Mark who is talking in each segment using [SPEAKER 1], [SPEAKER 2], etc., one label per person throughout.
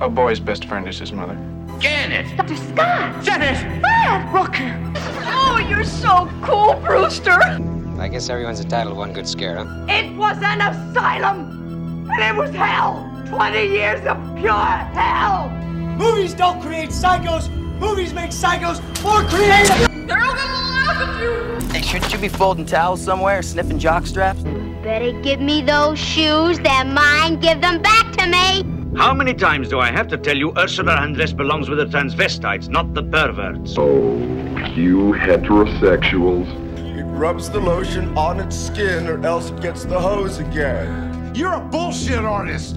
[SPEAKER 1] A boy's best friend is his mother.
[SPEAKER 2] Janet!
[SPEAKER 3] Dr. Scott!
[SPEAKER 2] Janet!
[SPEAKER 3] Brad! Walker! Oh, you're so cool, Brewster!
[SPEAKER 4] I guess everyone's entitled to one good scare, huh?
[SPEAKER 3] It was an asylum! And it was hell! 20 years of pure hell!
[SPEAKER 5] Movies don't create psychos! Movies make psychos more creative!
[SPEAKER 3] They're all gonna laugh at you!
[SPEAKER 6] Hey, shouldn't you be folding towels somewhere, sniffing jock straps?
[SPEAKER 7] Better give me those shoes. They're mine. Give them back to me.
[SPEAKER 2] How many times do I have to tell you Ursula Andress belongs with the transvestites, not the perverts?
[SPEAKER 8] Oh, you heterosexuals.
[SPEAKER 9] It rubs the lotion on its skin or else it gets the hose again.
[SPEAKER 10] You're a bullshit artist!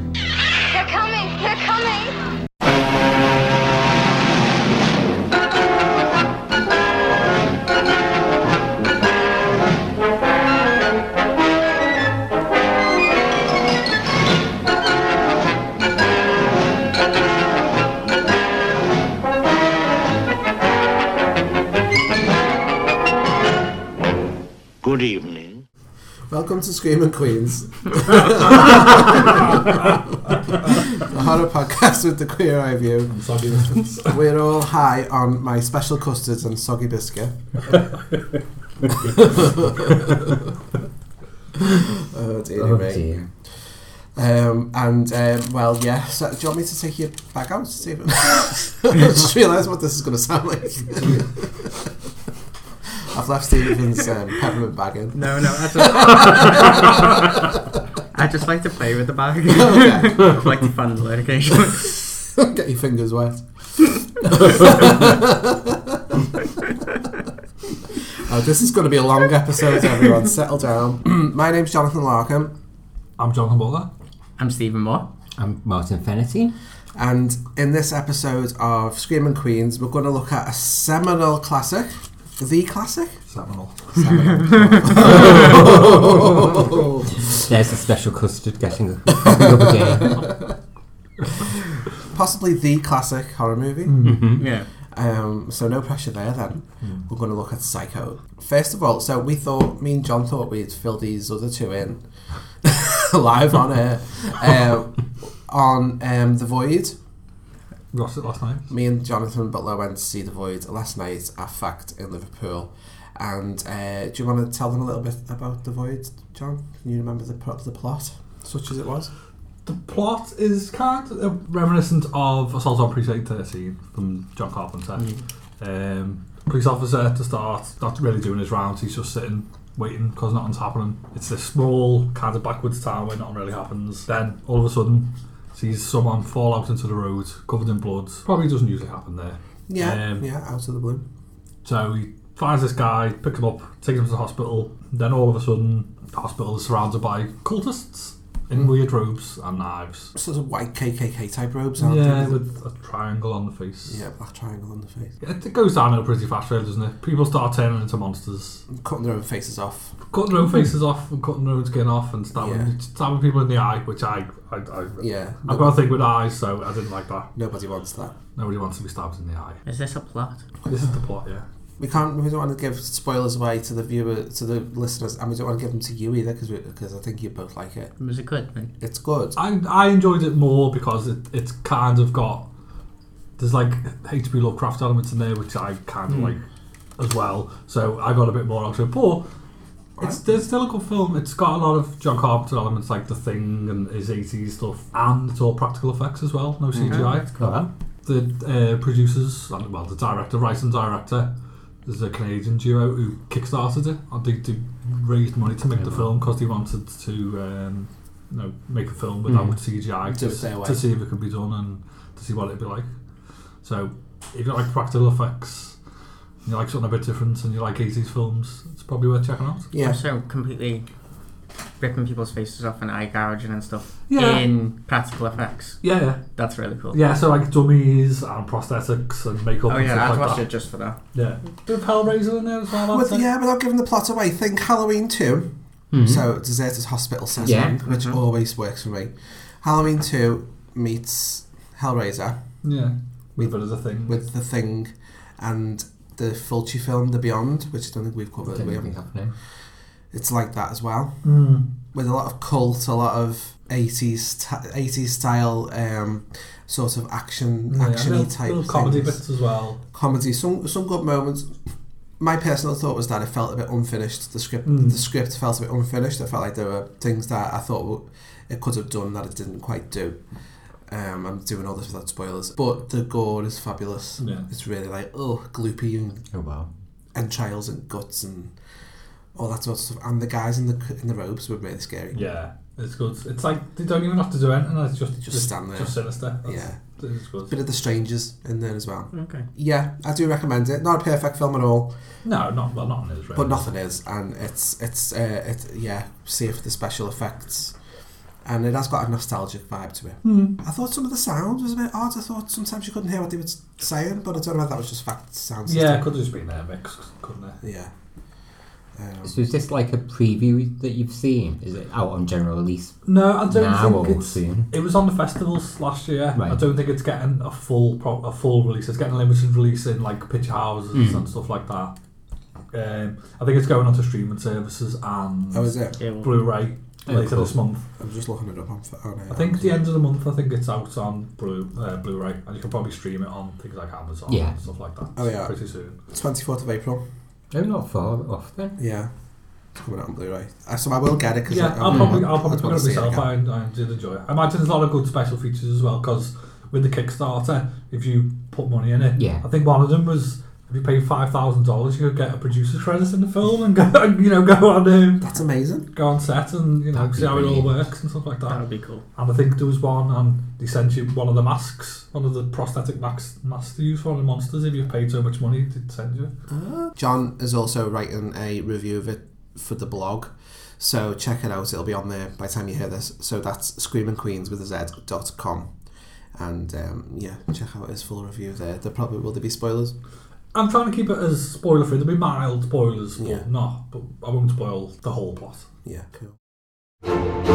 [SPEAKER 11] They're coming! They're coming!
[SPEAKER 2] Good evening.
[SPEAKER 12] Welcome to Screaming Queens, the horror podcast with the queer eye view.
[SPEAKER 13] Soggy biscuits.
[SPEAKER 12] We're all high on my special custards and soggy biscuit. oh dear
[SPEAKER 13] Oh,
[SPEAKER 12] me.
[SPEAKER 13] dear.
[SPEAKER 12] Um, and um, well, yeah. So, do you want me to take your bag out, Stephen? I just realised what this is going to sound like. I've left Stephen's um, peppermint bag in.
[SPEAKER 14] No, no, I just, I just like to play with the bag.
[SPEAKER 12] Okay.
[SPEAKER 14] like to fondle it occasionally.
[SPEAKER 12] Get your fingers wet. Oh, this is going to be a long episode, everyone. Settle down. my name's Jonathan Larkham,
[SPEAKER 13] I'm Jonathan Butler.
[SPEAKER 14] I'm Stephen Moore.
[SPEAKER 15] I'm Martin Fenity.
[SPEAKER 12] and in this episode of Screaming Queens, we're going to look at a seminal classic. The classic?
[SPEAKER 13] Seminal.
[SPEAKER 12] Seminal.
[SPEAKER 15] There's a special custard getting up again.
[SPEAKER 12] Possibly the classic horror movie.
[SPEAKER 13] Mm-hmm.
[SPEAKER 14] Yeah.
[SPEAKER 12] Um, so no pressure there then.
[SPEAKER 13] Mm.
[SPEAKER 12] We're going to look at Psycho. First of all, so we thought, me and John thought we'd fill these other two in live on air. Um, on um, The Void,
[SPEAKER 13] We watched it last night.
[SPEAKER 12] me and Jonathan Butler went to see The Void last night at Fact in Liverpool. And uh, do you want to tell them a little bit about The Void, John? Can you remember the, pro- the plot, such as it was?
[SPEAKER 13] The plot is kind of reminiscent of Assault on Precinct 13 from John Carpenter.
[SPEAKER 12] Mm.
[SPEAKER 13] Um, police officer to start, not really doing his rounds, he's just sitting, waiting because nothing's happening. It's this small, kind of backwoods town where nothing really happens. Then, all of a sudden, sees someone fall out into the road, covered in blood. Probably doesn't usually happen there.
[SPEAKER 12] Yeah,
[SPEAKER 13] Um,
[SPEAKER 12] yeah, out of the blue.
[SPEAKER 13] So he finds this guy, picks him up, takes him to the hospital. Then all of a sudden, the hospital is surrounded by cultists in
[SPEAKER 12] Hmm.
[SPEAKER 13] weird robes and knives.
[SPEAKER 12] Sort of white KKK type robes, aren't
[SPEAKER 13] Yeah,
[SPEAKER 12] they?
[SPEAKER 13] with a triangle on the face.
[SPEAKER 12] yeah, black triangle on the face.
[SPEAKER 13] It, it goes downhill pretty fast, really, doesn't it? People start turning into monsters,
[SPEAKER 12] Cutting their own faces off.
[SPEAKER 13] cutting their own faces off and cutting their own skin off and stabbing,
[SPEAKER 12] Yeah.
[SPEAKER 13] stabbing people in the eye, which I, I, I
[SPEAKER 12] Yeah.
[SPEAKER 13] I've got a thing with eyes, so I didn't like that.
[SPEAKER 12] Nobody wants that.
[SPEAKER 13] Nobody wants to be stabbed in the eye.
[SPEAKER 14] Is this a plot?
[SPEAKER 13] This is the plot, yeah.
[SPEAKER 12] We can't. We don't want to give spoilers away to the viewer, to the listeners, and we don't want to give them to you either, because because I think you both like it.
[SPEAKER 14] Was it good then?
[SPEAKER 12] It's good.
[SPEAKER 13] I, I enjoyed it more because it, it's kind of got there's like H.P. Lovecraft elements in there which I kind of
[SPEAKER 14] Hmm.
[SPEAKER 13] like as well. So I got a bit more out of it. But it's there's still a good film. It's got a lot of John Carpenter elements like The Thing and his 80s stuff, and it's all practical effects as well, no
[SPEAKER 12] Mm-hmm.
[SPEAKER 13] CGI. The uh, producers, and, well, the director, writer and director, there's a Canadian duo who kickstarted it. And they, they raised money to make the film because they wanted to um, you know, make a film
[SPEAKER 14] Mm.
[SPEAKER 13] without CGI
[SPEAKER 12] Do
[SPEAKER 13] to,
[SPEAKER 12] it their way.
[SPEAKER 13] to see if it could be done and to see what it'd be like. So if you like practical effects, and you like something a bit different, and you like 80s films, it's probably worth checking out.
[SPEAKER 12] Yeah.
[SPEAKER 14] So completely ripping people's faces off and eye gouging and stuff
[SPEAKER 13] Yeah.
[SPEAKER 14] in practical effects.
[SPEAKER 13] Yeah, yeah.
[SPEAKER 14] That's really cool.
[SPEAKER 13] Yeah, so like dummies and prosthetics and makeup
[SPEAKER 14] Oh
[SPEAKER 13] and
[SPEAKER 14] yeah,
[SPEAKER 13] stuff
[SPEAKER 14] I'd
[SPEAKER 13] like
[SPEAKER 14] watch
[SPEAKER 13] that.
[SPEAKER 14] it just for that.
[SPEAKER 13] Yeah. Bit of Hellraiser in there as well.
[SPEAKER 12] With,
[SPEAKER 13] I'd say.
[SPEAKER 12] yeah, without giving the plot away, think Halloween 2 So deserted hospital setting,
[SPEAKER 15] Yeah.
[SPEAKER 12] which
[SPEAKER 13] Uh-huh.
[SPEAKER 12] always works for me. Halloween two meets Hellraiser
[SPEAKER 13] Yeah. With a bit of the thing.
[SPEAKER 12] with the thing, and the Fulci film The Beyond, which I don't think we've covered. We haven't.
[SPEAKER 15] happening.
[SPEAKER 12] It's like that as well,
[SPEAKER 13] Mm.
[SPEAKER 12] with a lot of cult, a lot of 80s, t- 80s style um, sort of action
[SPEAKER 13] Yeah,
[SPEAKER 12] actiony
[SPEAKER 13] little-
[SPEAKER 12] type
[SPEAKER 13] little comedy
[SPEAKER 12] things.
[SPEAKER 13] bits as well.
[SPEAKER 12] Comedy, some some good moments. My personal thought was that it felt a bit unfinished. The script
[SPEAKER 13] Mm.
[SPEAKER 12] the script felt a bit unfinished. It felt like there were things that I thought w- it could have done that it didn't quite do. Um, I'm doing all this without spoilers, but the gore is fabulous.
[SPEAKER 13] Yeah.
[SPEAKER 12] It's really like oh, gloopy and
[SPEAKER 15] Oh, wow.
[SPEAKER 12] entrails and guts and all that sort of stuff. And the guys in the c- in the robes were really scary.
[SPEAKER 13] Yeah, it's good. It's like they don't even have to do anything. It's just
[SPEAKER 12] Just stand there.
[SPEAKER 13] Just sinister. That's,
[SPEAKER 12] Yeah.
[SPEAKER 13] It's good.
[SPEAKER 12] Bit of the strangers in there as well.
[SPEAKER 13] Okay.
[SPEAKER 12] Yeah, I do recommend it. Not a perfect film at all.
[SPEAKER 13] No, not well, not in Israel.
[SPEAKER 12] But nothing is, and it's it's uh, it's yeah, safe for the special effects, and it has got a nostalgic vibe to it.
[SPEAKER 13] Hmm.
[SPEAKER 12] I thought some of the sound was a bit odd. I thought sometimes you couldn't hear what they were saying, but I don't know if that was just fact sound.
[SPEAKER 13] Yeah,
[SPEAKER 12] system.
[SPEAKER 13] it could have just been there mixed, couldn't it?
[SPEAKER 12] Yeah. Um,
[SPEAKER 15] So is this like a preview that you've seen? Is it out on general release?
[SPEAKER 13] No, I don't
[SPEAKER 15] now
[SPEAKER 13] think
[SPEAKER 15] or
[SPEAKER 13] it's-
[SPEAKER 15] soon.
[SPEAKER 13] It was on the festivals last year.
[SPEAKER 15] Right.
[SPEAKER 13] I don't think it's getting a full pro- a full release. It's getting a limited release in like picture houses
[SPEAKER 15] Mm.
[SPEAKER 12] Hmm.
[SPEAKER 13] and stuff like that. Um, I think it's going onto streaming services and
[SPEAKER 12] Oh, is it? Yeah, well-
[SPEAKER 13] Blu-ray
[SPEAKER 12] Oh,
[SPEAKER 13] later
[SPEAKER 12] cool.
[SPEAKER 13] this month.
[SPEAKER 12] I was just looking it up on. on uh,
[SPEAKER 13] I think the end of the month. I think it's out on Blu uh, Blu-ray, and you can probably stream it on things like Amazon
[SPEAKER 12] Yeah.
[SPEAKER 13] and stuff like that.
[SPEAKER 12] Oh yeah,
[SPEAKER 13] pretty soon.
[SPEAKER 12] Twenty fourth of April.
[SPEAKER 15] Oh, not far off then.
[SPEAKER 12] Yeah, it's coming out on Blu-ray. Uh, So I will get it because
[SPEAKER 13] Yeah,
[SPEAKER 12] I,
[SPEAKER 13] I'll probably I'll probably
[SPEAKER 12] I'd
[SPEAKER 13] pick it
[SPEAKER 12] want
[SPEAKER 13] up
[SPEAKER 12] to see it
[SPEAKER 13] myself.
[SPEAKER 12] again.
[SPEAKER 13] I, I did enjoy it. I imagine there's a lot of good special features as well because with the Kickstarter, if you put money in it,
[SPEAKER 15] Yeah.
[SPEAKER 13] I think one of them was if you paid five thousand dollars, you could get a producer's credit in the film and go you know go on um,
[SPEAKER 12] that's amazing.
[SPEAKER 13] Go on set and you know
[SPEAKER 15] That'd be
[SPEAKER 13] see how it all
[SPEAKER 15] brilliant.
[SPEAKER 13] works and stuff like that.
[SPEAKER 14] That'd be cool.
[SPEAKER 13] And I think there was one, and they sent you one of the masks, one of the prosthetic masks, masks to use for the monsters. If you paid so much money, they'd send you. it.
[SPEAKER 12] John is also writing a review of it for the blog. So check it out. It'll be on there by the time you hear this. So that's screamingqueens with a Z dot com. And um, yeah, check out his full review there. There probably will there be spoilers.
[SPEAKER 13] I'm trying to keep it as spoiler free. There'll be mild spoilers, but
[SPEAKER 12] Yeah.
[SPEAKER 13] not. But I won't spoil the whole plot.
[SPEAKER 12] Yeah, cool.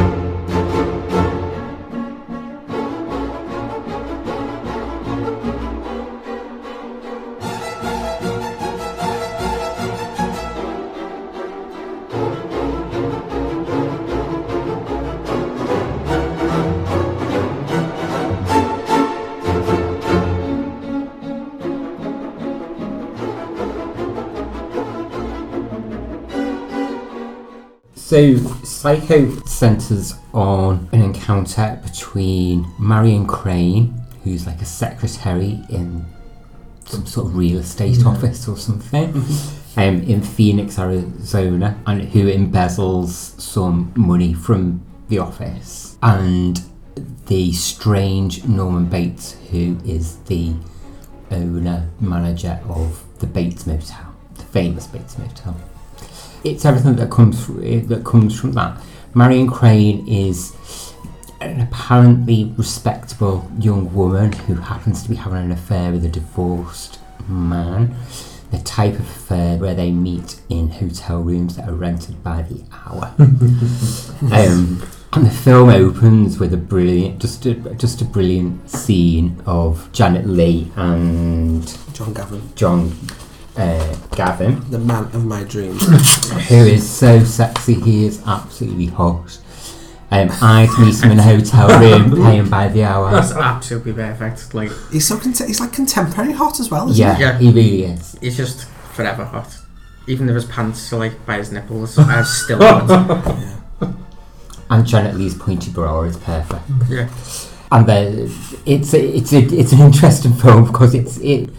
[SPEAKER 15] So, Psycho centres on an encounter between Marion Crane, who's like a secretary in some sort of real estate
[SPEAKER 13] Yeah.
[SPEAKER 15] office or something, um, in Phoenix, Arizona, and who embezzles some money from the office, and the strange Norman Bates, who is the owner manager of the Bates Motel, the famous Bates Motel it's everything that comes fr- eh, that comes from that. Marion Crane is an apparently respectable young woman who happens to be having an affair with a divorced man. The type of affair where they meet in hotel rooms that are rented by the hour. um, and the film opens with a brilliant, just a, just a brilliant scene of Janet Lee and
[SPEAKER 12] John Gavin,
[SPEAKER 15] John uh, Gavin
[SPEAKER 12] the man of my dreams.
[SPEAKER 15] who is so sexy. He is absolutely hot. Um, I'd meet him in a hotel room, paying by the hour.
[SPEAKER 14] That's absolutely perfect. Like,
[SPEAKER 12] he's so cont- he's like contemporary hot as well. Isn't
[SPEAKER 15] Yeah,
[SPEAKER 14] Yeah.
[SPEAKER 15] he really is.
[SPEAKER 14] it's just forever hot. Even if his pants are like by his nipples, I'm still hot.
[SPEAKER 15] And Janet Lee's pointy bra is perfect.
[SPEAKER 14] Yeah.
[SPEAKER 15] And the, it's a, it's a, it's an interesting film because it's it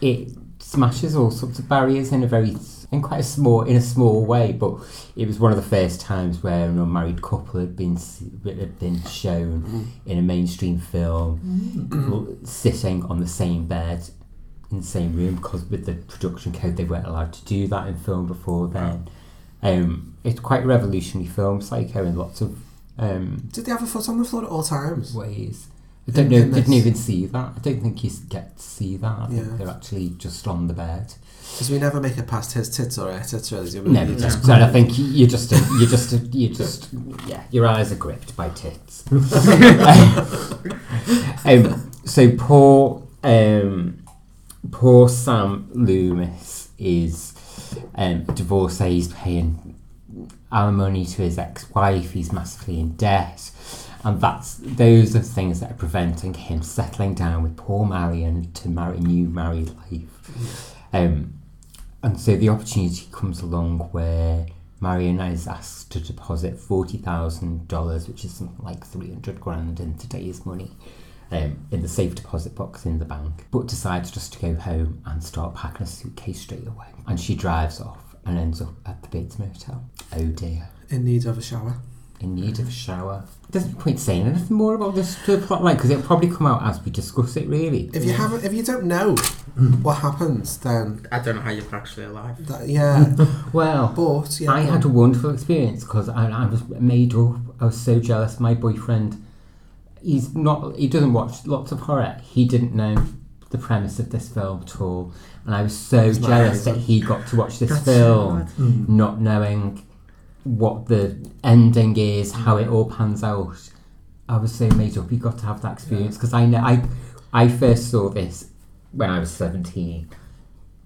[SPEAKER 15] it smashes all sorts of barriers in a very in quite a small in a small way. But it was one of the first times where an unmarried couple had been s- had been shown in a mainstream film l- sitting on the same bed in the same room because with the production code they weren't allowed to do that in film before then. Um, it's quite a revolutionary film, Psycho, in lots of um,
[SPEAKER 12] Did they have a foot on the floor at all times?
[SPEAKER 15] ways. I don't know.
[SPEAKER 12] In- in
[SPEAKER 15] Didn't
[SPEAKER 12] this.
[SPEAKER 15] even see that. I don't think you s- get to see that. I think
[SPEAKER 12] Yeah.
[SPEAKER 15] they're actually just on the bed.
[SPEAKER 12] Because we never make it past his tits or her tits, really. Do we?
[SPEAKER 15] No,
[SPEAKER 12] You
[SPEAKER 15] no. So I think you- you're just, a, you're just, a, you're just, yeah. Your eyes are gripped by tits.
[SPEAKER 16] Hmm.
[SPEAKER 15] um, so poor, um, poor Sam Loomis is um, divorced. He's paying alimony to his ex-wife. He's massively in debt, And that's those are the things that are preventing him settling down with poor Marion to marry new married life. Um, and so the opportunity comes along where Marion is asked to deposit forty thousand dollars, which is something like three hundred grand in today's money, um, in the safe deposit box in the bank. But decides just to go home and start packing a suitcase straight away. And she drives off and ends up at the Bates Motel. Oh dear.
[SPEAKER 12] In need of a shower.
[SPEAKER 15] In need of a shower. Doesn't quite say anything more about this to the plot line because it'll probably come out as we discuss it. Really.
[SPEAKER 12] If you haven't, if you don't know what happens, then
[SPEAKER 14] I don't know how you're actually alive.
[SPEAKER 12] That- yeah.
[SPEAKER 15] well,
[SPEAKER 12] but yeah,
[SPEAKER 15] I
[SPEAKER 12] go
[SPEAKER 15] had a
[SPEAKER 12] on.
[SPEAKER 15] wonderful experience because I, I was made up. I was so jealous. My boyfriend, he's not. He doesn't watch lots of horror. He didn't know the premise of this film at all, and I was so
[SPEAKER 14] not
[SPEAKER 15] jealous
[SPEAKER 14] amazing.
[SPEAKER 15] that he got to watch this
[SPEAKER 14] That's so
[SPEAKER 15] film,
[SPEAKER 14] bad. Mm.
[SPEAKER 15] not knowing what the ending is, how it all pans out. I was so made up. You got to have that experience because I know I, I first saw this when I was seventeen,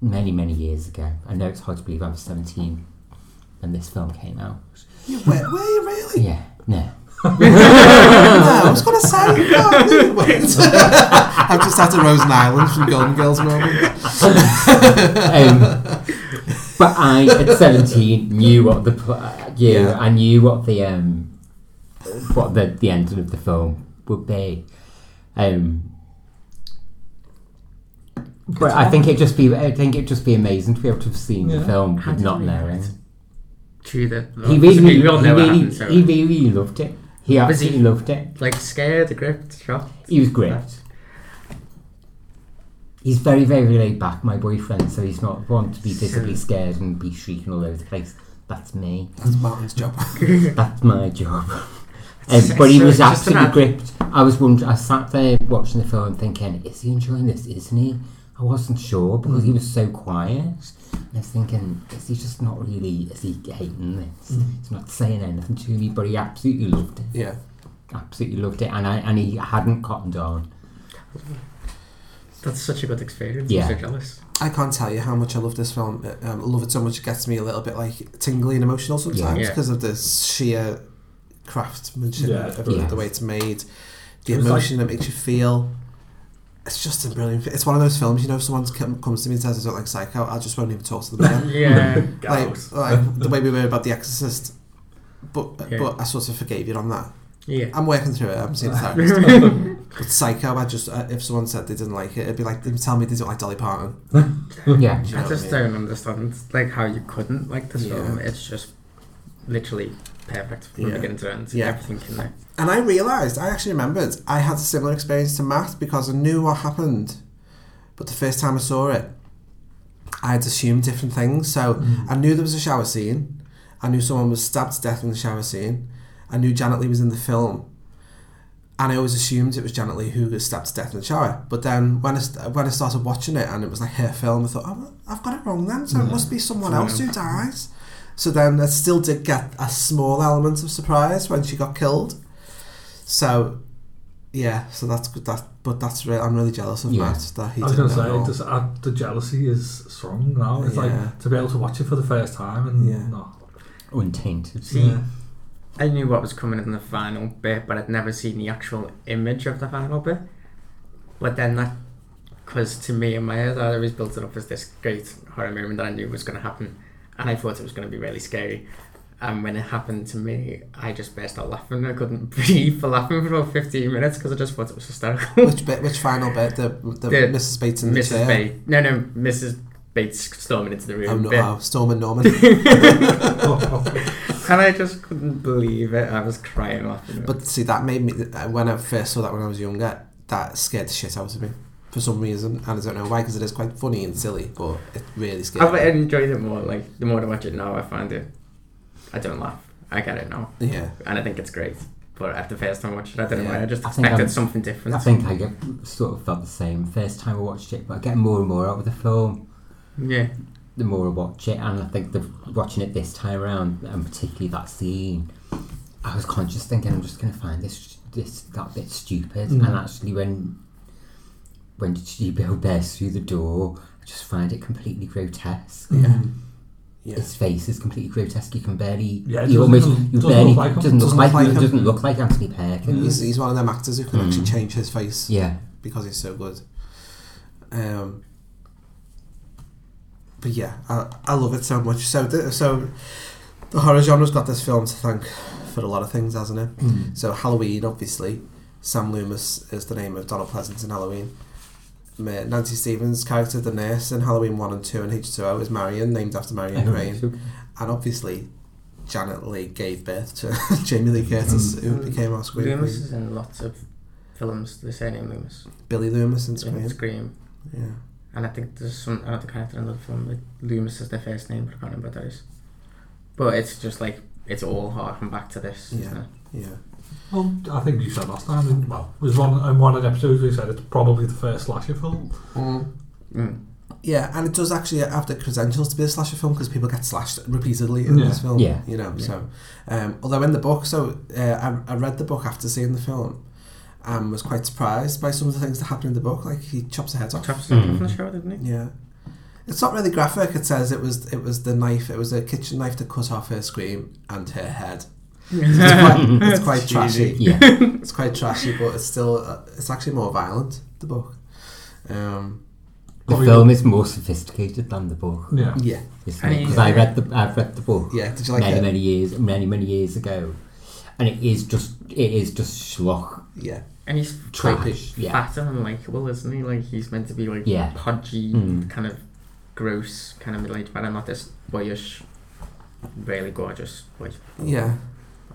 [SPEAKER 15] many many years ago. I know it's hard to believe I was seventeen when this film came out.
[SPEAKER 12] You were, were you really?
[SPEAKER 15] Yeah, no.
[SPEAKER 12] no, I was gonna say no, I knew you weren't. I've just had a Rosen Island from Golden Girls moment.
[SPEAKER 15] um, but I, at seventeen, knew what the pl- uh, yeah, I knew what the um, what the the ending of the film would be. Um, but I think it'd just be I think it'd just be amazing to be able to have seen
[SPEAKER 14] Yeah.
[SPEAKER 15] the film
[SPEAKER 14] How
[SPEAKER 15] with
[SPEAKER 14] did
[SPEAKER 15] not
[SPEAKER 14] you know
[SPEAKER 15] knowing.
[SPEAKER 14] True that
[SPEAKER 15] He
[SPEAKER 14] because
[SPEAKER 15] really,
[SPEAKER 14] we all
[SPEAKER 15] he
[SPEAKER 14] know what
[SPEAKER 15] really,
[SPEAKER 14] happened, so-
[SPEAKER 15] he really loved it. He
[SPEAKER 14] Was
[SPEAKER 15] absolutely loved it.
[SPEAKER 14] Like scared, gripped, shocked.
[SPEAKER 15] He was gripped. He's very, very laid back, my boyfriend, so he's not one to be visibly scared and be shrieking all over the place. That's me.
[SPEAKER 12] That's Martin's job.
[SPEAKER 15] That's my job. Um,
[SPEAKER 12] It's-
[SPEAKER 15] but he
[SPEAKER 12] it's
[SPEAKER 15] was
[SPEAKER 12] just
[SPEAKER 15] absolutely
[SPEAKER 12] about-
[SPEAKER 15] gripped. I was wondering, I sat there watching the film thinking, is he enjoying this? Isn't he? I wasn't sure because he was so quiet. And I was thinking, is he just not really, is he hating this?
[SPEAKER 12] Mm.
[SPEAKER 15] He's not saying anything to me, but he absolutely loved it.
[SPEAKER 12] Yeah.
[SPEAKER 15] Absolutely loved it. And, I, and he hadn't cottoned on.
[SPEAKER 14] That's such a good experience.
[SPEAKER 15] Yeah.
[SPEAKER 14] I'm so jealous.
[SPEAKER 12] I can't tell you how much I love this film. Uh, Um, I love it so much it gets me a little bit like tingly and emotional sometimes
[SPEAKER 14] Yeah.
[SPEAKER 12] because of the sheer craftsmanship
[SPEAKER 13] Yeah,
[SPEAKER 12] of
[SPEAKER 13] yeah.
[SPEAKER 12] the way it's made, the
[SPEAKER 13] It was
[SPEAKER 12] emotion it makes you feel. It's just a brilliant. fi- It's one of those films, you know. If someone come- comes to me and says I don't like Psycho, I just won't even talk to them again.
[SPEAKER 14] Yeah. Get
[SPEAKER 12] like, like the way we were about The Exorcist, but
[SPEAKER 14] Yeah.
[SPEAKER 12] but I sort of forgave you on that.
[SPEAKER 14] Yeah.
[SPEAKER 12] I'm working through it. I'm seeing a therapist. but Psycho, I just uh, if someone said they didn't like it, it'd be like them tell me they don't like Dolly Parton.
[SPEAKER 15] yeah.
[SPEAKER 12] Do you know
[SPEAKER 14] I
[SPEAKER 12] what
[SPEAKER 14] just
[SPEAKER 12] I mean?
[SPEAKER 14] don't understand like how you couldn't like this
[SPEAKER 12] Yeah.
[SPEAKER 14] film. It's just literally perfect from
[SPEAKER 12] Yeah.
[SPEAKER 14] beginning to end.
[SPEAKER 12] Yeah.
[SPEAKER 14] Everything in there.
[SPEAKER 12] And I realised, I actually remembered, I had a similar experience to Matt because I knew what happened. But the first time I saw it, I had assumed different things. So
[SPEAKER 14] Mm.
[SPEAKER 12] I knew there was a shower scene. I knew someone was stabbed to death in the shower scene. I knew Janet Lee was in the film. And I always assumed it was Janet Lee who was stabbed to death in the shower. But then when I, st- when I started watching it and it was like her film, I thought, oh, well, I've got it wrong then. So it must be someone
[SPEAKER 14] Someone
[SPEAKER 12] else who
[SPEAKER 14] else.
[SPEAKER 12] dies. So then I still did get a small element of surprise when she got killed. So, yeah, so that's good. That, but that's real. I'm really jealous of
[SPEAKER 15] Yeah.
[SPEAKER 12] Matt that he
[SPEAKER 13] I was
[SPEAKER 12] didn't
[SPEAKER 13] going to
[SPEAKER 12] know.
[SPEAKER 13] say,
[SPEAKER 12] at all.
[SPEAKER 13] it just, I, the jealousy is strong now. It's
[SPEAKER 12] Yeah.
[SPEAKER 13] like to be able to watch it for the first time and
[SPEAKER 12] Yeah.
[SPEAKER 13] not.
[SPEAKER 15] Untainted.
[SPEAKER 14] See,
[SPEAKER 13] Yeah.
[SPEAKER 14] I knew what was coming in the final bit, but I'd never seen the actual image of the final bit. But then that, because to me in my head, I always built it up as this great horror moment that I knew was going to happen, and I thought it was going to be really scary. And when it happened to me, I just burst out laughing. I couldn't breathe for laughing for about 15 minutes because I just thought it was hysterical.
[SPEAKER 12] Which bit? Which final bit? The the, Mrs. Bates in the
[SPEAKER 14] Mrs.
[SPEAKER 12] chair.
[SPEAKER 14] Bates. No, no, Mrs. Bates storming into the room.
[SPEAKER 12] Oh no!
[SPEAKER 14] bit.
[SPEAKER 12] Oh, Storm and Norman.
[SPEAKER 14] and I just couldn't believe it. I was crying laughing.
[SPEAKER 12] but see, that made me uh, when I first saw that when I was younger. That scared the shit out of me for some reason, and I don't know why because it is quite funny and silly, but it really scared.
[SPEAKER 14] I've
[SPEAKER 12] me.
[SPEAKER 14] enjoyed it more. Like the more I watch it now, I find it. I don't laugh. I get it now.
[SPEAKER 12] Yeah.
[SPEAKER 14] And I think it's great. But at the first time I watched it, I don't know why. I just
[SPEAKER 15] think
[SPEAKER 14] expected
[SPEAKER 15] I'm-
[SPEAKER 14] something different.
[SPEAKER 15] I think I get, sort of felt the same first time I watched it, but I get more and more out of the film.
[SPEAKER 14] Yeah.
[SPEAKER 15] The more I watch it, and I think the watching it this time around, and particularly that scene, I was conscious thinking I'm just going to find this this that bit stupid,
[SPEAKER 13] Mm.
[SPEAKER 15] and actually when when she built bursts through the door, I just find it completely grotesque.
[SPEAKER 12] Yeah. Yeah.
[SPEAKER 15] His face is completely grotesque. You can barely,
[SPEAKER 12] Yeah, it
[SPEAKER 15] you
[SPEAKER 12] doesn't-
[SPEAKER 15] almost,
[SPEAKER 12] doesn't-
[SPEAKER 15] you
[SPEAKER 12] doesn't
[SPEAKER 15] barely
[SPEAKER 12] look like him.
[SPEAKER 15] doesn't look
[SPEAKER 12] Doesn't
[SPEAKER 15] like,
[SPEAKER 12] look like
[SPEAKER 15] him.
[SPEAKER 12] him.
[SPEAKER 15] Doesn't look like Anthony Perkins.
[SPEAKER 12] He's, he's one of them actors who can
[SPEAKER 15] Mm.
[SPEAKER 12] actually change his face.
[SPEAKER 15] Yeah.
[SPEAKER 12] Because he's so good. Um, but yeah, I, I love it so much. So the, so the horror genre's got this film to thank for a lot of things, hasn't it?
[SPEAKER 13] Mm.
[SPEAKER 12] So Halloween, obviously. Sam Loomis is the name of Donald Pleasance in Halloween. Ma- Nancy Stevens' character, the nurse in Halloween 1 and 2 and H2O, is Marion, named after Marion
[SPEAKER 15] Oh,
[SPEAKER 12] Crane.
[SPEAKER 15] super.
[SPEAKER 12] And obviously, Janet Leigh gave birth to Jamie Lee Curtis, Mm-hmm. who
[SPEAKER 15] Mm.
[SPEAKER 12] became our Scream
[SPEAKER 14] Loomis
[SPEAKER 12] Queen.
[SPEAKER 14] is in lots of films. The same name Loomis.
[SPEAKER 12] Billy Loomis in
[SPEAKER 14] Yeah,
[SPEAKER 12] Scream.
[SPEAKER 14] Scream.
[SPEAKER 12] Yeah.
[SPEAKER 14] And I think there's some another character in the film with Loomis is their first name, but I can't remember what that is. But it's just like it's all harking back to this, isn't it?
[SPEAKER 12] Yeah.
[SPEAKER 13] Well, I think you said last time. and- Well, it was one in one of the episodes we said it's probably the first slasher film.
[SPEAKER 12] Mm-hmm. Yeah, and it does actually have the credentials to be a slasher film because people get slashed repeatedly in
[SPEAKER 13] Yeah.
[SPEAKER 12] this film.
[SPEAKER 13] Yeah.
[SPEAKER 12] You know,
[SPEAKER 13] Yeah.
[SPEAKER 12] so. Um, although in the book, so uh, I, I read the book after seeing the film and was quite surprised by some of the things that happen in the book. Like, he chops a head off.
[SPEAKER 14] Chops his head off in the show, didn't he?
[SPEAKER 12] Yeah. It's not really graphic. It says it was it was the knife. It was a kitchen knife to cut off her scream and her head. it's quite, it's quite trashy.
[SPEAKER 14] Cheesy. Yeah.
[SPEAKER 12] it's quite trashy, but it's still uh, it's actually more violent. The book. Um,
[SPEAKER 15] The film is more sophisticated than the book.
[SPEAKER 12] Yeah. Yeah.
[SPEAKER 15] Because I read the I've read the book.
[SPEAKER 12] Yeah, did you like
[SPEAKER 15] many
[SPEAKER 12] it?
[SPEAKER 15] many years many many years ago, and it is just it is just schlock.
[SPEAKER 12] Yeah.
[SPEAKER 14] And he's like,
[SPEAKER 15] trash. Yeah.
[SPEAKER 14] fat and unlikable, isn't he? Like he's meant to be like
[SPEAKER 15] Yeah.
[SPEAKER 14] podgy,
[SPEAKER 12] Hmm.
[SPEAKER 15] Mm.
[SPEAKER 14] kind of gross, kind of middle-aged man, and not this boyish, really gorgeous boy.
[SPEAKER 12] Yeah.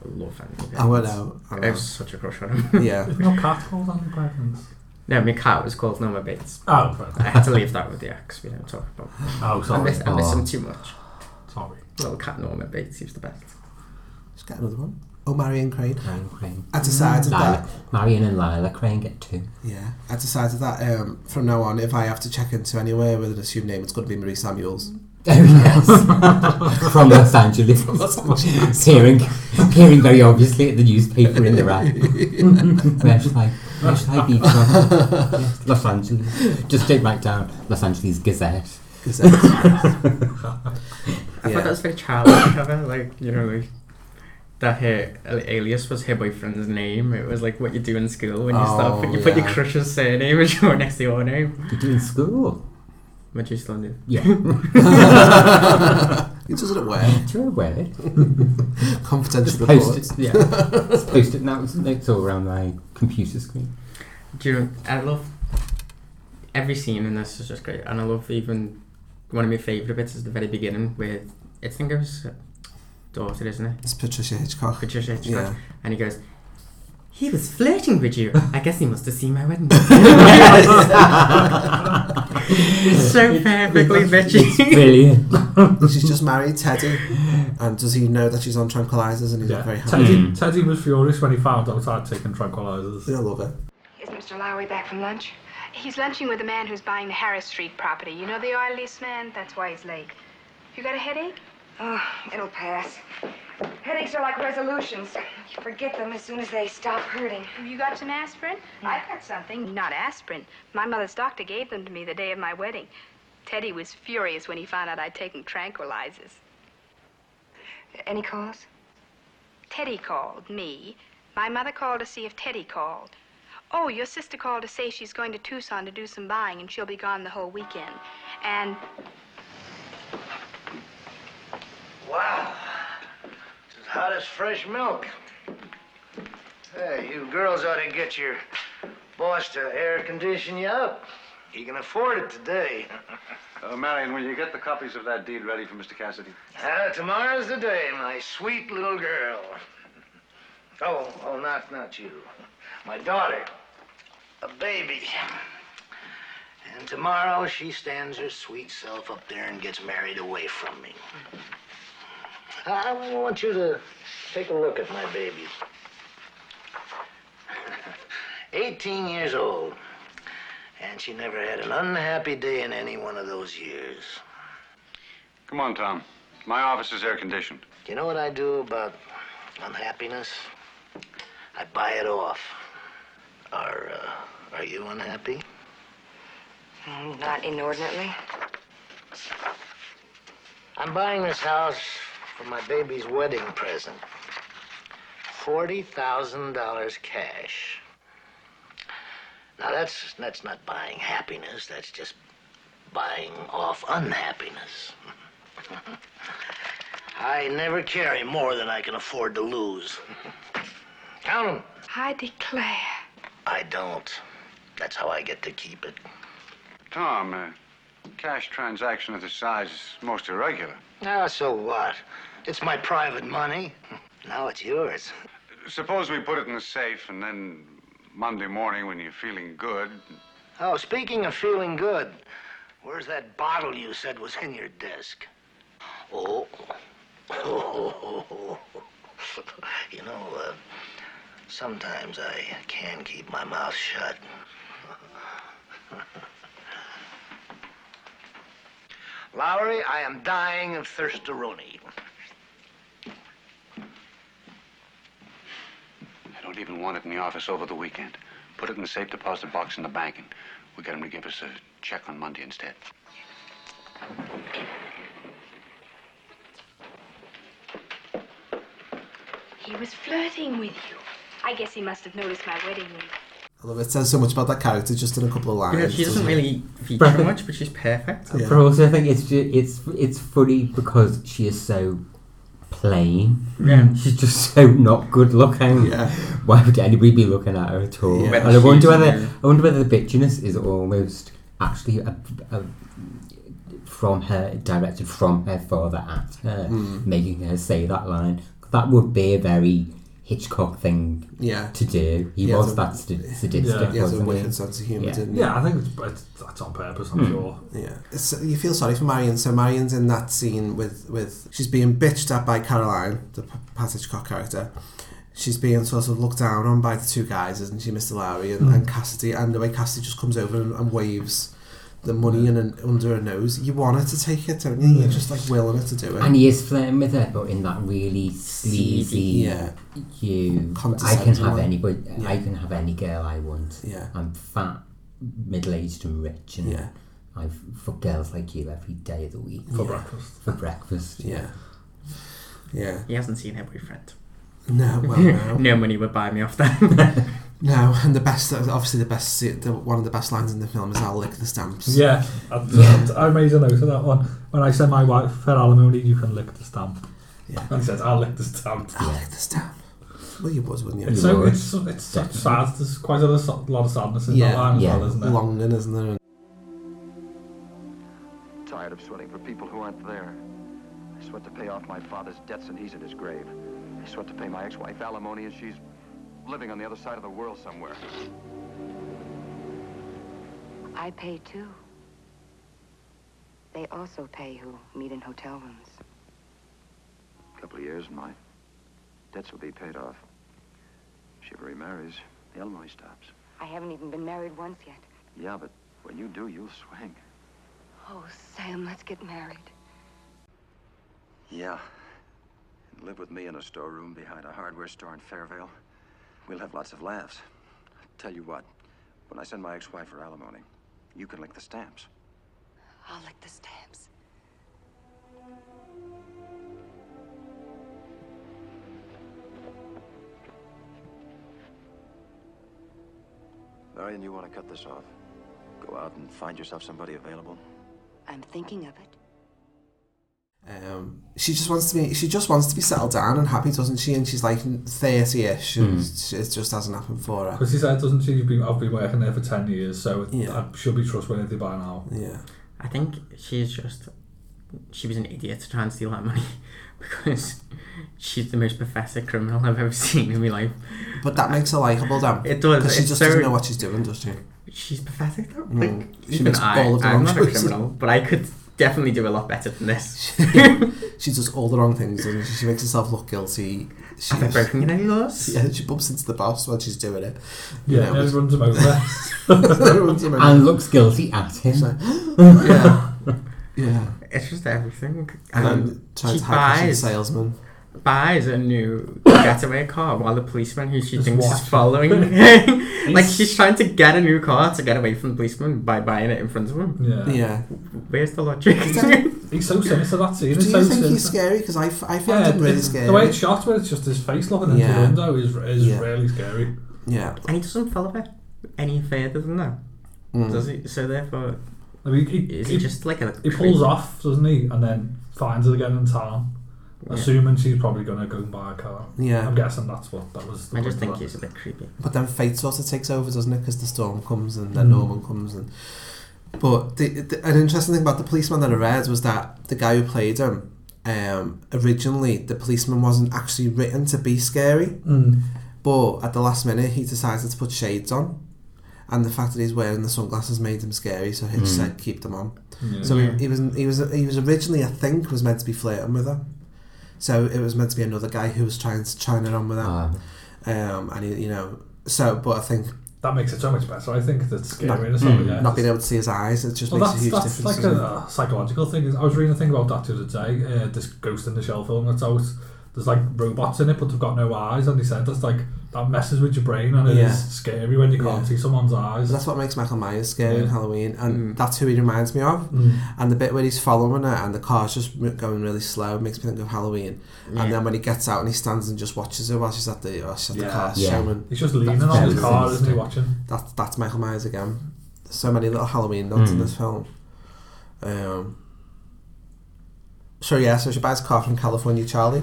[SPEAKER 14] I love Anthony.
[SPEAKER 12] I will
[SPEAKER 14] Perkins.
[SPEAKER 12] know, I
[SPEAKER 14] I,
[SPEAKER 12] will.
[SPEAKER 14] have such a crush on him.
[SPEAKER 12] Yeah.
[SPEAKER 13] No cat called Anthony Perkins.
[SPEAKER 14] No, my cat was called Norma Bates.
[SPEAKER 13] Oh, right.
[SPEAKER 14] I had to leave that with you because we don't talk about.
[SPEAKER 13] Oh, sorry.
[SPEAKER 14] I miss, I miss
[SPEAKER 13] Oh.
[SPEAKER 14] him too much.
[SPEAKER 13] Sorry.
[SPEAKER 14] Little cat Norma Bates, he was the best.
[SPEAKER 12] Let's get another one. Oh, Marion Crane.
[SPEAKER 15] Marion Crane. Mm,
[SPEAKER 12] I decided
[SPEAKER 15] Lila,
[SPEAKER 12] that.
[SPEAKER 15] Marion and Lila Crane get two.
[SPEAKER 12] Yeah, I decided that um, from now on, if I have to check into anywhere with an assumed name, it's going to be Marie Samuels.
[SPEAKER 15] Oh, yes. From Los Angeles.
[SPEAKER 12] From Los Angeles.
[SPEAKER 15] hearing, hearing very obviously at the newspaper in the rack. where should I, where should I be from? Yes, Los Angeles. Just take right down Los Angeles Gazette.
[SPEAKER 12] Gazette.
[SPEAKER 14] I thought that was very childish of her, like, you know, like, that her al- alias was her boyfriend's name. It was like what you do in school when you
[SPEAKER 15] Oh,
[SPEAKER 14] start, put, you put your
[SPEAKER 15] yeah.
[SPEAKER 14] crush's surname as your next to your name.
[SPEAKER 15] You do in school?
[SPEAKER 14] What you still do?
[SPEAKER 15] Yeah.
[SPEAKER 12] It doesn't it wear?
[SPEAKER 15] Do I wear it?
[SPEAKER 12] Confidential
[SPEAKER 15] Just post
[SPEAKER 12] reports.
[SPEAKER 15] it, yeah. Just post it now. It's notes all around my computer screen.
[SPEAKER 14] Do you know, I love every scene in this is just great, and I love even one of my favourite bits is the very beginning with I think it was uh, daughter, isn't it?
[SPEAKER 12] It's Patricia Hitchcock.
[SPEAKER 14] Patricia Hitchcock,
[SPEAKER 12] Yeah.
[SPEAKER 14] and he goes. He was flirting with you. I guess he must have seen my wedding. It's so perfectly bitchy.
[SPEAKER 12] she's just married Teddy, and does he know that she's on tranquilizers and he's not very happy?
[SPEAKER 13] Teddy,
[SPEAKER 15] Hmm.
[SPEAKER 13] Teddy was furious when he found out I'd taken tranquilizers.
[SPEAKER 12] I love it.
[SPEAKER 1] Is Mr. Lowry back from lunch? He's lunching with a man who's buying the Harris Street property. You know the oil lease man? That's why he's late. You got a headache?
[SPEAKER 10] Oh, it'll pass. Headaches are like resolutions. You forget them as soon as they stop hurting.
[SPEAKER 1] Have you got some aspirin? I've got something. Not aspirin. My mother's doctor gave them to me the day of my wedding. Teddy was furious when he found out I'd taken tranquilizers.
[SPEAKER 10] Any calls?
[SPEAKER 1] Teddy called me. My mother called to see if Teddy called. Oh, your sister called to say she's going to Tucson to do some buying and she'll be gone the whole weekend. And
[SPEAKER 17] Wow. It's as hot as fresh milk. Hey, you girls ought to get your boss to air condition you up. He can afford it today.
[SPEAKER 18] Uh, Marion, will you get the copies of that deed ready for Mr. Cassidy?
[SPEAKER 17] Ah, tomorrow's the day, my sweet little girl. Oh, oh, not not you. My daughter. A baby. And tomorrow she stands her sweet self up there and gets married away from me. I want you to take a look at my baby. 18 years old. And she never had an unhappy day in any one of those years.
[SPEAKER 18] Come on, Tom. My office is air conditioned.
[SPEAKER 17] You know what I do about unhappiness? I buy it off. Are uh, are you unhappy?
[SPEAKER 10] Mm, Not inordinately.
[SPEAKER 17] I'm buying this house for my baby's wedding present. $40,000 cash. Now that's that's not buying happiness, that's just buying off unhappiness. I never carry more than I can afford to lose. Count 'em.
[SPEAKER 1] I declare.
[SPEAKER 17] I don't. That's how I get to keep it.
[SPEAKER 18] Tom, a cash transaction of this size is most irregular.
[SPEAKER 17] Ah, so what? It's my private money. Now it's yours.
[SPEAKER 18] Suppose we put it in the safe and then Monday morning when you're feeling good.
[SPEAKER 17] Oh, speaking of feeling good, where's that bottle you said was in your desk? Oh. Oh. You know, uh, sometimes I can keep my mouth shut. Lowry, I am dying of thirsteroni.
[SPEAKER 18] I don't even want it in the office over the weekend. Put it in the safe deposit box in the bank and we get him to give us a check on Monday instead.
[SPEAKER 1] He was flirting with you. I guess he must have noticed my wedding ring.
[SPEAKER 12] I love it. It says so much about that character just in a couple of lines.
[SPEAKER 14] Yeah, she doesn't
[SPEAKER 12] doesn't it?
[SPEAKER 14] really feature much, but she's perfect.
[SPEAKER 12] Yeah.
[SPEAKER 15] But also, I think it's ju- it's it's funny because she is so plain.
[SPEAKER 14] Yeah.
[SPEAKER 15] She's just so not good looking.
[SPEAKER 12] Yeah.
[SPEAKER 15] Why would anybody be looking at her at all? And
[SPEAKER 14] Yeah.
[SPEAKER 15] I wonder
[SPEAKER 14] She's-
[SPEAKER 15] whether I wonder whether the bitchiness is almost actually a, a, from her directed from her father at her,
[SPEAKER 14] Hmm.
[SPEAKER 12] Mm.
[SPEAKER 15] making her say that line. That would be a very Hitchcock thing
[SPEAKER 12] Yeah.
[SPEAKER 15] to do. He
[SPEAKER 12] Yeah,
[SPEAKER 15] was
[SPEAKER 12] so-
[SPEAKER 15] that sta- sadistic,
[SPEAKER 12] Yeah. He has a
[SPEAKER 15] wasn't
[SPEAKER 12] wicked sense of humour,
[SPEAKER 15] Yeah.
[SPEAKER 12] didn't he?
[SPEAKER 13] Yeah, I think it's, it's, that's on purpose, I'm
[SPEAKER 15] Hmm.
[SPEAKER 13] sure.
[SPEAKER 12] Yeah, it's, you feel sorry for Marion. So Marion's in that scene with with she's being bitched at by Caroline, the P- Pat Hitchcock character. She's being sort of looked down on by the two guys, isn't she, Mr. Lowry and,
[SPEAKER 13] Mm.
[SPEAKER 12] and Cassidy? And the way Cassidy just comes over and, and waves the money in and under her nose, you want her to take it, don't you? You're just like willing her to do it.
[SPEAKER 15] And he is flirting with her, but in that really sleazy,
[SPEAKER 12] Sleazy. Yeah.
[SPEAKER 15] you, I
[SPEAKER 12] Condescending
[SPEAKER 15] can have
[SPEAKER 12] way.
[SPEAKER 15] anybody,
[SPEAKER 12] Yeah.
[SPEAKER 15] I can have any girl I want.
[SPEAKER 12] Yeah.
[SPEAKER 15] I'm fat, middle aged, and rich, and
[SPEAKER 12] Yeah.
[SPEAKER 15] I've for girls like you every day of the week
[SPEAKER 13] For
[SPEAKER 15] Yeah.
[SPEAKER 13] breakfast.
[SPEAKER 15] For breakfast,
[SPEAKER 12] Yeah. Yeah.
[SPEAKER 14] He hasn't seen her boyfriend.
[SPEAKER 12] No, well, no.
[SPEAKER 14] no money would buy me off that.
[SPEAKER 12] No, and the best, obviously the best, the, one of the best lines in the film is "I'll lick the stamps."
[SPEAKER 13] Yeah, I, I made a note of that one. When I send my wife her alimony, you can lick the stamp.
[SPEAKER 12] Yeah.
[SPEAKER 13] And he says, I'll lick the stamp.
[SPEAKER 12] I'll lick the stamp. Well, you was, wouldn't you?
[SPEAKER 13] It's, so, it's, it's such sad. There's quite a lot of lot of sadness in that line as well, isn't there?
[SPEAKER 12] Longing, isn't there?
[SPEAKER 19] Tired of sweating for people who aren't there. I sweat to pay off my father's debts and he's in his grave. I sweat to pay my ex-wife alimony and she's living on the other side of the world somewhere.
[SPEAKER 10] I pay too. They also pay who meet in hotel rooms.
[SPEAKER 19] A couple of years and my debts will be paid off. If she remarries, the alimony stops.
[SPEAKER 10] I haven't even been married once yet.
[SPEAKER 19] Yeah, but when you do, you'll swing.
[SPEAKER 10] Oh, Sam, let's get married.
[SPEAKER 19] Yeah. And live with me in a storeroom behind a hardware store in Fairvale. We'll have lots of laughs. Tell you what, when I send my ex-wife her alimony, you can lick the stamps.
[SPEAKER 10] I'll lick the stamps.
[SPEAKER 19] Marion, you want to cut this off? Go out and find yourself somebody available?
[SPEAKER 10] I'm thinking of it.
[SPEAKER 12] Um, she just wants to be. She just wants to be settled down and happy, doesn't she? And she's like thirty-ish,
[SPEAKER 14] Hmm.
[SPEAKER 12] and she- it just hasn't happened for her.
[SPEAKER 13] Because he said, doesn't she? You've been, I've been working there for 10 years, so it, I should be trustworthy by now.
[SPEAKER 12] Yeah.
[SPEAKER 14] I think she's just she was an idiot to try and steal that money because she's the most pathetic criminal I've ever seen in my life.
[SPEAKER 12] But that makes her likable, then.
[SPEAKER 14] It does.
[SPEAKER 12] Because she
[SPEAKER 14] It's
[SPEAKER 12] just
[SPEAKER 14] so-
[SPEAKER 12] doesn't know what she's doing, does she?
[SPEAKER 14] She's pathetic, though.
[SPEAKER 12] Mm.
[SPEAKER 14] Like,
[SPEAKER 12] She
[SPEAKER 14] even
[SPEAKER 12] makes
[SPEAKER 14] I,
[SPEAKER 12] all of the
[SPEAKER 14] I'm
[SPEAKER 12] wrong
[SPEAKER 14] not
[SPEAKER 12] choices.
[SPEAKER 14] a criminal, but I could definitely do a lot better than this.
[SPEAKER 12] She does all the wrong things, doesn't she? She makes herself look guilty. She,
[SPEAKER 14] Have I broken any laws?
[SPEAKER 12] Yeah, she bumps into the boss while she's doing it.
[SPEAKER 13] Yeah,
[SPEAKER 12] know,
[SPEAKER 13] and runs him over.
[SPEAKER 12] Runs him over.
[SPEAKER 15] and looks guilty at him.
[SPEAKER 12] So- yeah. Yeah.
[SPEAKER 14] It's just everything.
[SPEAKER 12] And
[SPEAKER 14] Um,
[SPEAKER 12] then tries to hide that she's a salesman.
[SPEAKER 14] Buys a new getaway car while the policeman who she
[SPEAKER 13] Just
[SPEAKER 14] thinks
[SPEAKER 13] watch.
[SPEAKER 14] is following, like she's trying to get a new car to get away from the policeman by buying it in front of him.
[SPEAKER 13] Yeah.
[SPEAKER 12] Yeah.
[SPEAKER 14] Where's the logic?
[SPEAKER 12] Does any-
[SPEAKER 13] He's so sinister that scene.
[SPEAKER 12] Do
[SPEAKER 13] it's
[SPEAKER 12] you
[SPEAKER 13] so
[SPEAKER 12] think
[SPEAKER 13] sinister.
[SPEAKER 12] he's scary? Because I, f- I found him really
[SPEAKER 13] it's-
[SPEAKER 12] scary.
[SPEAKER 13] The way it's shot, where it's just his face looking into
[SPEAKER 12] Yeah.
[SPEAKER 13] the window, is, is
[SPEAKER 12] Yeah.
[SPEAKER 13] really scary.
[SPEAKER 12] Yeah.
[SPEAKER 14] And he doesn't follow it any further than that,
[SPEAKER 13] Mm.
[SPEAKER 14] does he? So therefore,
[SPEAKER 13] I mean, he,
[SPEAKER 14] is he, just like a?
[SPEAKER 13] he pulls off, doesn't he? And then finds it again in town.
[SPEAKER 14] Yeah.
[SPEAKER 13] Assuming she's probably going to go and buy a car.
[SPEAKER 12] Yeah.
[SPEAKER 13] I'm guessing that's what that was. the
[SPEAKER 14] I
[SPEAKER 13] point
[SPEAKER 14] just think
[SPEAKER 13] of that.
[SPEAKER 14] he's a bit creepy.
[SPEAKER 12] But then fate sort of takes over, doesn't it? Because the storm comes and then
[SPEAKER 13] Mm.
[SPEAKER 12] Norman comes and. But the, the, an interesting thing about the policeman that I read was that the guy who played him, um, originally the policeman wasn't actually written to be scary,
[SPEAKER 13] Mm.
[SPEAKER 12] but at the last minute he decided to put shades on, and the fact that he's wearing the sunglasses made him scary. So Hitch
[SPEAKER 15] Mm.
[SPEAKER 14] Hmm.
[SPEAKER 12] said, "Keep them on."
[SPEAKER 13] Yeah.
[SPEAKER 12] So
[SPEAKER 13] Yeah.
[SPEAKER 12] he, he was he was he was originally I think was meant to be flirting with her, so it was meant to be another guy who was trying to chime in on with her,
[SPEAKER 15] Ah.
[SPEAKER 12] um, and he, you know so but I think
[SPEAKER 13] That makes it so much better. I think that's
[SPEAKER 12] not, hmm,
[SPEAKER 13] scary. Not, mm,
[SPEAKER 12] not being able to see his eyes, it just
[SPEAKER 13] Well,
[SPEAKER 12] makes a
[SPEAKER 13] that's,
[SPEAKER 12] huge
[SPEAKER 13] that's
[SPEAKER 12] difference.
[SPEAKER 13] like
[SPEAKER 12] doesn't it?
[SPEAKER 13] a, psychological thing. I was reading a thing about that the other day. Uh, this Ghost in the Shell film that's out. There's like robots in it, but they've got no eyes, and they said that's like that messes with your brain, and it's
[SPEAKER 12] Yeah.
[SPEAKER 13] scary when you can't
[SPEAKER 12] Yeah.
[SPEAKER 13] see someone's eyes.
[SPEAKER 12] Mm. That's what makes Michael Myers scary in
[SPEAKER 13] Yeah.
[SPEAKER 12] Halloween, and that's who he reminds me of.
[SPEAKER 13] Mm.
[SPEAKER 12] And the bit where he's following her and the car's just m- going really slow makes me think of Halloween.
[SPEAKER 14] Yeah.
[SPEAKER 12] And then when he gets out and he stands and just watches her while she's at the, while she's at the
[SPEAKER 13] Yeah.
[SPEAKER 12] car
[SPEAKER 13] Yeah.
[SPEAKER 12] showing.
[SPEAKER 13] He's just leaning
[SPEAKER 12] That's
[SPEAKER 13] on his
[SPEAKER 12] very
[SPEAKER 13] car,
[SPEAKER 12] sinister.
[SPEAKER 13] isn't he, watching?
[SPEAKER 12] That's that's Michael Myers again. There's so many little Halloween nods in
[SPEAKER 15] Mm.
[SPEAKER 12] this film. Um, so yeah, so she buys a car from California Charlie.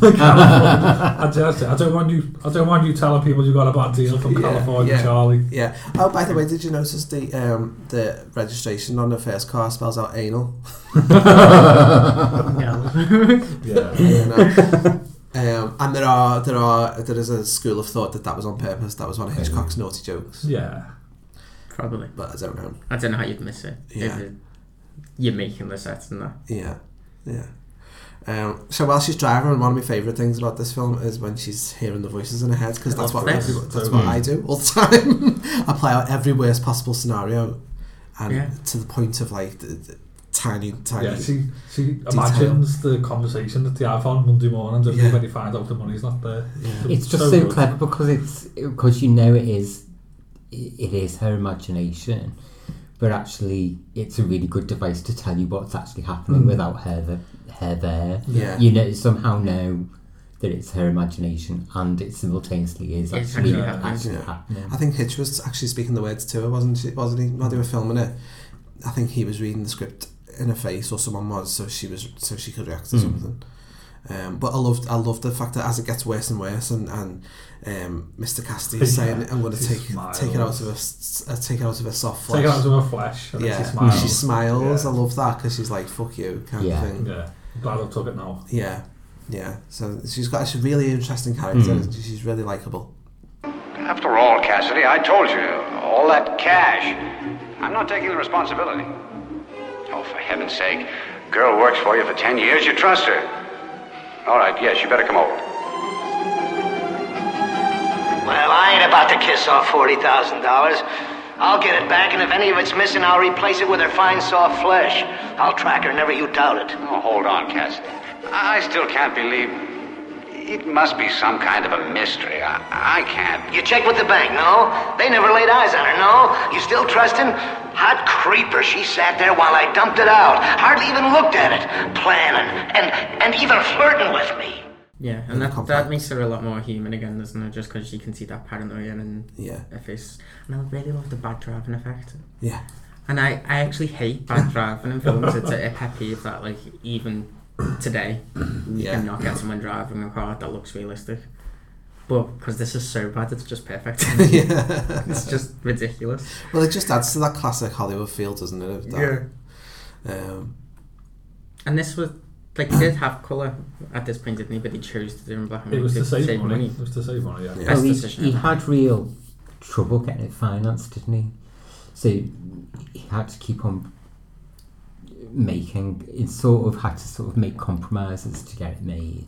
[SPEAKER 13] I just, I don't want you. I don't want you telling people you got a bad deal from California,
[SPEAKER 12] yeah,
[SPEAKER 13] Charlie.
[SPEAKER 12] Yeah. Oh, by the way, did you notice the um, the registration on the first car spells out anal? You
[SPEAKER 13] Yeah.
[SPEAKER 12] know? Um, and there are there are there is a school of thought that that was on purpose. That was one of Hitchcock's naughty jokes.
[SPEAKER 13] Yeah.
[SPEAKER 14] Probably.
[SPEAKER 12] But I don't know.
[SPEAKER 14] I don't know how you'd miss it. if
[SPEAKER 12] Yeah.
[SPEAKER 14] it- You're making this out, isn't that?
[SPEAKER 12] Yeah, yeah. Um, so while she's driving, one of my favourite things about this film is when she's hearing the voices in her head because that's what
[SPEAKER 14] Of course.
[SPEAKER 12] every- that's what I do all the time. I play out every worst possible scenario, and
[SPEAKER 14] Yeah.
[SPEAKER 12] to the point of like the, the tiny, tiny.
[SPEAKER 13] Yeah, she she
[SPEAKER 12] detail.
[SPEAKER 13] imagines the conversation that they have on Monday morning, don't
[SPEAKER 12] Yeah.
[SPEAKER 13] when he finds out the money's not there.
[SPEAKER 15] It's just so
[SPEAKER 13] good.
[SPEAKER 15] clever because it's because you know it is it is her imagination, but actually it's a really good device to tell you what's actually happening
[SPEAKER 13] Mm.
[SPEAKER 15] without her the, her there.
[SPEAKER 12] Yeah.
[SPEAKER 15] you know somehow know that it's her imagination and it simultaneously is
[SPEAKER 14] It's
[SPEAKER 15] actually
[SPEAKER 14] actually
[SPEAKER 15] actually,
[SPEAKER 14] happening.
[SPEAKER 15] happening.
[SPEAKER 12] I think Hitch was actually speaking the words to her, wasn't she? Wasn't he? While they were filming it, I think he was reading the script in her face, or someone was, so she was, so she could react to
[SPEAKER 15] Hmm.
[SPEAKER 12] something. Um, but I loved, I loved the fact that as it gets worse and worse, and and um, Mr. Cassidy is
[SPEAKER 13] Yeah,
[SPEAKER 12] saying, "I'm going to
[SPEAKER 13] she
[SPEAKER 12] take
[SPEAKER 13] smiles.
[SPEAKER 12] take it out of her, s- uh, take it out of her soft flesh."
[SPEAKER 13] Take it out of her flesh, and
[SPEAKER 12] yeah,
[SPEAKER 13] then she smiles.
[SPEAKER 12] She smiles.
[SPEAKER 13] Yeah.
[SPEAKER 12] I love that because she's like, "Fuck you," kind
[SPEAKER 15] Yeah.
[SPEAKER 12] of thing.
[SPEAKER 13] Yeah, I'm glad I took it now.
[SPEAKER 12] Yeah, yeah. So she's got she's a really interesting character.
[SPEAKER 15] Hmm.
[SPEAKER 12] She's really likable.
[SPEAKER 18] After all, Cassidy, I told you, all that cash. I'm not taking the responsibility. Oh, for heaven's sake. Girl works for you for 10 years, you trust her. All right, yes, you better come over.
[SPEAKER 17] Well, I ain't about to kiss off forty thousand dollars. I'll get it back, and if any of it's missing, I'll replace it with her fine, soft flesh. I'll track her, never you doubt it.
[SPEAKER 18] Oh, hold on, Cassidy. I I still can't believe. It must be some kind of a mystery. I, I can't.
[SPEAKER 17] You checked with the bank, no? They never laid eyes on her, no? You still trusting? Hot creeper, she sat there while I dumped it out. Hardly even looked at it. Planning and and even flirting with me.
[SPEAKER 14] Yeah,
[SPEAKER 12] And
[SPEAKER 14] and that,
[SPEAKER 12] compact.
[SPEAKER 14] that makes her a lot more human again, doesn't it? Just because you can see that paranoia in
[SPEAKER 12] Yeah.
[SPEAKER 14] her face. And I really love the bad driving effect.
[SPEAKER 12] Yeah.
[SPEAKER 14] And I, I actually hate bad driving in films. It's a, a pet peeve that, like, even today, you
[SPEAKER 12] Yeah.
[SPEAKER 14] cannot get someone driving a car that looks realistic. But because this is so bad, it's just perfect.
[SPEAKER 12] Yeah.
[SPEAKER 14] It's just ridiculous.
[SPEAKER 12] Well, it just adds to that classic Hollywood feel, doesn't it? of That, yeah. Um,
[SPEAKER 14] And this was like they did have colour at this point, didn't they? But they chose to do it in black and
[SPEAKER 13] It
[SPEAKER 14] white
[SPEAKER 13] was to
[SPEAKER 14] to
[SPEAKER 13] save money. It was to save money. Yeah.
[SPEAKER 14] Best
[SPEAKER 15] Well, Oh, he,
[SPEAKER 14] decision
[SPEAKER 15] he
[SPEAKER 14] ever.
[SPEAKER 15] had real trouble getting it financed, didn't he? So he had to keep on making. It sort of had to sort of make compromises to get it made,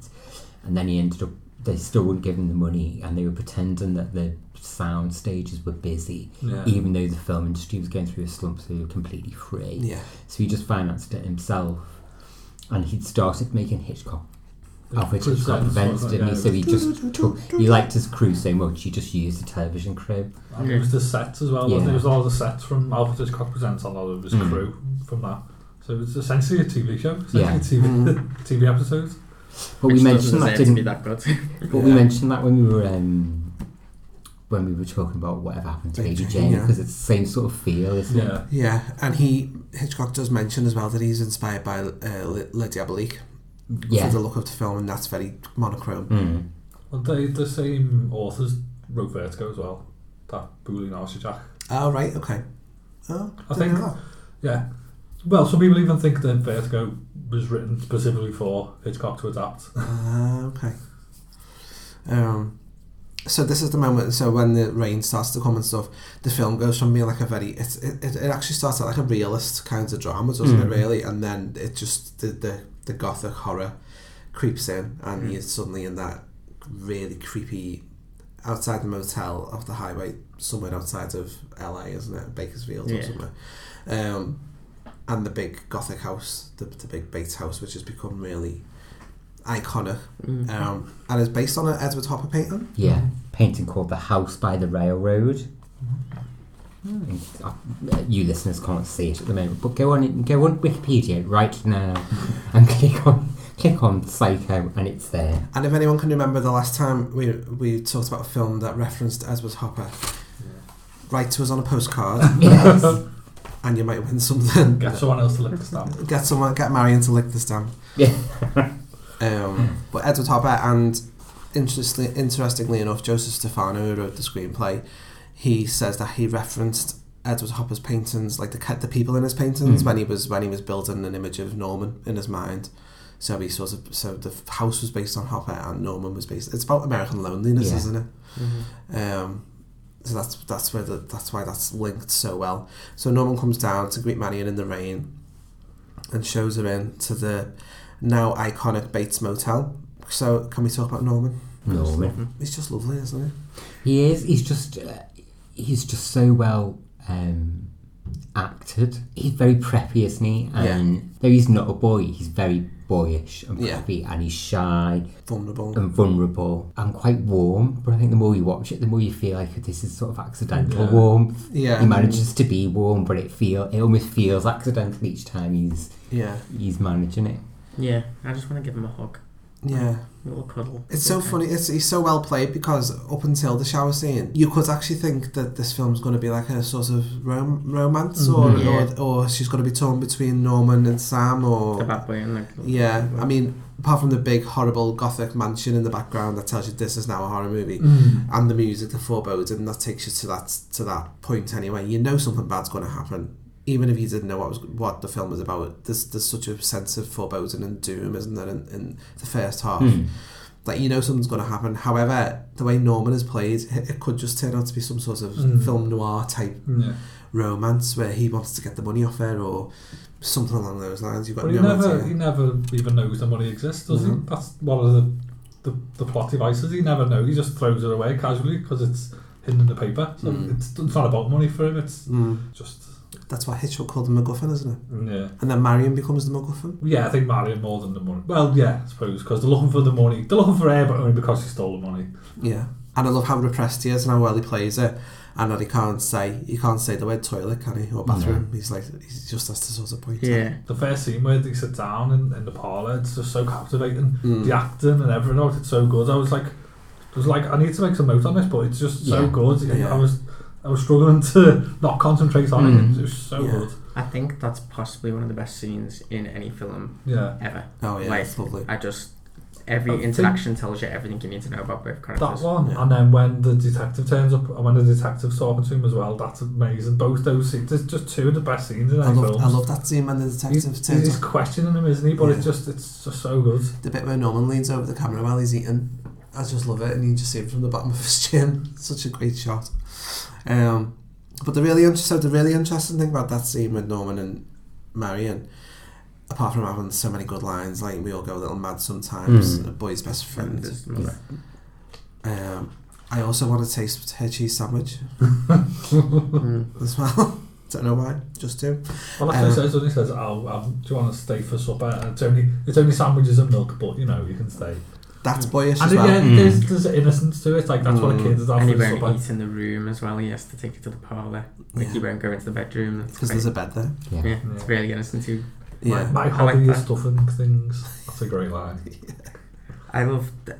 [SPEAKER 15] and then he ended up. They still wouldn't give him the money, and they were pretending that the sound stages were busy,
[SPEAKER 13] Yeah.
[SPEAKER 15] even though the film industry was going through a slump, so they were completely free.
[SPEAKER 12] Yeah.
[SPEAKER 15] So he just financed it himself, and he'd started making Hitchcock
[SPEAKER 13] The
[SPEAKER 15] Alfred Hitchcock
[SPEAKER 13] presents,
[SPEAKER 15] events,
[SPEAKER 13] wasn't it?
[SPEAKER 15] didn't he?
[SPEAKER 13] Yeah,
[SPEAKER 15] So
[SPEAKER 13] it
[SPEAKER 15] he just took. He liked his crew so much, he just used the television crew.
[SPEAKER 13] And it was the sets as well. wasn't it?
[SPEAKER 15] Yeah.
[SPEAKER 13] It was all the sets from Alfred Hitchcock Presents, a lot of his
[SPEAKER 15] Mm.
[SPEAKER 13] crew from that. So it's essentially a TV show. Essentially
[SPEAKER 15] Yeah.
[SPEAKER 12] Mm.
[SPEAKER 13] TV, TV episodes.
[SPEAKER 15] But we mentioned that didn't but we mentioned that when we were um, when we were talking about whatever happened to Baby
[SPEAKER 12] Baby
[SPEAKER 15] Jane
[SPEAKER 12] Jane, yeah.
[SPEAKER 15] because it's the same sort of feel, isn't it?
[SPEAKER 12] Yeah, and he Hitchcock does mention as well that he's inspired by uh, Le, Le Diabolique
[SPEAKER 15] Yeah.
[SPEAKER 12] for the look of the film, and that's very monochrome.
[SPEAKER 15] Mm.
[SPEAKER 13] Well, they the same authors wrote Vertigo as well. That Booley Jack.
[SPEAKER 12] Oh right, okay. Oh,
[SPEAKER 13] I
[SPEAKER 12] didn't
[SPEAKER 13] think.
[SPEAKER 12] know that.
[SPEAKER 13] Yeah. Well, some people even think that Vertigo was written specifically for Hitchcock to adapt.
[SPEAKER 12] Ah, okay. Um, so this is the moment. So when the rain starts to come and stuff, the film goes from being like a very it's it, it, it actually starts out like a realist kind of drama, doesn't
[SPEAKER 15] Mm.
[SPEAKER 12] it? Really, and then it just the the, the gothic horror creeps in, and
[SPEAKER 15] Mm.
[SPEAKER 12] you're suddenly in that really creepy outside the motel off the highway somewhere outside of LA, isn't it? Bakersfield or
[SPEAKER 14] Yeah.
[SPEAKER 12] somewhere. Um, and the big gothic house, the, the big Bates house, which has become really iconic.
[SPEAKER 15] Mhm.
[SPEAKER 12] Um, and is based on an Edward Hopper painting.
[SPEAKER 15] Yeah. Painting called The House by the Railroad.
[SPEAKER 12] Mm-hmm.
[SPEAKER 15] Uh, You listeners can't see it at the moment, but go on go on Wikipedia right now and click on click on Psycho and it's there.
[SPEAKER 12] And if anyone can remember the last time we we talked about a film that referenced Edward Hopper, write to us on a postcard.
[SPEAKER 15] Yes.
[SPEAKER 12] And you might win something.
[SPEAKER 13] Get someone else to lick the stamp.
[SPEAKER 12] Get someone, get Marion to lick the stamp.
[SPEAKER 15] Yeah.
[SPEAKER 12] um, but Edward Hopper and interestingly, interestingly enough, Joseph Stefano, who wrote the screenplay, he says that he referenced Edward Hopper's paintings, like the ca- the people in his paintings,
[SPEAKER 15] Mm.
[SPEAKER 12] when he was when he was building an image of Norman in his mind. So he sort of so the house was based on Hopper and Norman was based. It's about American loneliness,
[SPEAKER 15] Yeah.
[SPEAKER 12] isn't it? Um, so that's that's where the, that's why that's linked so well. So Norman comes down to greet Marion in the rain, and shows her in to the now iconic Bates Motel. So can we talk about Norman?
[SPEAKER 15] Norman.
[SPEAKER 12] he's just lovely, isn't he?
[SPEAKER 15] He is. He's just. Uh, he's just so well um, acted. He's very preppy, isn't he?
[SPEAKER 12] Yeah.
[SPEAKER 15] And though he's not a boy, he's very boyish and
[SPEAKER 12] Yeah.
[SPEAKER 15] preppy, and he's shy,
[SPEAKER 12] vulnerable,
[SPEAKER 15] and vulnerable, and quite warm. But I think the more you watch it, the more you feel like this is sort of accidental
[SPEAKER 12] Yeah.
[SPEAKER 15] warmth.
[SPEAKER 12] Yeah.
[SPEAKER 15] He manages to be warm, but it feel it almost feels accidental each time he's
[SPEAKER 12] Yeah.
[SPEAKER 15] he's managing it.
[SPEAKER 14] Yeah, I just want to give him a hug.
[SPEAKER 12] Yeah.
[SPEAKER 14] A little cuddle.
[SPEAKER 12] It's so funny. It's he's so well played because up until the shower scene, you could actually think that this film's going to be like a sort of rom- romance, or,
[SPEAKER 14] Mhm. Yeah.
[SPEAKER 12] or or she's going to be torn between Norman and Sam, or
[SPEAKER 14] The bad boy and the-
[SPEAKER 12] yeah. I mean, apart from the big horrible gothic mansion in the background that tells you this is now a horror movie,
[SPEAKER 13] Mm.
[SPEAKER 12] and the music, the foreboding that takes you to that to that point anyway. You know something bad's going to happen. Even if you didn't know what was what the film was about, there's there's such a sense of foreboding and doom, isn't there, in, in the first half
[SPEAKER 15] Mm.
[SPEAKER 12] like you know something's going to happen. However, the way Norman is played, it, it could just turn out to be some sort of
[SPEAKER 13] Mm.
[SPEAKER 12] film noir type
[SPEAKER 13] Yeah.
[SPEAKER 12] romance where he wants to get the money off her or something along those lines. You've got
[SPEAKER 13] But he
[SPEAKER 12] no
[SPEAKER 13] never, he
[SPEAKER 12] idea.
[SPEAKER 13] never even knows the money exists, does he?
[SPEAKER 12] No.
[SPEAKER 13] That's one of the, the, the plot devices. He never knows. He just throws it away casually because it's hidden in the paper. So
[SPEAKER 12] Mm.
[SPEAKER 13] it's, it's not about money for him. It's
[SPEAKER 12] Mm.
[SPEAKER 13] just
[SPEAKER 12] That's why Hitchcock called the MacGuffin, isn't it?
[SPEAKER 13] Yeah.
[SPEAKER 12] And then Marion becomes the MacGuffin.
[SPEAKER 13] yeah. I think Marion more than the money. Well, yeah, I suppose because they're looking for the money. They're looking for her, but only because she stole the money.
[SPEAKER 12] Yeah, and I love how repressed he is and how well he plays it, and that he can't say he can't say the word toilet, can he, or bathroom? He's like he just has to sort of point. out.
[SPEAKER 13] The first scene where they sit down in, in the parlour, it's just so captivating.
[SPEAKER 12] Mm.
[SPEAKER 13] The acting and everything, oh, it's so good. I was like, I was like, I need to make some notes on this, but it's just so
[SPEAKER 14] Yeah.
[SPEAKER 13] good.
[SPEAKER 14] Yeah.
[SPEAKER 13] I was, I was struggling to not concentrate on
[SPEAKER 14] Mm.
[SPEAKER 12] Hmm.
[SPEAKER 13] it. It was so good.
[SPEAKER 14] I think that's possibly one of the best scenes in any film
[SPEAKER 13] Yeah.
[SPEAKER 14] ever.
[SPEAKER 13] Oh, yeah,
[SPEAKER 14] like,
[SPEAKER 13] it's lovely.
[SPEAKER 14] I just
[SPEAKER 13] I
[SPEAKER 14] every
[SPEAKER 13] think-
[SPEAKER 14] interaction tells you everything you need to know about both characters.
[SPEAKER 13] That one, and then when the detective turns up, and when the detective's talking to him as well, that's amazing. Both those scenes, it's just two of the best scenes in
[SPEAKER 12] I
[SPEAKER 13] any
[SPEAKER 12] love,
[SPEAKER 13] film.
[SPEAKER 12] I love that scene when the detective
[SPEAKER 13] He's,
[SPEAKER 12] turns
[SPEAKER 13] he's
[SPEAKER 12] up.
[SPEAKER 13] questioning him, isn't he? But
[SPEAKER 12] Yeah.
[SPEAKER 13] it's just, it's just so good.
[SPEAKER 12] The bit where Norman leans over the camera while he's eating, I just love it, and you just see him from the bottom of his chin. Such a great shot. Um, but the really inter- so the really interesting thing about that scene with Norman and Marion, apart from having so many good lines, like we all go a little mad sometimes,
[SPEAKER 14] Mm.
[SPEAKER 12] a boy's best friend.
[SPEAKER 14] Friend is mother.
[SPEAKER 12] Um, I also want to taste her cheese sandwich as well. Don't know why, just do.
[SPEAKER 13] Well, that's what he
[SPEAKER 12] Um,
[SPEAKER 13] says. Doesn't he says, "Oh, um, do you want to stay for supper?" And it's only it's only sandwiches and milk, but you know you can stay.
[SPEAKER 12] That's boyish
[SPEAKER 13] And
[SPEAKER 12] as well.
[SPEAKER 13] yeah, there's there's innocence to it. Like that's what a kid is
[SPEAKER 14] Mm. And he
[SPEAKER 13] after supper.
[SPEAKER 14] won't eat in the room as well. He has to take it to the parlour. Like
[SPEAKER 12] Yeah.
[SPEAKER 14] he won't go into the bedroom. that's
[SPEAKER 12] 'Cause there's
[SPEAKER 14] great.
[SPEAKER 12] a bed there.
[SPEAKER 14] Yeah,
[SPEAKER 12] Yeah.
[SPEAKER 14] it's really innocent too.
[SPEAKER 13] My,
[SPEAKER 12] Yeah.
[SPEAKER 13] my
[SPEAKER 12] I
[SPEAKER 13] hobby
[SPEAKER 14] like
[SPEAKER 13] is stuffing things. That's a great line.
[SPEAKER 14] I love th-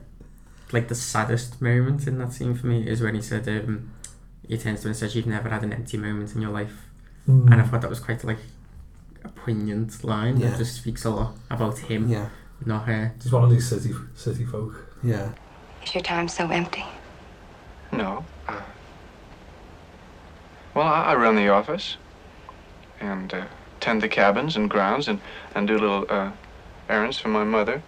[SPEAKER 14] like the saddest moment in that scene for me is when he said um, he turns to him and says you've never had an empty moment in your life,
[SPEAKER 13] Mm.
[SPEAKER 14] and I thought that was quite like a poignant line
[SPEAKER 13] Yeah.
[SPEAKER 14] that just speaks a lot about him,
[SPEAKER 12] yeah.
[SPEAKER 14] not her.
[SPEAKER 13] He's one of these city city folk.
[SPEAKER 12] Yeah.
[SPEAKER 10] Is your time so empty?
[SPEAKER 20] No. Uh, well, I, I run the office and uh, tend the cabins and grounds and, and do little uh, errands for my mother,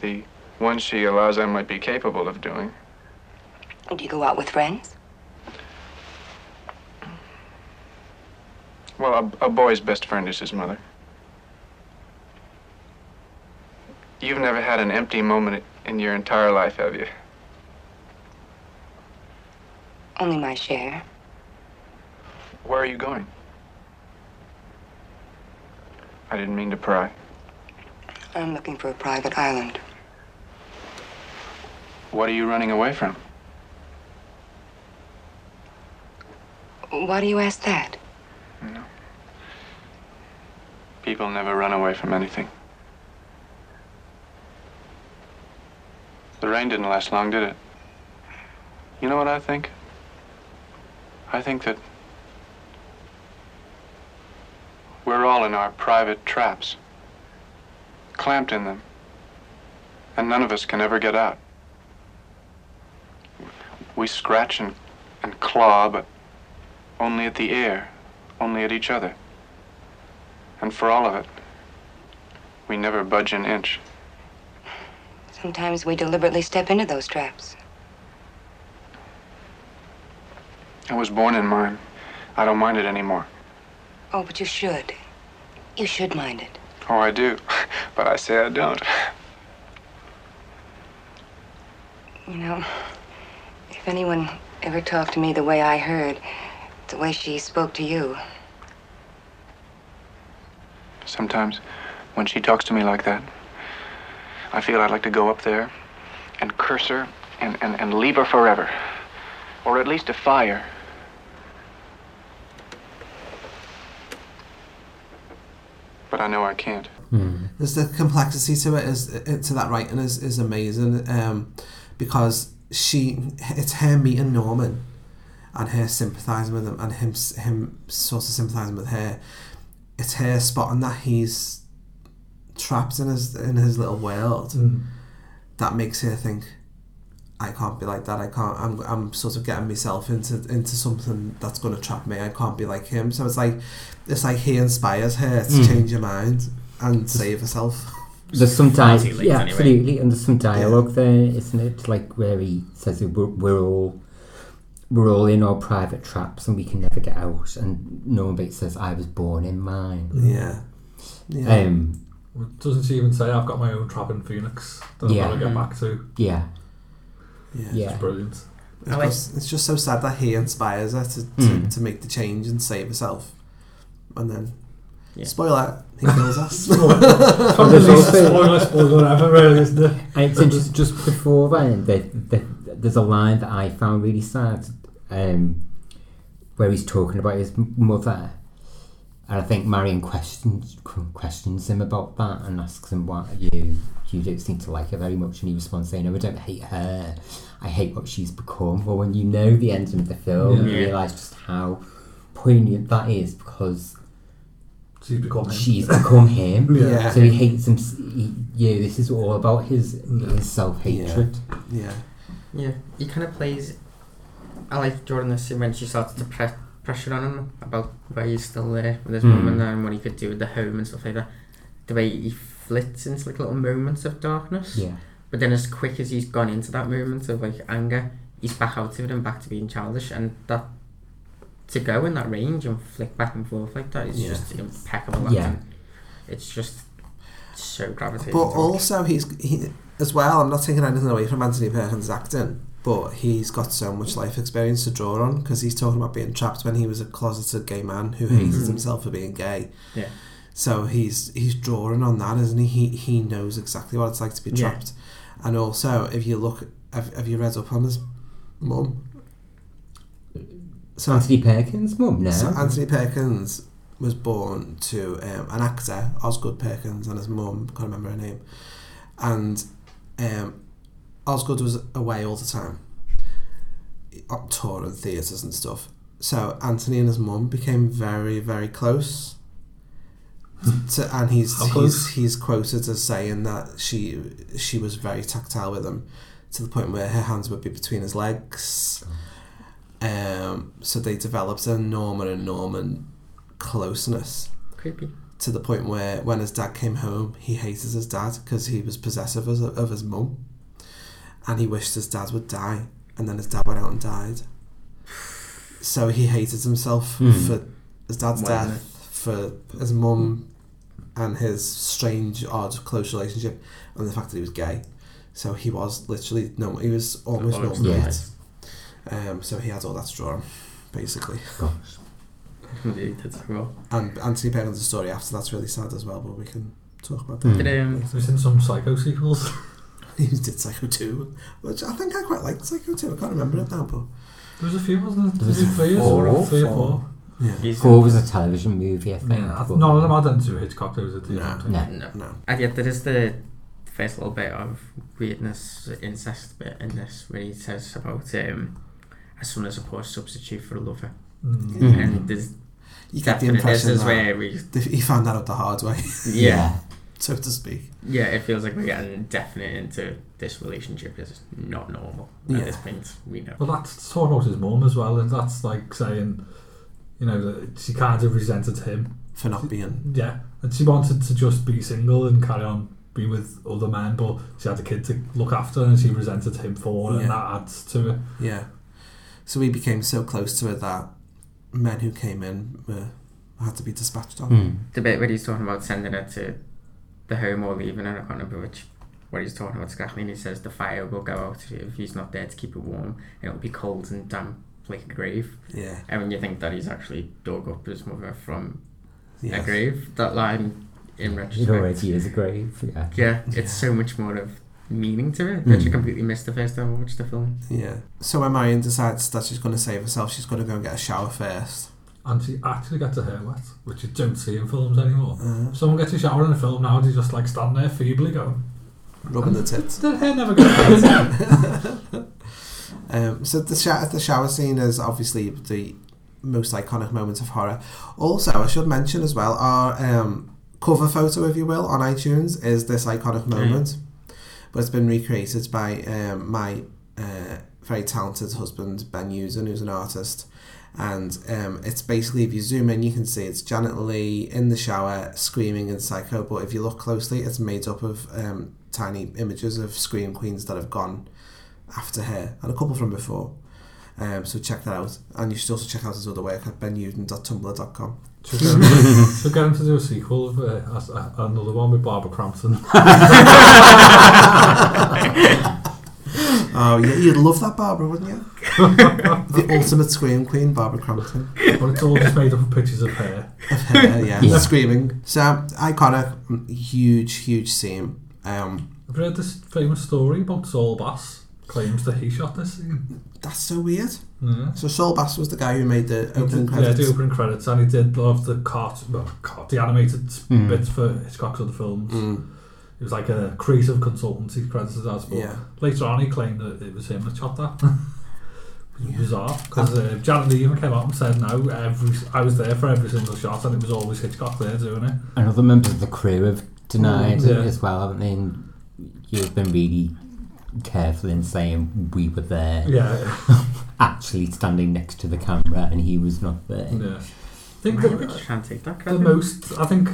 [SPEAKER 20] the ones she allows I might be capable of doing.
[SPEAKER 10] Do you go out with friends?
[SPEAKER 20] Well, a, a boy's best friend is his mother. You've never had an empty moment in your entire life, have you?
[SPEAKER 10] Only my share.
[SPEAKER 20] Where are you going? I didn't mean to pry.
[SPEAKER 10] I'm looking for a private island.
[SPEAKER 20] What are you running away from?
[SPEAKER 10] Why do you ask that?
[SPEAKER 20] People never run away from anything. The rain didn't last long, did it? You know what I think? I think that we're all in our private traps, clamped in them, and none of us can ever get out. We scratch and, and claw, but only at the air, only at each other. And for all of it, we never budge an inch.
[SPEAKER 10] Sometimes we deliberately step into those traps.
[SPEAKER 20] I was born in mine. I don't mind it anymore.
[SPEAKER 10] Oh, but you should. You should mind it.
[SPEAKER 20] Oh, I do. but I say I don't.
[SPEAKER 10] You know, if anyone ever talked to me the way I heard, the way she spoke to you,
[SPEAKER 20] Sometimes, when she talks to me like that, I feel I'd like to go up there and curse her and, and, and leave her forever. Or at least defy her. But I know I can't.
[SPEAKER 16] Hmm.
[SPEAKER 12] There's the complexity to it is to that writing is, is amazing um, because she it's her meeting Norman and her sympathizing with him and him him sort of sympathizing with her. It's her spotting that he's trapped in his in his little world
[SPEAKER 13] Mm.
[SPEAKER 12] that makes her think I can't be like that. I can't. I'm, I'm sort of getting myself into into something that's going to trap me. I can't be like him. So it's like it's like he inspires her to
[SPEAKER 15] Mm.
[SPEAKER 12] change her mind and save herself.
[SPEAKER 15] There's some dialogue,
[SPEAKER 12] Fancy links
[SPEAKER 15] yeah,
[SPEAKER 12] anyway.
[SPEAKER 15] absolutely, and there's some dialogue there, isn't it? Like where he says that we're, we're all we're all in our private traps and we can never get out. And Norman Bates says, "I was born in mine."
[SPEAKER 12] Yeah. Yeah.
[SPEAKER 15] Um,
[SPEAKER 13] Well, Doesn't she even say I've got my own trap in Phoenix that
[SPEAKER 15] Yeah.
[SPEAKER 13] I've got to get back to?
[SPEAKER 15] yeah.
[SPEAKER 12] Yeah.
[SPEAKER 15] Yeah.
[SPEAKER 13] It's brilliant.
[SPEAKER 12] It's, just, it's just so sad that he inspires her to, to,
[SPEAKER 15] Mm.
[SPEAKER 12] to make the change and save herself, and then
[SPEAKER 14] Yeah.
[SPEAKER 12] spoiler, he kills us.
[SPEAKER 15] Oh, there's also-
[SPEAKER 13] really, isn't it?
[SPEAKER 15] And so just, just before then, the, the, there's a line that I found really sad um, where he's talking about his m- mother. And I think Marion questions qu- questions him about that and asks him why you you don't seem to like her very much, and he responds saying, "No, I don't hate her. I hate what she's become." Well, when you know the ending of the film, you
[SPEAKER 13] Yeah.
[SPEAKER 15] realise just how poignant that is because
[SPEAKER 13] She's become him.
[SPEAKER 15] she's become him.
[SPEAKER 13] Yeah.
[SPEAKER 15] So he hates him. He, yeah, this is all about his his self hatred.
[SPEAKER 12] Yeah.
[SPEAKER 14] Yeah, he kind of plays. I like Jordan this scene when she starts to pre- pressure on him about why he's still there with his
[SPEAKER 15] Mm.
[SPEAKER 14] woman and what he could do with the home and stuff like that. The way he flits into like little moments of darkness.
[SPEAKER 15] Yeah.
[SPEAKER 14] But then as quick as he's gone into that moment of like anger, he's back out of it and back to being childish. And that to go in that range and flick back and forth like that is
[SPEAKER 12] Yeah.
[SPEAKER 14] just impeccable.
[SPEAKER 15] Yeah.
[SPEAKER 14] acting. It's just so gravitating.
[SPEAKER 12] But
[SPEAKER 14] to it.
[SPEAKER 12] also, he's he as well. I'm not taking anything away from Anthony Perkins' acting, but he's got so much life experience to draw on because he's talking about being trapped when he was a closeted gay man who hated
[SPEAKER 14] Mhm.
[SPEAKER 12] himself for being gay.
[SPEAKER 14] Yeah.
[SPEAKER 12] So he's he's drawing on that, isn't he? He he knows exactly what it's like to be
[SPEAKER 14] Yeah.
[SPEAKER 12] trapped. And also, if you look, have, have you read up on his mum?
[SPEAKER 15] Anthony Perkins' mum now.
[SPEAKER 12] So Anthony Perkins was born to um, an actor, Osgood Perkins, and his mum, can't remember her name. And um, Osgood was away all the time, on tour and theatres and stuff. So Anthony and his mum became very, very close. To, and he's
[SPEAKER 13] How close?
[SPEAKER 12] he's he's quoted as saying that she she was very tactile with him to the point where her hands would be between his legs.
[SPEAKER 13] Oh.
[SPEAKER 12] Um, so they developed a Norman and Norman closeness.
[SPEAKER 14] Creepy.
[SPEAKER 12] To the point where when his dad came home, he hated his dad because he was possessive of, of his mum. And he wished his dad would die. And then his dad went out and died. So he hated himself
[SPEAKER 16] Hmm.
[SPEAKER 12] for his dad's
[SPEAKER 16] Wow.
[SPEAKER 12] death, for his mum and his strange, odd, close relationship, and the fact that he was gay. So he was literally no, he was almost
[SPEAKER 14] Almost
[SPEAKER 12] normalized. Um, so he had all that to draw on, basically.
[SPEAKER 14] Indeed, that's cool.
[SPEAKER 12] And Anthony Perkins' story after that's really sad as well, but we can talk about
[SPEAKER 13] Hmm.
[SPEAKER 12] that.
[SPEAKER 13] Did, um, Have you seen some Psycho sequels?
[SPEAKER 12] he did Psycho 2, which I think I quite liked Psycho 2. I can't remember it now, but.
[SPEAKER 13] There was a few, wasn't there?
[SPEAKER 15] There was
[SPEAKER 13] Three, three or
[SPEAKER 15] four.
[SPEAKER 13] four. Three or four.
[SPEAKER 15] Yeah. Four was a television movie, I think.
[SPEAKER 12] Mm,
[SPEAKER 13] Yeah,
[SPEAKER 15] but-
[SPEAKER 13] none of them had anything to do with Hitchcock. There was a theater.
[SPEAKER 15] No.
[SPEAKER 12] No.
[SPEAKER 14] And yet there is the first little bit of weirdness, incest bit in this, where he says about um, a son is a poor substitute for a lover.
[SPEAKER 12] Mm.
[SPEAKER 14] And there's
[SPEAKER 12] You get the
[SPEAKER 14] definitely-
[SPEAKER 12] impression
[SPEAKER 14] This is
[SPEAKER 12] that
[SPEAKER 14] where we,
[SPEAKER 12] he found that out the hard way.
[SPEAKER 14] Yeah.
[SPEAKER 12] so to speak.
[SPEAKER 14] yeah, it feels like we're getting definite into this relationship is not normal at this point. We know.
[SPEAKER 13] Well, that's talking about his mum as well, and that's like saying, you know, that she kind of resented him
[SPEAKER 12] for not being.
[SPEAKER 13] Yeah, and she wanted to just be single and carry on being with other men, but she had a kid to look after, and she resented him for, it,
[SPEAKER 12] Yeah.
[SPEAKER 13] and that adds to it.
[SPEAKER 12] Yeah. So we became so close to it that men who came in were, had to be dispatched on.
[SPEAKER 13] Hmm.
[SPEAKER 15] Um,
[SPEAKER 14] The bit where he's talking about sending her to the home or leaving her, I can't remember which what he's talking about exactly, and he says the fire will go out if he's not there to keep it warm, and it'll be cold and damp like a grave.
[SPEAKER 12] Yeah.
[SPEAKER 14] And when you think that he's actually dug up his mother from a
[SPEAKER 15] Yes.
[SPEAKER 14] grave, that line in
[SPEAKER 15] It
[SPEAKER 14] retrospect.
[SPEAKER 15] already is a grave, yeah.
[SPEAKER 14] Yeah, it's so much more of meaning to it
[SPEAKER 13] Hmm.
[SPEAKER 14] that you completely missed the first time I watched the film.
[SPEAKER 12] Yeah. So when Marion decides that she's going to save herself, she's going to go and get a shower first.
[SPEAKER 13] And she actually gets her hair wet, which you don't see in films anymore.
[SPEAKER 12] Uh-huh.
[SPEAKER 13] Someone gets a shower in a film now, and he's just like standing there feebly going,
[SPEAKER 12] Rubbing the tits.
[SPEAKER 13] Their hair never gets wet.
[SPEAKER 12] Um, so the shower, the shower scene is obviously the most iconic moment of horror. Also, I should mention as well our um, cover photo, if you will, on iTunes is this iconic moment, but it's been recreated by um, my uh, very talented husband Ben Usen, who's an artist. And um, it's basically, if you zoom in, you can see it's Janet Lee in the shower screaming in Psycho. But if you look closely, it's made up of um, tiny images of scream queens that have gone after her and a couple from before. Um, so check that out. And you should also check out his other work at benuden.tumblr.com.
[SPEAKER 13] Should get him- should get him to do a sequel of uh, as- uh, another one with Barbara Crampton.
[SPEAKER 12] Oh, yeah, you'd love that, Barbara, wouldn't you? the ultimate scream queen, Barbara Crampton.
[SPEAKER 13] but it's all just made up of pictures of hair.
[SPEAKER 12] Of
[SPEAKER 14] Uh,
[SPEAKER 12] her, yeah, screaming. So, iconic, mm, huge, huge scene. Um,
[SPEAKER 13] I've heard this famous story about Saul Bass claims that he shot this scene. Mm.
[SPEAKER 12] that's so weird.
[SPEAKER 13] Yeah.
[SPEAKER 12] So, Saul Bass was the guy who made the opening
[SPEAKER 13] Mm-hmm. Yeah,
[SPEAKER 12] credits.
[SPEAKER 13] the opening credits, and he did love the cart, well, cart the animated
[SPEAKER 12] Mm.
[SPEAKER 13] bits for Hitchcock's other films. It was like a creative consultancy credited as, but
[SPEAKER 12] Yeah.
[SPEAKER 13] later on he claimed that it was him that shot that. It was Bizarre, because uh, Janet Lee even came out and said, "No, every I was there for every single shot, and it was always Hitchcock there doing it."
[SPEAKER 15] And other members of the crew have denied
[SPEAKER 13] Mm, yeah.
[SPEAKER 15] it as well, haven't they? And you've been really careful in saying we were there.
[SPEAKER 13] Yeah.
[SPEAKER 15] Actually standing next to the camera and he was not there.
[SPEAKER 13] Yeah. I think
[SPEAKER 14] Maybe
[SPEAKER 13] the,
[SPEAKER 14] we should take that
[SPEAKER 13] the
[SPEAKER 14] credit.
[SPEAKER 13] most, I think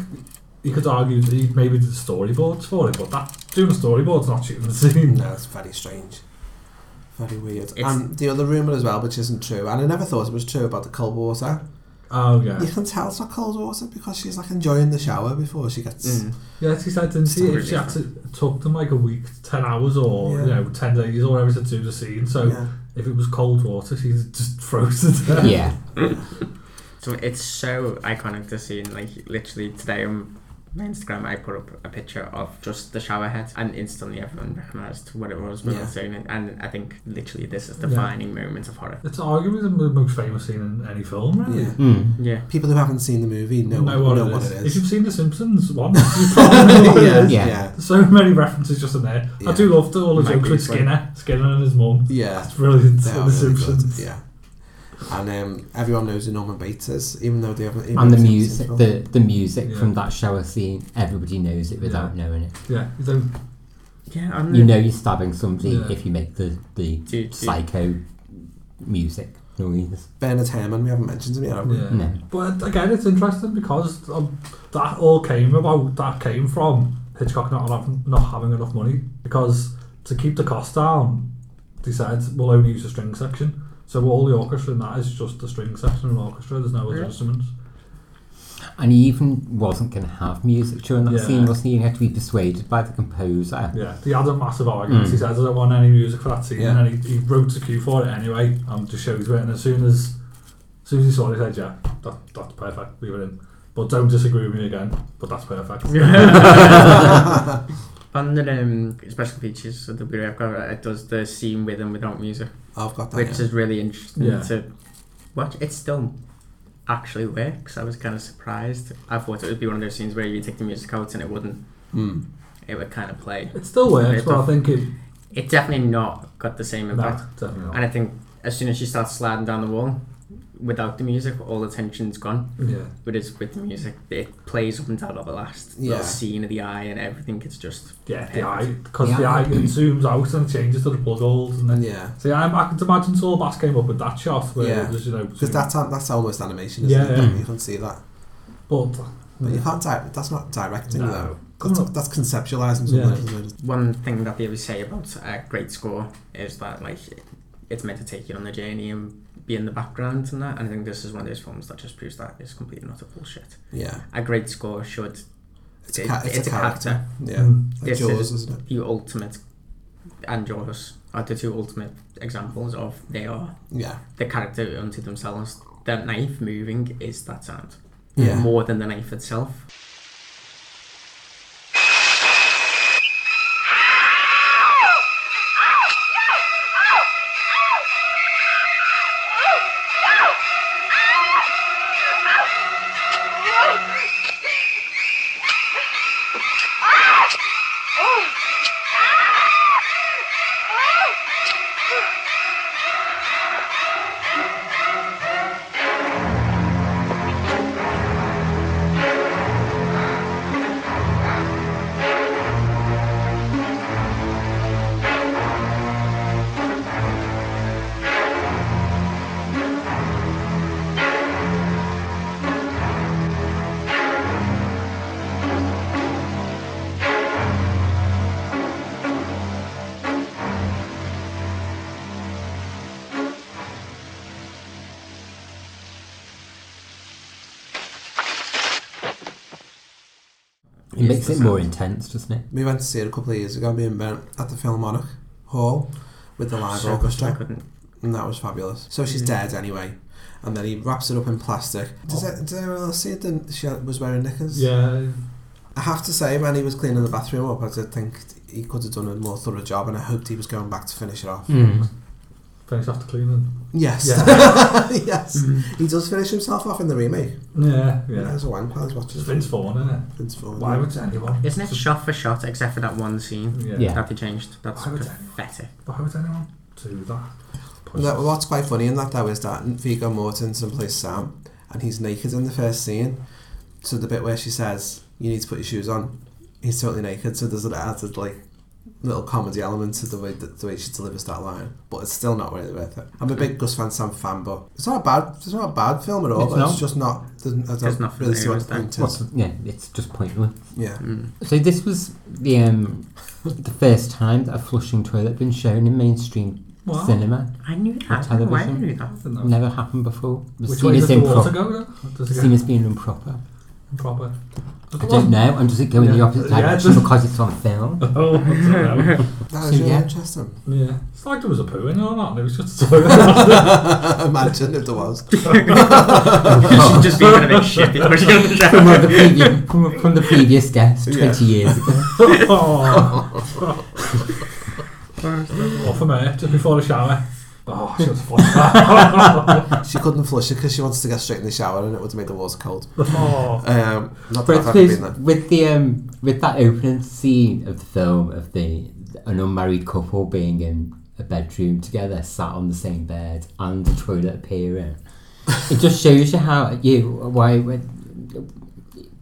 [SPEAKER 13] you could argue that he maybe did storyboards for it, but that doing a storyboard's not shooting the scene.
[SPEAKER 12] No, it's very strange. Very weird. and the other rumour as well, which isn't true, and I never thought it was true about the cold water.
[SPEAKER 13] Oh, yeah.
[SPEAKER 12] You can tell it's not cold water because she's like enjoying the shower before she gets.
[SPEAKER 14] Mm.
[SPEAKER 13] Yeah, she said, didn't she?
[SPEAKER 12] Something
[SPEAKER 13] If she had to, it took them like a week, 10 hours or, you
[SPEAKER 12] Yeah.
[SPEAKER 13] know, 10 days or whatever to do the scene. So
[SPEAKER 12] Yeah.
[SPEAKER 13] if it was cold water, she just froze to death.
[SPEAKER 14] so it's so iconic to see, and like literally today I'm my Instagram, I put up a picture of just the shower head, and instantly everyone recognised what it was without
[SPEAKER 13] Yeah.
[SPEAKER 14] saying it. And I think literally this is the
[SPEAKER 13] Yeah.
[SPEAKER 14] defining moment of horror.
[SPEAKER 13] It's arguably the mo- most famous scene in any film, really.
[SPEAKER 12] Hmm. Yeah.
[SPEAKER 14] Mm. Yeah.
[SPEAKER 12] People who haven't seen the movie know,
[SPEAKER 13] know what, it, is.
[SPEAKER 12] is.
[SPEAKER 13] If you've seen The Simpsons once, you probably know what
[SPEAKER 12] Yeah,
[SPEAKER 13] it is.
[SPEAKER 12] yeah. Yeah.
[SPEAKER 13] So many references just in there. I do love the, all the
[SPEAKER 12] Might
[SPEAKER 13] jokes
[SPEAKER 12] be
[SPEAKER 13] with
[SPEAKER 12] fun.
[SPEAKER 13] Skinner, Skinner and his mum.
[SPEAKER 12] Yeah,
[SPEAKER 13] it's brilliant.
[SPEAKER 12] They
[SPEAKER 13] in The
[SPEAKER 12] are really good,
[SPEAKER 13] Simpsons.
[SPEAKER 12] Yeah, and um, everyone knows who Norman Bates is, even though they haven't. even
[SPEAKER 15] And the
[SPEAKER 12] seen
[SPEAKER 15] music,
[SPEAKER 12] film.
[SPEAKER 15] the, the music
[SPEAKER 12] Yeah.
[SPEAKER 15] from that shower scene, everybody knows it without knowing it.
[SPEAKER 13] Yeah, you don't.
[SPEAKER 14] Yeah, I'm
[SPEAKER 15] You know you're stabbing somebody
[SPEAKER 12] Yeah.
[SPEAKER 15] if you make the, the
[SPEAKER 12] Dude, dude.
[SPEAKER 15] psycho music noise.
[SPEAKER 12] Bernard Herrmann, we haven't mentioned him yet, have we?
[SPEAKER 13] Yeah. Mm. But again, it's interesting because um, that all came about. That came from Hitchcock not enough, not having enough money because to keep the cost down, they said we'll only use a string section. So all the orchestra and that is just the string section of an orchestra. There's no other
[SPEAKER 15] Yeah.
[SPEAKER 13] instruments.
[SPEAKER 15] And he even wasn't going to have music during that
[SPEAKER 13] Yeah.
[SPEAKER 15] scene, wasn't he? You had to be persuaded by the composer.
[SPEAKER 13] Yeah, they had a massive argument.
[SPEAKER 15] Mm.
[SPEAKER 13] He said, I don't want any music for that scene.
[SPEAKER 15] Yeah.
[SPEAKER 13] And then he, he wrote a cue for it anyway um, and just showed it. And as soon as, as soon as he saw it, he said, Yeah, that, that's perfect. We were in. But don't disagree with me again. But that's perfect.
[SPEAKER 14] On the um, special features of the Blu-ray, I've got uh, it does the scene with and without music.
[SPEAKER 12] I've got that,
[SPEAKER 14] which
[SPEAKER 12] yeah.
[SPEAKER 14] is really interesting
[SPEAKER 12] Yeah.
[SPEAKER 14] to watch. It still actually works. I was kind of surprised. I thought it would be one of those scenes where you take the music out and it wouldn't.
[SPEAKER 12] Hmm.
[SPEAKER 14] It would kind of play.
[SPEAKER 13] It still works, but I think it-
[SPEAKER 14] It definitely not got the same impact.
[SPEAKER 13] definitely not.
[SPEAKER 14] And I think as soon as she starts sliding down the wall, without the music, all the tension's gone.
[SPEAKER 13] Yeah.
[SPEAKER 14] Whereas with the music, it plays up until the last
[SPEAKER 13] Yeah.
[SPEAKER 14] little scene of the eye and everything. It's just
[SPEAKER 13] Yeah, the
[SPEAKER 14] perfect.
[SPEAKER 13] eye because the eye it zooms out and changes to the plug holes and then
[SPEAKER 12] Yeah.
[SPEAKER 13] See, I'm, I can imagine Saul Bass came up with that shot where
[SPEAKER 12] yeah,
[SPEAKER 13] it was, you know,
[SPEAKER 12] because that's that's almost animation,
[SPEAKER 13] Yeah,
[SPEAKER 12] isn't it?
[SPEAKER 13] yeah.
[SPEAKER 12] You can see that.
[SPEAKER 13] But,
[SPEAKER 12] But you can't direct. That's not directing
[SPEAKER 14] No.
[SPEAKER 12] though. That's, that's conceptualizing something. isn't it?
[SPEAKER 14] One thing that they always say about a great score is that like it's meant to take you on the journey and be in the background and that. And I think this is one of those films that just proves that it's complete and utter bullshit.
[SPEAKER 12] Yeah.
[SPEAKER 14] a great score should.
[SPEAKER 12] It's a ca- it's a character. Yeah. Like
[SPEAKER 14] This
[SPEAKER 12] Jaws,
[SPEAKER 14] is
[SPEAKER 12] isn't
[SPEAKER 14] the ultimate, and Jaws are the two ultimate examples of they are.
[SPEAKER 12] Yeah.
[SPEAKER 14] The character unto themselves. The knife moving is that sound.
[SPEAKER 12] Yeah.
[SPEAKER 14] More than the knife itself.
[SPEAKER 3] Ah!
[SPEAKER 15] It makes it more intense, doesn't it?
[SPEAKER 12] We went to see it a couple of years ago, me and Ben, at the Philharmonic Hall with the live
[SPEAKER 14] Sure, I
[SPEAKER 12] orchestra.
[SPEAKER 14] couldn't.
[SPEAKER 12] And that was fabulous. So she's
[SPEAKER 14] Yeah.
[SPEAKER 12] dead anyway. And then he wraps it up in plastic. Does, it, did anyone else see it? Then she was wearing knickers.
[SPEAKER 13] Yeah.
[SPEAKER 12] I have to say, when he was cleaning the bathroom up, I did think he could have done a more thorough job, and I hoped he was going back to finish it off.
[SPEAKER 15] Mm.
[SPEAKER 13] finish off the cleaning.
[SPEAKER 12] Yes.
[SPEAKER 13] Yeah. Mm-hmm.
[SPEAKER 12] yes. He does finish himself off in the remake.
[SPEAKER 13] Yeah, yeah.
[SPEAKER 12] There's a wank while he's watching.
[SPEAKER 13] It's Vince Vaughn, isn't it?
[SPEAKER 12] Vince Vaughn.
[SPEAKER 13] Why would anyone?
[SPEAKER 14] Isn't it shot for shot except for that one scene
[SPEAKER 13] Yeah.
[SPEAKER 12] Yeah.
[SPEAKER 14] that they changed? That's
[SPEAKER 13] Why would
[SPEAKER 14] pathetic.
[SPEAKER 13] Why would anyone do that?
[SPEAKER 12] No, what's quite funny in that though is that Viggo Mortensen plays Sam, and he's naked in the first scene. So the bit where she says, "You need to put your shoes on," he's totally naked. So there's an added like little comedy element to the way that, the way she delivers that line, but it's still not really worth it. I'm a big Gus Van Sant fan, but it's not a bad it's not a bad film at all.
[SPEAKER 15] It's
[SPEAKER 12] but it's
[SPEAKER 15] not.
[SPEAKER 12] just not. I don't
[SPEAKER 14] There's nothing
[SPEAKER 12] really
[SPEAKER 14] there,
[SPEAKER 12] see what
[SPEAKER 14] is
[SPEAKER 12] the
[SPEAKER 14] there?
[SPEAKER 12] point
[SPEAKER 15] What's-
[SPEAKER 12] is.
[SPEAKER 15] yeah, it's just pointless.
[SPEAKER 12] Yeah. Mm.
[SPEAKER 15] So this was the um, the first time that a flushing toilet had been shown in mainstream
[SPEAKER 14] Wow.
[SPEAKER 15] cinema.
[SPEAKER 14] I knew
[SPEAKER 15] or
[SPEAKER 14] that. I don't know why I
[SPEAKER 15] Television.
[SPEAKER 14] knew that.
[SPEAKER 15] Never happened before. It was
[SPEAKER 13] Which
[SPEAKER 15] seen
[SPEAKER 13] way
[SPEAKER 15] as
[SPEAKER 13] does the water
[SPEAKER 15] improp-
[SPEAKER 13] go, though? Does it
[SPEAKER 15] seen
[SPEAKER 13] go-
[SPEAKER 15] as being improper.
[SPEAKER 13] proper.
[SPEAKER 15] I don't know, and does it go in the
[SPEAKER 13] Yeah.
[SPEAKER 15] opposite
[SPEAKER 13] Yeah,
[SPEAKER 15] direction
[SPEAKER 13] just-
[SPEAKER 15] because it's on film?
[SPEAKER 13] Oh, I don't know.
[SPEAKER 12] That is really interesting.
[SPEAKER 13] Yeah. It's like there was a poo in it or not, and it was just
[SPEAKER 12] Imagine if there was. It should just be kind of a shit because you don't know.
[SPEAKER 15] from, the previous, from, from the previous guest, 20
[SPEAKER 13] Yeah.
[SPEAKER 15] years ago.
[SPEAKER 13] oh. Off of me, just before the shower. Oh, she was flush.
[SPEAKER 12] she couldn't flush it because she wanted to get straight in the shower and it would have made the water cold.
[SPEAKER 13] Oh.
[SPEAKER 12] Um, not that
[SPEAKER 15] But
[SPEAKER 12] I've ever
[SPEAKER 15] with,
[SPEAKER 12] been there.
[SPEAKER 15] with the um, with that opening scene of the film of the an unmarried couple being in a bedroom together, sat on the same bed, and the toilet appearing, it just shows you how you why when,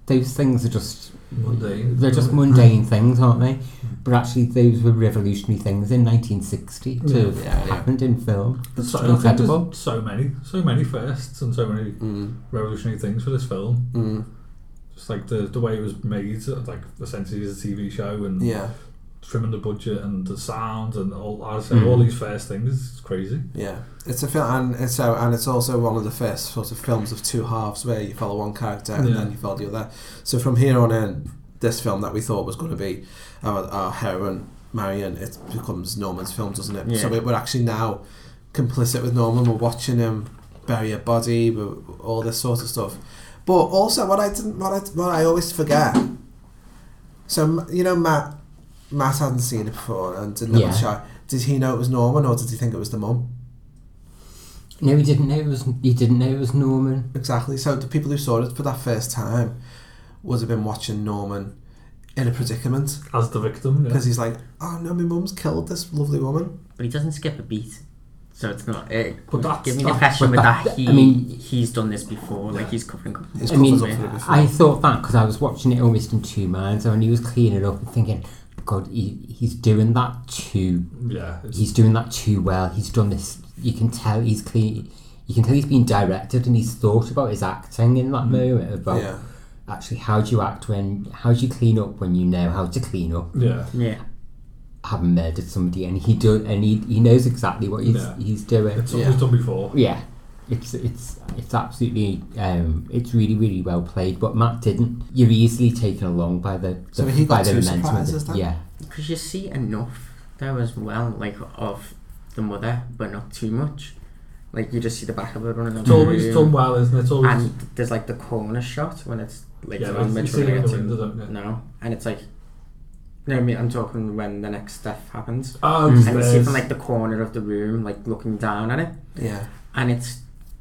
[SPEAKER 15] those things are just
[SPEAKER 13] Mundane.
[SPEAKER 15] They're just mundane things, aren't they? But actually, those were revolutionary things in 1960 to
[SPEAKER 13] Yeah.
[SPEAKER 12] Mm.
[SPEAKER 15] have
[SPEAKER 13] Yeah,
[SPEAKER 12] er-
[SPEAKER 13] yeah.
[SPEAKER 15] happened in film. It's
[SPEAKER 13] So, I think there's
[SPEAKER 15] incredible.
[SPEAKER 13] so many, so many firsts and so many revolutionary things for this film.
[SPEAKER 12] Mm.
[SPEAKER 13] Just like the the way it was made, like essentially as a TV show and
[SPEAKER 12] Yeah.
[SPEAKER 13] trimming the budget and the sound and all. I say
[SPEAKER 12] Mm.
[SPEAKER 13] all these first things. It's crazy.
[SPEAKER 12] Yeah, it's a film, and it's so, and it's also one of the first sort of films of two halves where you follow one character and
[SPEAKER 13] Yeah.
[SPEAKER 12] then you follow the other. So from here on in, this film that we thought was going to be our, our heroine Marion, it becomes Norman's film, doesn't it? So
[SPEAKER 13] Yeah.
[SPEAKER 12] we- we're actually now complicit with Norman. We're watching him bury a body, we're, all this sort of stuff. But also, what I didn't, what I, what I always forget. So M- you know, Matt, Matt hadn't seen it before and didn't know what
[SPEAKER 15] Yeah.
[SPEAKER 12] shot. Did he know it was Norman, or did he think it was the mum?
[SPEAKER 15] No, he didn't know it was. He didn't know it was Norman.
[SPEAKER 12] Exactly. So the people who saw it for that first time would have been watching Norman in a predicament
[SPEAKER 13] as the victim
[SPEAKER 12] because he's like, oh no, my mum's killed this lovely woman.
[SPEAKER 16] But he doesn't skip a beat. So it's not. It,
[SPEAKER 13] But that's-
[SPEAKER 16] give me the
[SPEAKER 13] that's-
[SPEAKER 16] impression
[SPEAKER 13] but
[SPEAKER 16] with
[SPEAKER 13] that-
[SPEAKER 16] that, he,
[SPEAKER 15] I mean-
[SPEAKER 16] he's done this before. Like he's covering up.
[SPEAKER 15] I mean, I thought that because I was watching it almost in two minds. and When he was cleaning up and thinking, God, he, he's doing that too.
[SPEAKER 13] Yeah, it's-
[SPEAKER 15] he's doing that too well. He's done this. You can tell he's clean. You can tell he's been directed and he's thought about his acting in that
[SPEAKER 13] Mm.
[SPEAKER 15] moment about
[SPEAKER 13] Yeah.
[SPEAKER 15] actually how do you act when how do you clean up when you know how to clean up.
[SPEAKER 13] Yeah.
[SPEAKER 16] Yeah.
[SPEAKER 15] Having murdered somebody and he do and he, he knows exactly what he's
[SPEAKER 13] Yeah.
[SPEAKER 15] he's doing.
[SPEAKER 13] It's something he's done before.
[SPEAKER 15] Yeah, it's it's it's absolutely um, it's really really well played. But Matt didn't. You're easily taken along by the, the
[SPEAKER 12] So he got
[SPEAKER 15] by the
[SPEAKER 12] two
[SPEAKER 15] momentum. of
[SPEAKER 12] surprises
[SPEAKER 15] it.
[SPEAKER 12] then?
[SPEAKER 15] Yeah,
[SPEAKER 16] Because you see enough there as well, like of the mother, but not too much. Like you just see the back of it running.
[SPEAKER 13] It's always done well, isn't it? It's always-
[SPEAKER 16] And there's like the corner shot when it's like
[SPEAKER 13] Yeah,
[SPEAKER 16] yeah,
[SPEAKER 13] but
[SPEAKER 16] on
[SPEAKER 13] it's-
[SPEAKER 16] Mitch
[SPEAKER 13] it's in
[SPEAKER 16] running
[SPEAKER 13] the
[SPEAKER 16] into
[SPEAKER 13] window, don't it?
[SPEAKER 16] no, and it's like. No, I mean, I'm talking when the next death happens.
[SPEAKER 13] Oh,
[SPEAKER 12] Mm.
[SPEAKER 16] and you see
[SPEAKER 13] upstairs.
[SPEAKER 16] from like the corner of the room, like looking down at it.
[SPEAKER 12] Yeah.
[SPEAKER 16] And it's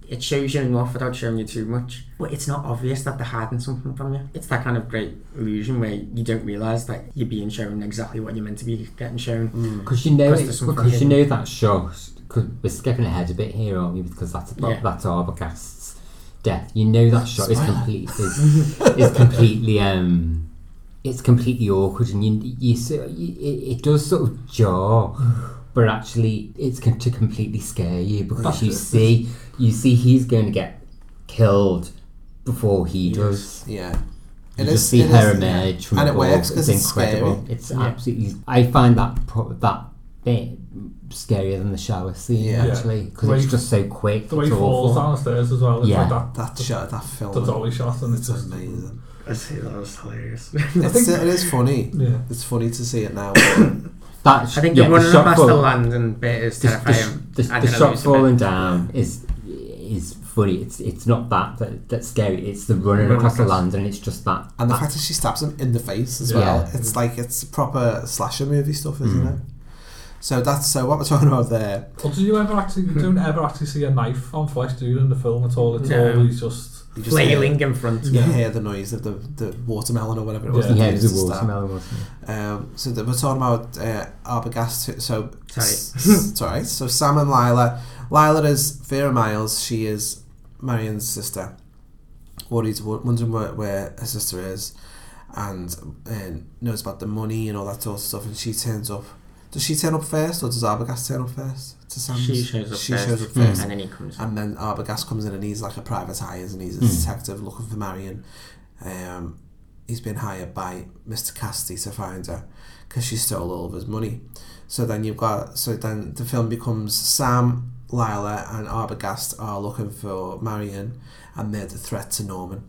[SPEAKER 16] it shows you enough without showing you too much. But it's not obvious that they're hiding something from you. It's that kind of great illusion where you don't realise that you're being shown exactly what you're meant to be getting shown.
[SPEAKER 12] Mm.
[SPEAKER 15] because Mm. you know
[SPEAKER 16] there's
[SPEAKER 15] it,
[SPEAKER 16] something
[SPEAKER 15] because you
[SPEAKER 16] hidden.
[SPEAKER 15] know that shot. Cause we're skipping ahead a bit here, aren't we? Because that's about,
[SPEAKER 16] Yeah.
[SPEAKER 15] that's Arbogast's death. You know that shot is
[SPEAKER 16] Spoiler.
[SPEAKER 15] complete is, is completely um it's completely awkward, and you you, so- you it, it does sort of jar. But actually, it's going to completely scare you because
[SPEAKER 12] That's
[SPEAKER 15] you
[SPEAKER 12] it.
[SPEAKER 15] see, you see, he's going to get killed before he does.
[SPEAKER 12] Yeah,
[SPEAKER 15] You
[SPEAKER 12] It
[SPEAKER 15] just
[SPEAKER 12] is-
[SPEAKER 15] see
[SPEAKER 12] it
[SPEAKER 15] her
[SPEAKER 12] is-
[SPEAKER 15] emerge from
[SPEAKER 12] and it
[SPEAKER 15] the wall.
[SPEAKER 12] works 'cause it's
[SPEAKER 15] incredible.
[SPEAKER 12] scary.
[SPEAKER 15] It's
[SPEAKER 12] Yeah.
[SPEAKER 15] absolutely. I find that pro- that bit scarier than the shower scene
[SPEAKER 13] Yeah.
[SPEAKER 15] actually
[SPEAKER 13] The
[SPEAKER 15] because
[SPEAKER 13] way
[SPEAKER 15] it's
[SPEAKER 13] he-
[SPEAKER 15] just so quick.
[SPEAKER 13] The way he
[SPEAKER 15] it's
[SPEAKER 13] falls
[SPEAKER 15] awful.
[SPEAKER 13] downstairs as well. It's
[SPEAKER 15] Yeah.
[SPEAKER 13] like that,
[SPEAKER 12] that shot, that film.
[SPEAKER 13] The dolly shot, and it's just
[SPEAKER 12] amazing.
[SPEAKER 16] I see that was hilarious.
[SPEAKER 12] It's, uh, it is funny.
[SPEAKER 13] Yeah.
[SPEAKER 12] It's funny to see it now.
[SPEAKER 15] That
[SPEAKER 16] I think
[SPEAKER 15] yeah,
[SPEAKER 16] the running
[SPEAKER 15] shot
[SPEAKER 16] across the
[SPEAKER 15] fall-
[SPEAKER 16] land and bit is
[SPEAKER 15] the, the, sh-
[SPEAKER 16] terrifying.
[SPEAKER 15] the,
[SPEAKER 16] and
[SPEAKER 15] the
[SPEAKER 16] then I
[SPEAKER 15] shot
[SPEAKER 16] lose a bit.
[SPEAKER 15] falling down is is funny. It's it's not that, that that's scary. It's the running
[SPEAKER 12] Running
[SPEAKER 15] across the
[SPEAKER 12] across.
[SPEAKER 15] land, and it's just that.
[SPEAKER 12] and the
[SPEAKER 15] that-
[SPEAKER 12] fact that she stabs him in the face as
[SPEAKER 15] Yeah.
[SPEAKER 12] well. It's like it's proper slasher movie stuff, isn't
[SPEAKER 15] Mm.
[SPEAKER 12] it? So that's so what we're talking about there.
[SPEAKER 13] Well, do you ever actually you don't ever actually see a knife on flesh, do you, in the film at all? It's
[SPEAKER 16] No.
[SPEAKER 13] always just
[SPEAKER 12] You just hear- You hear the noise of the, the watermelon or whatever it was.
[SPEAKER 13] Yeah.
[SPEAKER 12] that they
[SPEAKER 13] Yeah, it
[SPEAKER 12] used
[SPEAKER 13] was
[SPEAKER 12] to
[SPEAKER 13] a
[SPEAKER 12] stab.
[SPEAKER 13] watermelon, wasn't
[SPEAKER 12] Um, so the, we're talking about uh, Arbogast. So
[SPEAKER 16] Sorry.
[SPEAKER 12] sorry. So Sam and Lila. Lila is Vera Miles. She is Marion's sister. Worried, wo- wondering where, where her sister is, and um, knows about the money and all that sort of stuff. And she turns up. Does she turn up first, or does Arbogast turn up first to Sam's?
[SPEAKER 16] She shows up
[SPEAKER 12] She
[SPEAKER 16] first,
[SPEAKER 12] shows up
[SPEAKER 16] Mm.
[SPEAKER 12] first,
[SPEAKER 16] and then he comes.
[SPEAKER 12] And then Arbogast comes in, and he's like a private hires, and he's a
[SPEAKER 16] Mm.
[SPEAKER 12] detective looking for Marion. Um, he's been hired by Mr. Cassidy to find her because she stole all of his money. So then you've got so then the film becomes Sam, Lila, and Arbogast are looking for Marion, and they're the threat to Norman.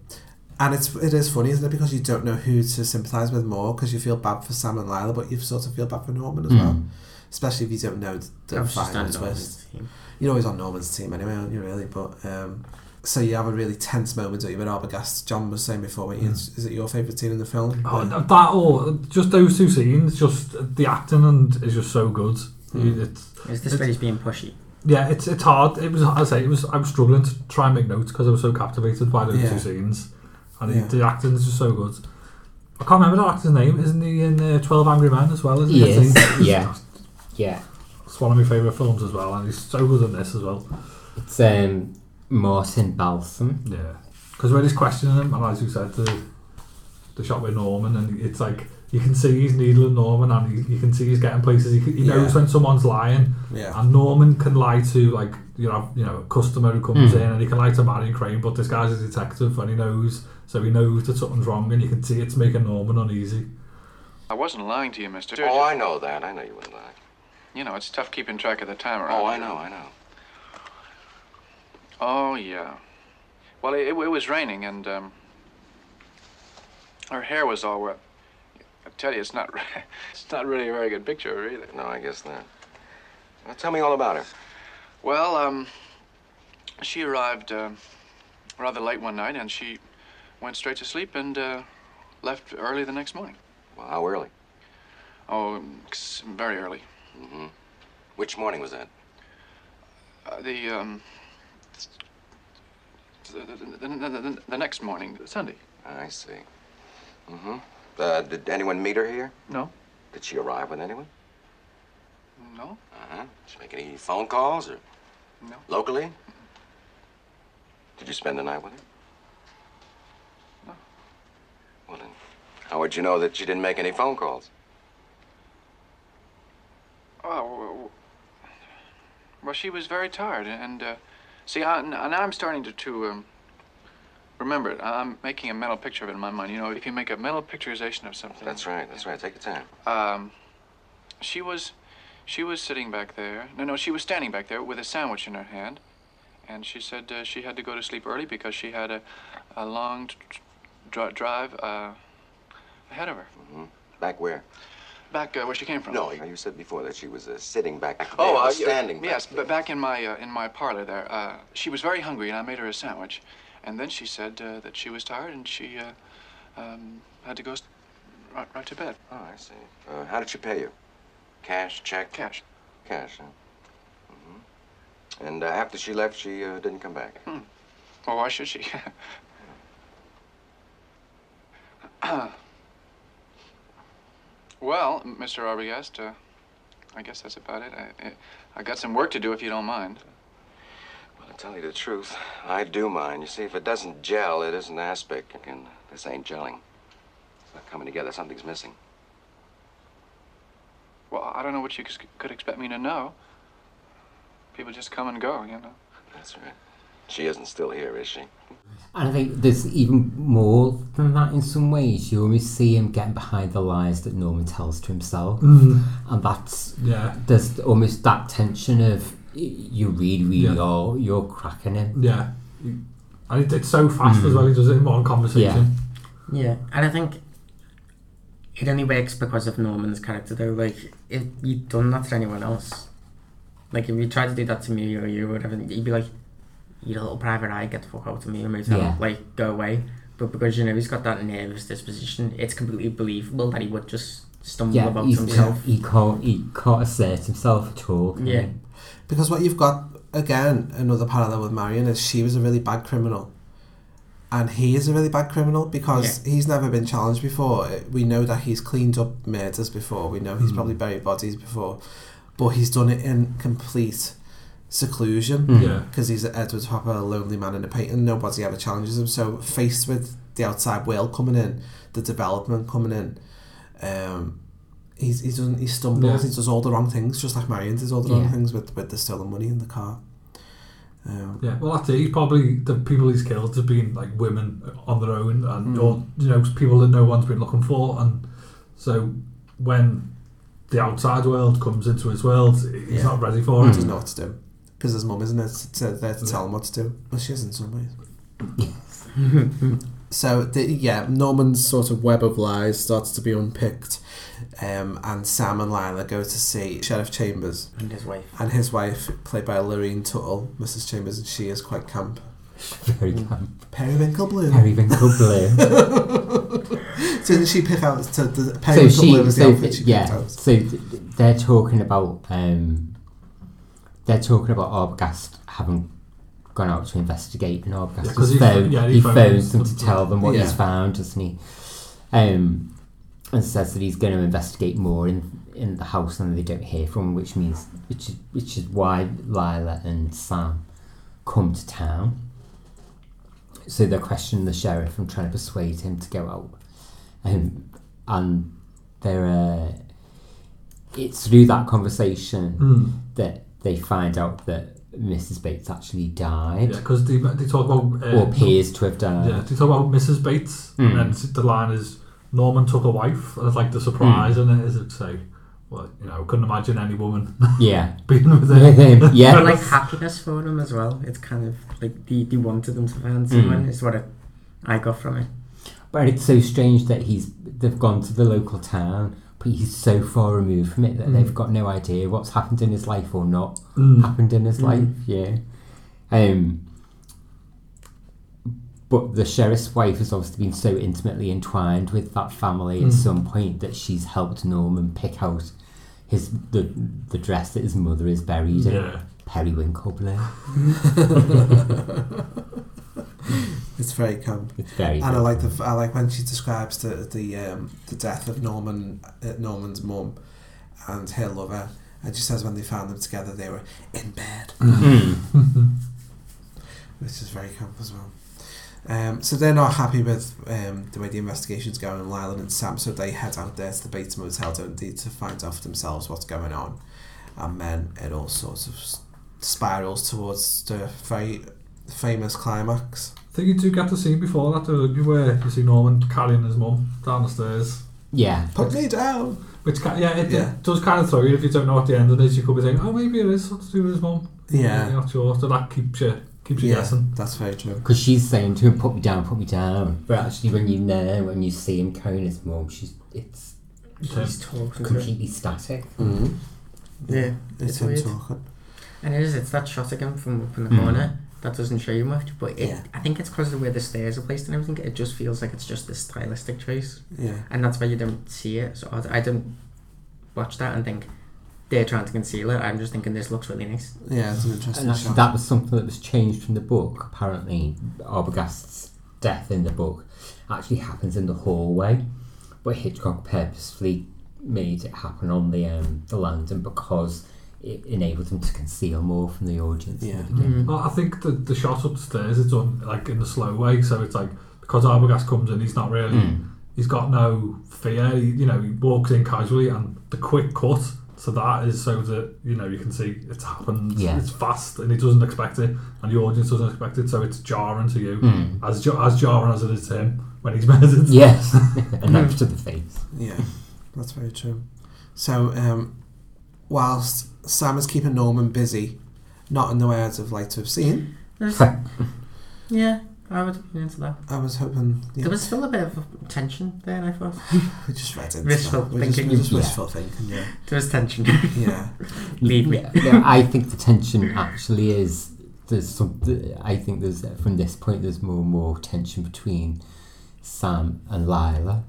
[SPEAKER 12] And it's it is funny, isn't it? Because you don't know who to sympathise with more because you feel bad for Sam and Lila, but you sort of feel bad for Norman as
[SPEAKER 15] Mm.
[SPEAKER 12] well. Especially if you don't know the
[SPEAKER 15] I'm just
[SPEAKER 12] final
[SPEAKER 15] on
[SPEAKER 12] twist.
[SPEAKER 15] Norman's team.
[SPEAKER 12] You're always on Norman's team anyway, aren't you? Really, but um, so you have a really tense moment, don't you? With Arbogast, John was saying before, weren't you? is is it your favourite scene in the film?
[SPEAKER 13] Oh, th- that all, just those two scenes, just the acting and is just so good.
[SPEAKER 12] Hmm.
[SPEAKER 13] It's,
[SPEAKER 14] Is this
[SPEAKER 13] it's-
[SPEAKER 14] where he's being pushy?
[SPEAKER 13] Yeah, it's it's hard. It was as I say, it was. I was struggling to try and make notes because I was so captivated by those
[SPEAKER 12] Yeah.
[SPEAKER 13] two scenes, and
[SPEAKER 12] Yeah.
[SPEAKER 13] the, the acting is just so good. I can't remember the actor's name. Isn't he in uh, Twelve Angry Men as well? Isn't he?
[SPEAKER 15] He
[SPEAKER 13] I think
[SPEAKER 15] is,
[SPEAKER 13] he's-
[SPEAKER 15] yeah. Yeah.
[SPEAKER 13] It's one of my favourite films as well, and he's so good in this as well.
[SPEAKER 15] It's um, Martin Balsam.
[SPEAKER 13] Yeah. Because when he's questioning him, and as you said, the the shot with Norman, and it's like you can see he's needling Norman, and he, you can see he's getting places. He, he
[SPEAKER 12] Yeah.
[SPEAKER 13] knows when someone's lying,
[SPEAKER 12] Yeah.
[SPEAKER 13] and Norman can lie to like you know you know a customer who comes
[SPEAKER 15] Hmm.
[SPEAKER 13] in, and he can lie to Marion Crane, but this guy's a detective, and he knows, so he knows that something's wrong, and you can see it's making Norman uneasy.
[SPEAKER 20] I wasn't lying to you, Mr.
[SPEAKER 13] Oh, I
[SPEAKER 20] know that. I know you wouldn't lie. You know, it's tough keeping track of the time around.
[SPEAKER 19] Oh, I
[SPEAKER 20] here.
[SPEAKER 19] know, I know.
[SPEAKER 20] Oh, yeah. Well, it, it was raining, and um, her hair was all wet. I tell you, it's not, re- it's not really a very good picture of her either.
[SPEAKER 19] No, I guess not. Now tell me all about her.
[SPEAKER 20] Well, um, she arrived uh, rather late one night, and she went straight to sleep and uh, left early the next morning.
[SPEAKER 19] Well, how early?
[SPEAKER 20] Oh, s- very early.
[SPEAKER 19] Mm-hmm. Which morning was that?
[SPEAKER 20] Uh, the, um, the, the, the, the, the next morning, Sunday.
[SPEAKER 19] I see. Mm-hmm. Uh, did anyone meet her here?
[SPEAKER 20] No.
[SPEAKER 19] Did she arrive with anyone?
[SPEAKER 20] No?
[SPEAKER 19] Uh-huh. Did she make any phone calls or?
[SPEAKER 20] No.
[SPEAKER 19] Locally? Did you spend the night with her?
[SPEAKER 20] No.
[SPEAKER 19] Well, then, how would you know that she didn't make any phone calls?
[SPEAKER 20] Oh, w- w- well, she was very tired, and uh, see, I, and I'm starting to, to um, remember it. I- I'm making a mental picture of it in my mind. You know, if you make a mental picturization of something.
[SPEAKER 19] That's right. That's right. Take your time.
[SPEAKER 20] Um, she was, she was sitting back there. No, no, she was standing back there with a sandwich in her hand, and she said uh, she had to go to sleep early because she had a, a long d- dri drive uh, ahead of her,
[SPEAKER 19] hmm Back where?
[SPEAKER 20] back uh, where she came from.
[SPEAKER 19] No, you said before that she was uh, sitting back. there,
[SPEAKER 20] Oh,
[SPEAKER 19] or
[SPEAKER 20] uh, yeah,
[SPEAKER 19] standing. back
[SPEAKER 20] Yes,
[SPEAKER 19] there.
[SPEAKER 20] but back in my uh, in my parlor there, uh, she was very hungry, and I made her a sandwich, and then she said uh, that she was tired and she uh, um, had to go s- right, right to bed.
[SPEAKER 19] Oh, I see. Uh, how did she pay you? Cash, check?
[SPEAKER 20] Cash.
[SPEAKER 19] Cash, huh? hmm And uh, after she left, she uh, didn't come back.
[SPEAKER 20] Hmm. Well, why should she? well, Mr. Arbogast, uh, I guess that's about it. I, I- I got some work to do if you don't mind.
[SPEAKER 19] Well, to tell you the truth, I do mind. You see, if it doesn't gel, it isn't aspic, and this ain't gelling. It's not coming together. Something's missing.
[SPEAKER 20] Well, I don't know what you c- could expect me to know. People just come and go, you know.
[SPEAKER 19] That's right. She isn't still here, is she?
[SPEAKER 15] And I think there's even more than that in some ways. You always see him getting behind the lies that Norman tells to himself.
[SPEAKER 13] Mm.
[SPEAKER 15] And that's,
[SPEAKER 13] Yeah.
[SPEAKER 15] there's almost that tension of y- you really, really
[SPEAKER 13] Yeah.
[SPEAKER 15] are, you're cracking him.
[SPEAKER 13] Yeah. And it, it's so fast as
[SPEAKER 15] Mm.
[SPEAKER 13] well. He does it in one conversation.
[SPEAKER 14] Hmm. Yeah, and I think it only works because of Norman's character, though. Like, if you'd done that to anyone else, like, if you tried to do that to me or you or whatever, you'd be like, you little private eye, get the fuck out of me, motel,
[SPEAKER 15] Yeah.
[SPEAKER 14] like, go away. But because, you know, he's got that nervous disposition, it's completely believable that he would just stumble
[SPEAKER 15] Yeah,
[SPEAKER 14] about
[SPEAKER 15] he's-
[SPEAKER 14] himself.
[SPEAKER 15] he can't, he can't assert himself at all. can
[SPEAKER 14] Yeah.
[SPEAKER 15] he?
[SPEAKER 12] Because what you've got again, another parallel with Marion is she was a really bad criminal, and he is a really bad criminal because he's never been challenged before. We know that he's cleaned up murders before. We know he's
[SPEAKER 13] Mm.
[SPEAKER 12] probably buried bodies before, but he's done it in complete seclusion.
[SPEAKER 13] Mm. Yeah.
[SPEAKER 12] because he's an Edward Hopper, a lonely man in a paint, and nobody ever challenges him. So faced with the outside world coming in, the development coming in. Um, He's, he doesn't he stumbles
[SPEAKER 13] Yeah.
[SPEAKER 12] he does all the wrong things just like Marion does all the wrong
[SPEAKER 15] Yeah.
[SPEAKER 12] things with, with the stolen money in the car um,
[SPEAKER 13] Yeah, well, that's it. He's probably the people he's killed have been like women on their own, and
[SPEAKER 12] Mm.
[SPEAKER 13] or you know people that no one's been looking for, and so when the outside world comes into his world, he's
[SPEAKER 12] Yeah.
[SPEAKER 13] not ready for
[SPEAKER 12] he
[SPEAKER 13] it.
[SPEAKER 12] doesn't know what to do because his mum isn't there to, to, there to tell him what to do well she is in some ways So the, yeah, Norman's sort of web of lies starts to be unpicked, um, and Sam and Lila go to see Sheriff Chambers
[SPEAKER 16] And his wife.
[SPEAKER 12] and his wife, played by Lorraine Tuttle, Mrs. Chambers, and she is quite camp.
[SPEAKER 15] Very camp.
[SPEAKER 12] Periwinkle blue.
[SPEAKER 15] Periwinkle
[SPEAKER 12] blue. so did she pick out? So the
[SPEAKER 15] so
[SPEAKER 12] periwinkle blue
[SPEAKER 15] she,
[SPEAKER 12] was the
[SPEAKER 15] so
[SPEAKER 12] outfit she picked
[SPEAKER 15] yeah,
[SPEAKER 12] out.
[SPEAKER 15] so th- they're talking about um, they're talking about Arbogast having gone out to investigate, and Arbogast
[SPEAKER 13] Yeah, 'cause
[SPEAKER 15] has
[SPEAKER 13] he-
[SPEAKER 15] phoned,
[SPEAKER 13] yeah, he
[SPEAKER 15] he
[SPEAKER 13] phones
[SPEAKER 15] phones them
[SPEAKER 13] them.
[SPEAKER 15] to tell them what
[SPEAKER 13] Yeah.
[SPEAKER 15] he's found, doesn't he? Um, and says that he's going to investigate more in in the house and they don't hear from, him, which means which is, which is why Lila and Sam come to town. So they're questioning the sheriff and trying to persuade him to go out. Um, and they're, uh, it's through that conversation
[SPEAKER 13] Hmm.
[SPEAKER 15] that they find out that Mrs. Bates actually died.
[SPEAKER 13] Yeah, because they, they talk about uh,
[SPEAKER 15] Or appears to have died.
[SPEAKER 13] Yeah, they talk about Mrs. Bates,
[SPEAKER 15] Mm.
[SPEAKER 13] and then the line is Norman took a wife. And it's like the surprise in it is it say, well, you know, couldn't imagine any woman.
[SPEAKER 15] Yeah.
[SPEAKER 13] being with
[SPEAKER 15] With him,
[SPEAKER 13] him.
[SPEAKER 15] yeah.
[SPEAKER 16] But like happiness for them as well. It's kind of like they, they wanted them to find
[SPEAKER 15] Hmm.
[SPEAKER 16] someone. Is what it, I got from it.
[SPEAKER 15] But it's so strange that he's they've gone to the local town, but he's so far removed from it that
[SPEAKER 13] Mm.
[SPEAKER 15] they've got no idea what's happened in his life or not
[SPEAKER 13] Mm.
[SPEAKER 15] happened in his
[SPEAKER 13] Mm.
[SPEAKER 15] life. Yeah. Um. But the sheriff's wife has obviously been so intimately entwined with that family
[SPEAKER 13] Mm.
[SPEAKER 15] at some point that she's helped Norman pick out his the the dress that his mother is buried
[SPEAKER 13] Yeah.
[SPEAKER 15] in. Periwinkle blue.
[SPEAKER 12] It's very camp.
[SPEAKER 15] It's very
[SPEAKER 12] And I like the f- I like when she describes the the um, the death of Norman uh, Norman's mum and her lover, and she says when they found them together they were in bed,
[SPEAKER 15] Mm-hmm.
[SPEAKER 13] Mhm.
[SPEAKER 12] which is very camp as well. Um, so they're not happy with um, the way the investigation's going on Lylan and Sam, so they head out there to the Bates Motel, don't they, to find out for themselves what's going on. And then it all sorts of s- spirals towards the very famous climax.
[SPEAKER 13] I think you do get the scene before that, though, don't you, where you see Norman carrying his mum down the stairs.
[SPEAKER 15] Yeah.
[SPEAKER 12] Put me down.
[SPEAKER 13] Which ca yeah, it,
[SPEAKER 12] Yeah.
[SPEAKER 13] it does kind of throw you if you don't know what the end of it is. You could be thinking, oh, maybe it is something to do with his mum.
[SPEAKER 15] Yeah.
[SPEAKER 13] You're not sure. So that keeps you keeps you
[SPEAKER 15] Yeah.
[SPEAKER 13] guessing.
[SPEAKER 12] That's very true.
[SPEAKER 15] Because she's saying to him, "Put me down, put me down." But actually, when you know, when you see him carrying his mum, she's it's
[SPEAKER 16] He's talking to her.
[SPEAKER 15] completely static.
[SPEAKER 12] Mhm.
[SPEAKER 16] Yeah,
[SPEAKER 12] It's him
[SPEAKER 16] weird.
[SPEAKER 12] talking.
[SPEAKER 16] And it is. It's that shot again from up in the
[SPEAKER 15] Mm.
[SPEAKER 16] corner. That doesn't show you much, but it,
[SPEAKER 12] Hmm. Yeah.
[SPEAKER 16] I think it's because of where the stairs are placed and everything. It just feels like it's just this stylistic choice.
[SPEAKER 12] Yeah.
[SPEAKER 16] And that's why you don't see it. So I, I don't watch that and think they're trying to conceal it. I'm just thinking this looks really nice.
[SPEAKER 12] Yeah, it's an interesting
[SPEAKER 15] And actually,
[SPEAKER 12] shot.
[SPEAKER 15] that was something that was changed from the book. Apparently, Arbogast's death in the book actually happens in the hallway, but Hitchcock purposefully made it happen on the um, the landing because it enabled him to conceal more from the audience. in the
[SPEAKER 12] Yeah.
[SPEAKER 15] beginning.
[SPEAKER 13] Well, I think the, the shot upstairs is done like in the slow way, so it's like because Arbogast comes in, he's not really,
[SPEAKER 15] Mm.
[SPEAKER 13] he's got no fear. He, you know, he walks in casually, and the quick cut to that is so that you know you can see it's happened.
[SPEAKER 15] Yeah.
[SPEAKER 13] It's fast, and he doesn't expect it, and the audience doesn't expect it, so it's jarring to you,
[SPEAKER 15] Mm.
[SPEAKER 13] as jar- as jarring as it is to him when he's murdered.
[SPEAKER 15] Yes, and that's to the face.
[SPEAKER 12] Yeah, that's very true. So, um, whilst Sam is keeping Norman busy, not in the way I'd have liked to have seen,
[SPEAKER 16] There's, yeah, I would have been into that.
[SPEAKER 12] I was hoping. Yeah,
[SPEAKER 16] There was still a bit of tension there, I thought.
[SPEAKER 12] we just read into
[SPEAKER 16] Wishful
[SPEAKER 12] that. We just-
[SPEAKER 16] thinking.
[SPEAKER 12] we just
[SPEAKER 16] Yeah.
[SPEAKER 12] wishful thinking, yeah.
[SPEAKER 16] There was tension.
[SPEAKER 12] Yeah.
[SPEAKER 16] Leave me.
[SPEAKER 15] Yeah, no, I think the tension actually is there's some. I think there's from this point there's more and more tension between Sam and Lila.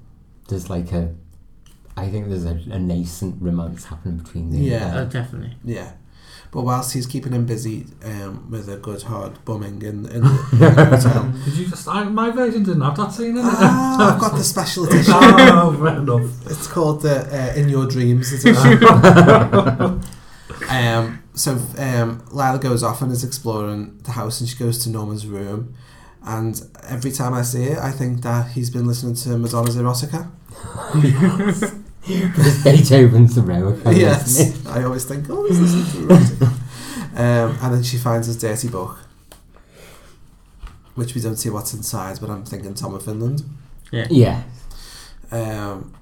[SPEAKER 15] There's like a, I think there's a, a nascent romance happening between them.
[SPEAKER 12] Yeah.
[SPEAKER 16] Oh, definitely.
[SPEAKER 12] Yeah. But whilst he's keeping him busy um, with a good hard bumming in, in, in the hotel,
[SPEAKER 13] Did you just? I, my version didn't have that scene in it.
[SPEAKER 12] Ah, I've got the special edition.
[SPEAKER 13] oh, fair enough.
[SPEAKER 12] It's called the uh, In Your Dreams edition. um, so um, Lila goes off and is exploring the house, and she goes to Norman's room. And every time I see it, I think that he's been listening to Madonna's Erotica.
[SPEAKER 15] It's Beethoven's Eroica. Isn't it?
[SPEAKER 12] yes, I always think, oh, he's listening to Erotica. um, and then she finds his dirty book, which we don't see what's inside, but I'm thinking Tom of Finland.
[SPEAKER 16] Yeah.
[SPEAKER 15] Yeah.
[SPEAKER 12] Um,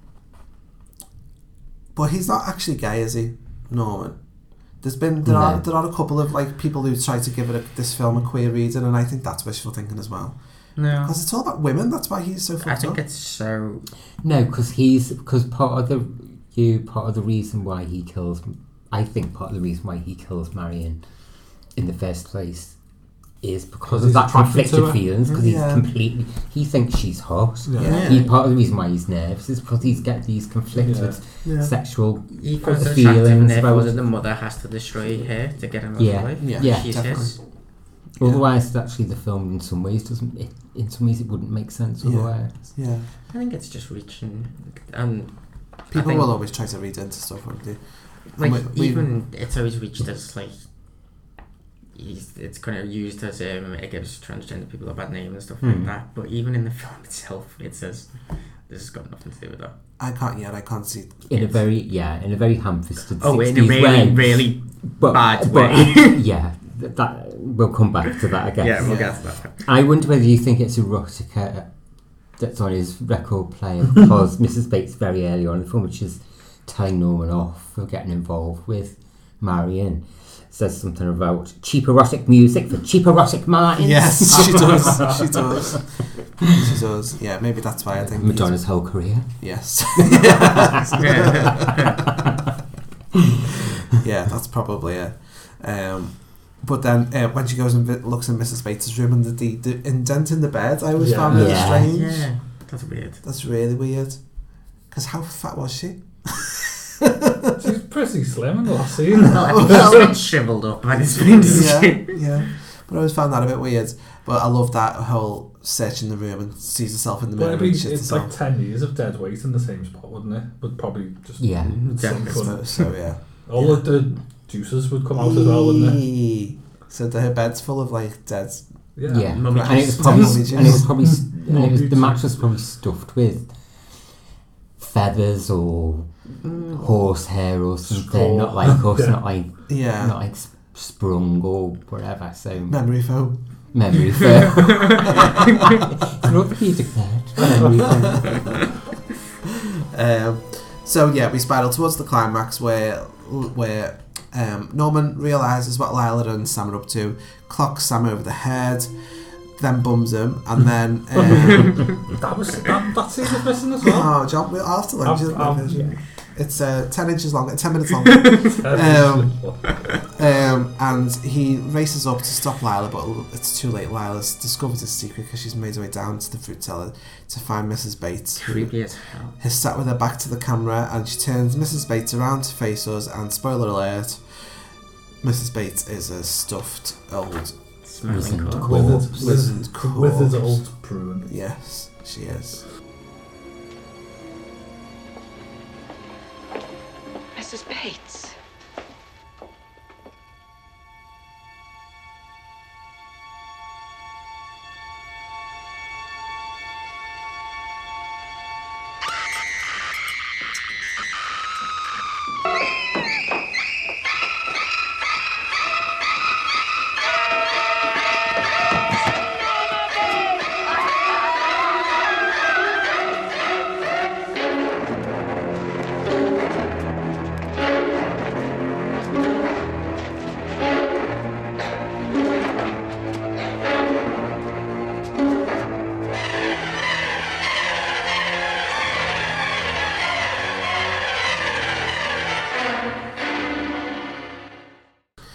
[SPEAKER 12] but he's not actually gay, is he, Norman? There's been there are
[SPEAKER 15] No.
[SPEAKER 12] there are a couple of like people who try to give it a, this film a queer reading, and I think that's wishful thinking as well.
[SPEAKER 16] No.
[SPEAKER 12] Because it's all about women. That's why he's so fucked
[SPEAKER 16] I think
[SPEAKER 12] up.
[SPEAKER 16] it's so.
[SPEAKER 15] No, because he's because part of the you part of the reason why he kills. I think part of the reason why he kills Marion in the first place is because of
[SPEAKER 13] he's
[SPEAKER 15] that
[SPEAKER 13] attracted to
[SPEAKER 15] conflicted
[SPEAKER 13] her.
[SPEAKER 15] feelings. Because
[SPEAKER 13] Yeah.
[SPEAKER 15] he's completely he thinks she's hot.
[SPEAKER 13] Yeah. Yeah.
[SPEAKER 15] He, part of the reason why he's nervous is because he's got these conflicted
[SPEAKER 12] Yeah. Yeah.
[SPEAKER 15] sexual
[SPEAKER 14] Ego's attractive, and
[SPEAKER 15] feelings
[SPEAKER 14] therefore
[SPEAKER 15] about
[SPEAKER 14] the mother has to destroy her to get him out
[SPEAKER 15] yeah,
[SPEAKER 14] of life.
[SPEAKER 15] yeah,
[SPEAKER 14] She's his.
[SPEAKER 15] Otherwise, actually, the film in some ways doesn't. It, in some ways, it wouldn't make sense.
[SPEAKER 12] Yeah.
[SPEAKER 15] Otherwise,
[SPEAKER 12] Yeah.
[SPEAKER 14] I think it's just reaching. Um, I
[SPEAKER 12] People
[SPEAKER 14] think-
[SPEAKER 12] will always try to read into stuff, won't they?
[SPEAKER 14] Like
[SPEAKER 12] And we- we-
[SPEAKER 14] even it's always reached as like he's- it's kind of used as um, it gives transgender people a bad name and stuff
[SPEAKER 12] Hmm.
[SPEAKER 14] like that. But even in the film itself, it says this has got nothing to do with that.
[SPEAKER 12] I can't yet. I can't see.
[SPEAKER 15] in a very yeah, in a very ham-fisted.
[SPEAKER 14] Oh, in a
[SPEAKER 15] 60s
[SPEAKER 14] really,
[SPEAKER 15] way.
[SPEAKER 14] really
[SPEAKER 15] but,
[SPEAKER 14] bad way.
[SPEAKER 15] yeah, th- that we'll come back to that. I guess.
[SPEAKER 14] Yeah, we'll get to that.
[SPEAKER 15] I wonder whether you think it's erotica that's on his record player because Mrs. Bates very early on in the film, which is telling Norman off for getting involved with Marion. Says something about cheap erotic music for cheap erotic minds.
[SPEAKER 12] Yes, she does. She does. She does. Yeah, maybe that's why I think. he's-
[SPEAKER 15] Madonna's whole career.
[SPEAKER 12] Yes. yeah, that's probably it. Um, but then uh, when she goes and vi- looks in Mrs. Bates' room and the, the, the indent in the bed, I always
[SPEAKER 14] Yeah.
[SPEAKER 12] found really
[SPEAKER 14] Yeah.
[SPEAKER 12] strange.
[SPEAKER 14] Yeah, that's weird.
[SPEAKER 12] That's really weird. Because how fat was she?
[SPEAKER 13] She's pretty slim in the last scene.
[SPEAKER 14] shriveled up by this
[SPEAKER 12] Oh. yeah, yeah. But I always found that a bit weird. But I love that whole search in the room and sees herself in the
[SPEAKER 13] But
[SPEAKER 12] mirror
[SPEAKER 13] it'd
[SPEAKER 12] and
[SPEAKER 13] be,
[SPEAKER 12] shits
[SPEAKER 13] it's like
[SPEAKER 12] herself.
[SPEAKER 13] 10 years of dead weight in the same spot, wouldn't it? But probably just.
[SPEAKER 15] Yeah.
[SPEAKER 13] some
[SPEAKER 12] Definitely.
[SPEAKER 13] fun.
[SPEAKER 12] So, so, yeah.
[SPEAKER 13] All of the juices would come out as well, wouldn't they?
[SPEAKER 12] Eee. So the, her bed's full of like dead.
[SPEAKER 13] Yeah.
[SPEAKER 15] Yeah, and it was probably, and it was probably, and it was, the mattress was probably stuffed with feathers or
[SPEAKER 12] Mm.
[SPEAKER 15] horse hair or something.
[SPEAKER 12] Straw.
[SPEAKER 15] Not like us,
[SPEAKER 12] Yeah.
[SPEAKER 15] not like
[SPEAKER 12] Yeah.
[SPEAKER 15] not like s- sprung or whatever. So
[SPEAKER 12] Memory foam.
[SPEAKER 15] memory foam. it's not music there. Memory foam.
[SPEAKER 12] um, so yeah, we spiral towards the climax where where um, Norman realizes what Lila and Sam are up to, clocks Sam over the head, then bums him, and then um,
[SPEAKER 13] that was that, that scene was missing as
[SPEAKER 12] well.
[SPEAKER 13] well. Um,
[SPEAKER 12] Oh, John, we'll I'll have to lend you
[SPEAKER 13] I'll- I'll-
[SPEAKER 12] that
[SPEAKER 13] yeah.
[SPEAKER 12] version. It's uh, ten inches long, ten minutes long, um, um, and he races up to stop Lila, but it's too late. Lila's discovered his secret because she's made her way down to the fruit teller to find Mrs. Bates. who-
[SPEAKER 14] Creepy as hell.
[SPEAKER 12] has sat with her back to the camera and she turns Mrs. Bates around to face us and spoiler alert, Mrs. Bates is a stuffed old
[SPEAKER 14] Smelling
[SPEAKER 12] wizened
[SPEAKER 14] corpse.
[SPEAKER 12] corpse.
[SPEAKER 13] Withered-
[SPEAKER 12] Wizened
[SPEAKER 13] withered- withered
[SPEAKER 12] corpse.
[SPEAKER 13] old prune.
[SPEAKER 12] Yes, she is.
[SPEAKER 21] Mrs. Bates.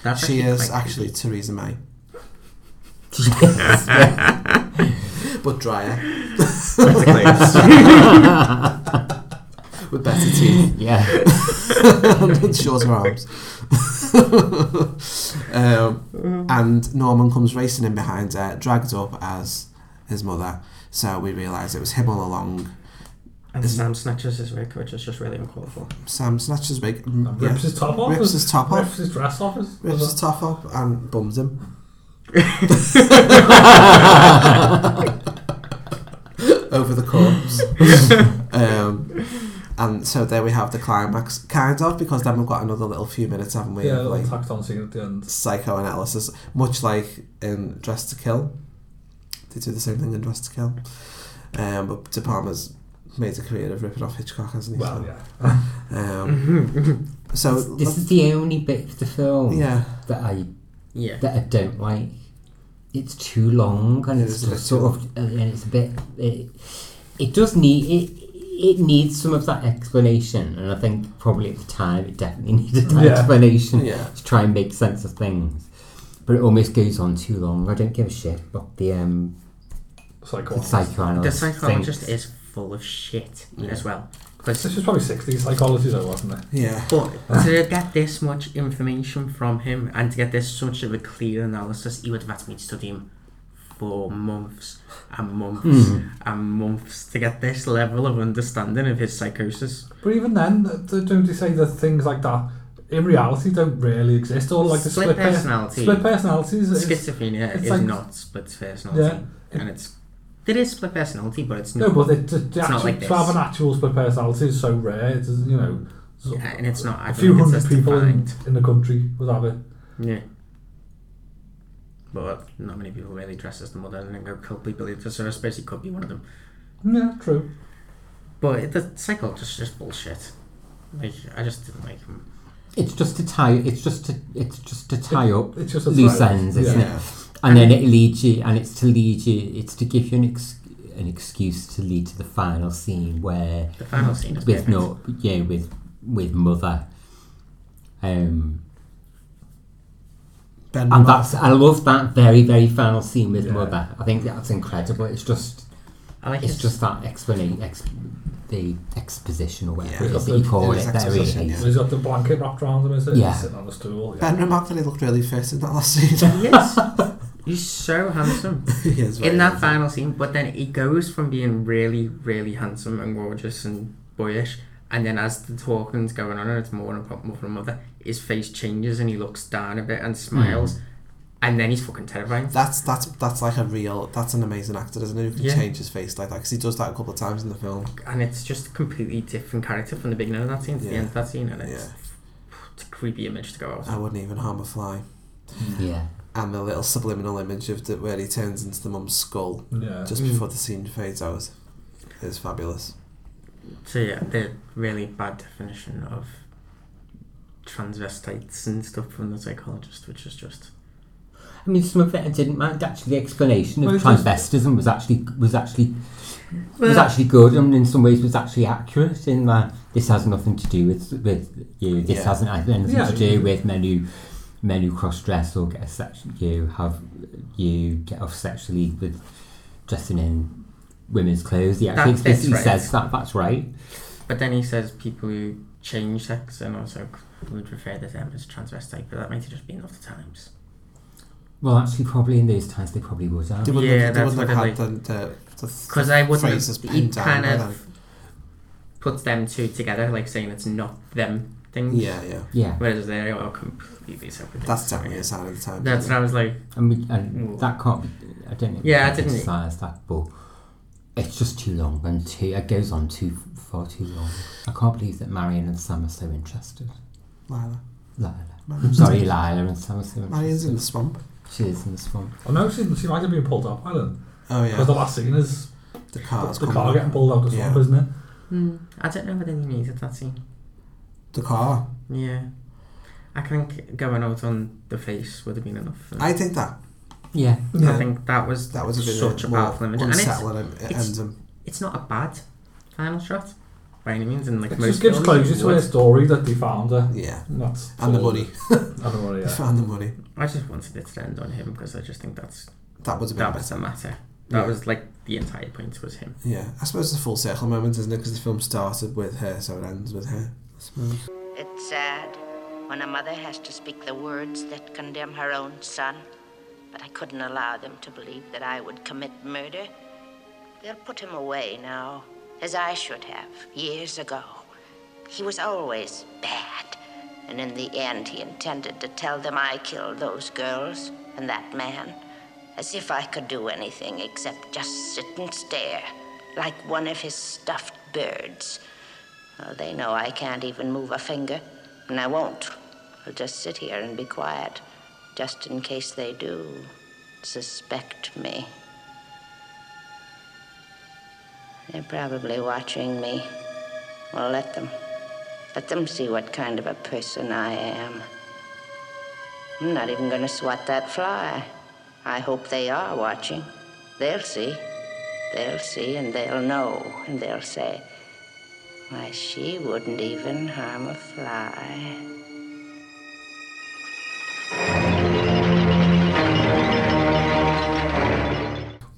[SPEAKER 14] That's
[SPEAKER 12] she
[SPEAKER 14] actually
[SPEAKER 12] is
[SPEAKER 14] quite
[SPEAKER 12] actually Theresa May. but drier. With better teeth.
[SPEAKER 15] Yeah.
[SPEAKER 12] and shorter arms. um, and Norman comes racing in behind her, dragged up as his mother. So we realise it was him all along.
[SPEAKER 14] And Sam snatches his wig, which is just really uncalled for.
[SPEAKER 12] Sam snatches wig, mm,
[SPEAKER 13] rips
[SPEAKER 12] yeah,
[SPEAKER 13] his top off.
[SPEAKER 12] rips his top off,
[SPEAKER 13] Rips his dress off. His,
[SPEAKER 12] rips his top off, and bums him. Over the corpse. um, and so there we have the climax, kind of, because then we've got another little few minutes, haven't we?
[SPEAKER 13] yeah,
[SPEAKER 12] of,
[SPEAKER 13] little
[SPEAKER 12] like,
[SPEAKER 13] tacked on scene at the end.
[SPEAKER 12] psychoanalysis, much like in Dress to Kill. They do the same thing in Dress to Kill. Um, but De Palma's made a career of ripping off Hitchcock, hasn't he?
[SPEAKER 13] Well,
[SPEAKER 12] So, um, so
[SPEAKER 15] this is the only bit of the film
[SPEAKER 12] Yeah.
[SPEAKER 15] that I
[SPEAKER 14] Yeah.
[SPEAKER 15] that I don't like. it's too long and it's just sort of and it's a bit it, it does need it it needs some of that explanation and I think probably at the time it definitely needed that
[SPEAKER 13] Yeah.
[SPEAKER 15] explanation
[SPEAKER 13] Yeah.
[SPEAKER 15] to try and make sense of things but it almost goes on too long I don't give a shit about the um the
[SPEAKER 14] The
[SPEAKER 15] psychoanalyst
[SPEAKER 14] psychologist
[SPEAKER 15] thinks.
[SPEAKER 14] is full of shit
[SPEAKER 15] Yeah.
[SPEAKER 14] as well.
[SPEAKER 13] This was probably 60s psychology, though, wasn't it?
[SPEAKER 14] But to get this much information from him and to get this much of a clear analysis, he would have had me to study him for months and months
[SPEAKER 15] Hmm.
[SPEAKER 13] Mhm.
[SPEAKER 14] and months to get this level of understanding of his psychosis.
[SPEAKER 13] But even then, th- th- don't they say that things like that in reality don't really exist? Or like the
[SPEAKER 14] split,
[SPEAKER 13] split, per-
[SPEAKER 14] personality.
[SPEAKER 13] split personalities. is-
[SPEAKER 14] Schizophrenia
[SPEAKER 13] it's
[SPEAKER 14] is
[SPEAKER 13] like-
[SPEAKER 14] not split personality. And it's. There is split personality, but it's
[SPEAKER 13] No,
[SPEAKER 14] not.
[SPEAKER 13] but it,
[SPEAKER 14] it's
[SPEAKER 13] it,
[SPEAKER 14] not
[SPEAKER 13] actually,
[SPEAKER 14] like this.
[SPEAKER 13] to have an actual split personality is so rare. It's you know, so-
[SPEAKER 14] Yeah, and it's not- I
[SPEAKER 13] a
[SPEAKER 14] don't
[SPEAKER 13] few
[SPEAKER 14] think it's
[SPEAKER 13] hundred
[SPEAKER 14] as
[SPEAKER 13] people in, in the country would have it.
[SPEAKER 14] Yeah. But uh, not many people really dress as the mother and then go completely believe this, so I suppose he uh, could be one of them.
[SPEAKER 13] Yeah, true.
[SPEAKER 14] But it- the psychologist is just bullshit. Like, I just didn't like him.
[SPEAKER 15] It's just to tie. It's just to. It's just to tie
[SPEAKER 14] It-
[SPEAKER 15] up
[SPEAKER 14] it's just a
[SPEAKER 15] loose
[SPEAKER 14] tie-up,
[SPEAKER 15] ends, isn't
[SPEAKER 14] yeah.
[SPEAKER 15] it? And then it leads you, and it's to lead you. It's to give you an ex, an excuse to lead to the final scene where
[SPEAKER 14] The final scene is
[SPEAKER 15] with
[SPEAKER 14] perfect.
[SPEAKER 15] no yeah with with mother. Um.
[SPEAKER 12] Ben
[SPEAKER 15] and
[SPEAKER 12] Mother.
[SPEAKER 15] that's I love that very very final scene with mother. I think that's incredible. It's just.
[SPEAKER 14] I like
[SPEAKER 15] it's
[SPEAKER 14] his-
[SPEAKER 15] just that explanation, ex, the exposition or whatever
[SPEAKER 13] He's
[SPEAKER 15] it
[SPEAKER 13] got
[SPEAKER 15] is
[SPEAKER 13] the-
[SPEAKER 15] that you call it.
[SPEAKER 13] he's
[SPEAKER 15] There it
[SPEAKER 13] exposition,
[SPEAKER 15] is.
[SPEAKER 13] He's got the blanket wrapped around him, is it?
[SPEAKER 15] Yeah.
[SPEAKER 13] He's sitting on the stool. Yeah.
[SPEAKER 12] Ben remarked that he looked really fit in that last scene.
[SPEAKER 14] Yes. He's so handsome.
[SPEAKER 12] He is very
[SPEAKER 14] In that final scene, but then he goes from being really, really handsome and gorgeous and boyish, and then as the talking's going on and it's more and more from mother, his face changes and he looks down a bit and smiles, and then he's fucking terrifying.
[SPEAKER 12] Hmm. That's that's that's like a real. That's an amazing actor, isn't it? Who can
[SPEAKER 14] Yeah.
[SPEAKER 12] change his face like that? Because he does that a couple of times in the film.
[SPEAKER 14] and it's just a completely different character from the beginning of that scene to the
[SPEAKER 12] Yeah.
[SPEAKER 14] end of that scene, and it's, it's a creepy image to go out.
[SPEAKER 12] I wouldn't even harm a fly.
[SPEAKER 13] Hmm.
[SPEAKER 15] Yeah.
[SPEAKER 12] And the little subliminal image of the, where he turns into the mum's skull
[SPEAKER 14] Yeah.
[SPEAKER 12] just
[SPEAKER 14] Mm.
[SPEAKER 12] before the scene fades out is fabulous.
[SPEAKER 14] So yeah, the really bad definition of transvestites and stuff from the psychologist, which is just
[SPEAKER 15] I mean, some of it I didn't mind. Actually, the explanation of
[SPEAKER 14] Well, it was-
[SPEAKER 15] transvestism was actually was actually was
[SPEAKER 14] Well-
[SPEAKER 15] actually good, and in some ways was actually accurate in that this has nothing to do with with you. This
[SPEAKER 13] Yeah.
[SPEAKER 15] hasn't had anything
[SPEAKER 13] Yeah.
[SPEAKER 15] to do with men who men who cross dress or get a sex. You have you get off sexually with dressing in women's clothes. He actually
[SPEAKER 14] That- that's
[SPEAKER 15] explicitly
[SPEAKER 14] right.
[SPEAKER 15] says that. That's right.
[SPEAKER 14] But then he says people who change sex and also would refer to them as transvestite, but that might have just been of the times.
[SPEAKER 15] Well, actually, probably in those times they probably would have.
[SPEAKER 12] They wouldn't
[SPEAKER 14] Yeah,
[SPEAKER 12] have, they
[SPEAKER 14] that's
[SPEAKER 12] wouldn't
[SPEAKER 14] what I
[SPEAKER 12] have had the, the, the
[SPEAKER 14] Because I wouldn't.
[SPEAKER 12] phrases
[SPEAKER 14] Have, he
[SPEAKER 12] pinned down
[SPEAKER 14] kind
[SPEAKER 12] by
[SPEAKER 14] of
[SPEAKER 12] then.
[SPEAKER 14] puts them two together, like saying it's not them things.
[SPEAKER 12] Yeah, yeah.
[SPEAKER 15] Yeah.
[SPEAKER 14] Whereas they are completely separate.
[SPEAKER 12] That's definitely a sign of the time.
[SPEAKER 14] That's what I was like.
[SPEAKER 15] And, we, and that can't be. I don't know.
[SPEAKER 14] Yeah, I didn't-
[SPEAKER 15] criticize that, but it's just too long and too. It goes on too far too long. I can't believe that Marion and Sam are so interested.
[SPEAKER 12] Lila.
[SPEAKER 15] Lila.
[SPEAKER 12] Marion's
[SPEAKER 15] Sorry,
[SPEAKER 12] in-
[SPEAKER 15] Lila and Sam are so interested.
[SPEAKER 12] Marion's in the swamp.
[SPEAKER 15] She is in the swamp.
[SPEAKER 14] Oh,
[SPEAKER 13] I know Oh, she, she might have been pulled up by then.
[SPEAKER 12] Oh, yeah.
[SPEAKER 13] Because the last scene is
[SPEAKER 12] the car's
[SPEAKER 13] the
[SPEAKER 12] coming
[SPEAKER 13] car
[SPEAKER 12] up.
[SPEAKER 13] getting pulled out the swamp, isn't it?
[SPEAKER 14] Mm, I don't know whether they needed that scene.
[SPEAKER 12] The car.
[SPEAKER 14] Yeah. I think going out on the face would have been enough.
[SPEAKER 12] I think that.
[SPEAKER 15] Yeah.
[SPEAKER 14] I
[SPEAKER 12] Yeah.
[SPEAKER 14] think that was
[SPEAKER 12] That was a bit
[SPEAKER 14] such a
[SPEAKER 12] more
[SPEAKER 14] powerful image. And
[SPEAKER 12] unsettling em-
[SPEAKER 14] it's, it's,
[SPEAKER 12] ending.
[SPEAKER 14] it's not a bad final shot by any means. And like
[SPEAKER 13] It
[SPEAKER 14] most
[SPEAKER 13] just gives
[SPEAKER 14] films,
[SPEAKER 13] closure
[SPEAKER 14] it
[SPEAKER 13] to her
[SPEAKER 14] would.
[SPEAKER 13] story that they found her.
[SPEAKER 12] Yeah.
[SPEAKER 13] And that's
[SPEAKER 12] And the
[SPEAKER 13] all.
[SPEAKER 12] money.
[SPEAKER 13] and the money, yeah.
[SPEAKER 12] And the money.
[SPEAKER 14] I just wanted it to end on him because I just think that's
[SPEAKER 12] That was a bit
[SPEAKER 14] that was the matter. That
[SPEAKER 12] Yeah.
[SPEAKER 14] was like the entire point was him.
[SPEAKER 12] Yeah, I suppose it's a full circle moment, isn't it? Because the film started with her, so it ends with her. I suppose.
[SPEAKER 4] It's sad when a mother has to speak the words that condemn her own son. But I couldn't allow them to believe that I would commit murder. They'll put him away now, as I should have years ago. He was always bad. And in the end, he intended to tell them I killed those girls and that man. As if I could do anything except just sit and stare, like one of his stuffed birds. Oh, they know I can't even move a finger, and I won't. I'll just sit here and be quiet, just in case they do suspect me. They're probably watching me. Well, let them. Let them see what kind of a person I am. I'm not even going to swat that fly. I hope they are watching. They'll see. They'll see and they'll know and they'll say, Why, she wouldn't even harm a fly.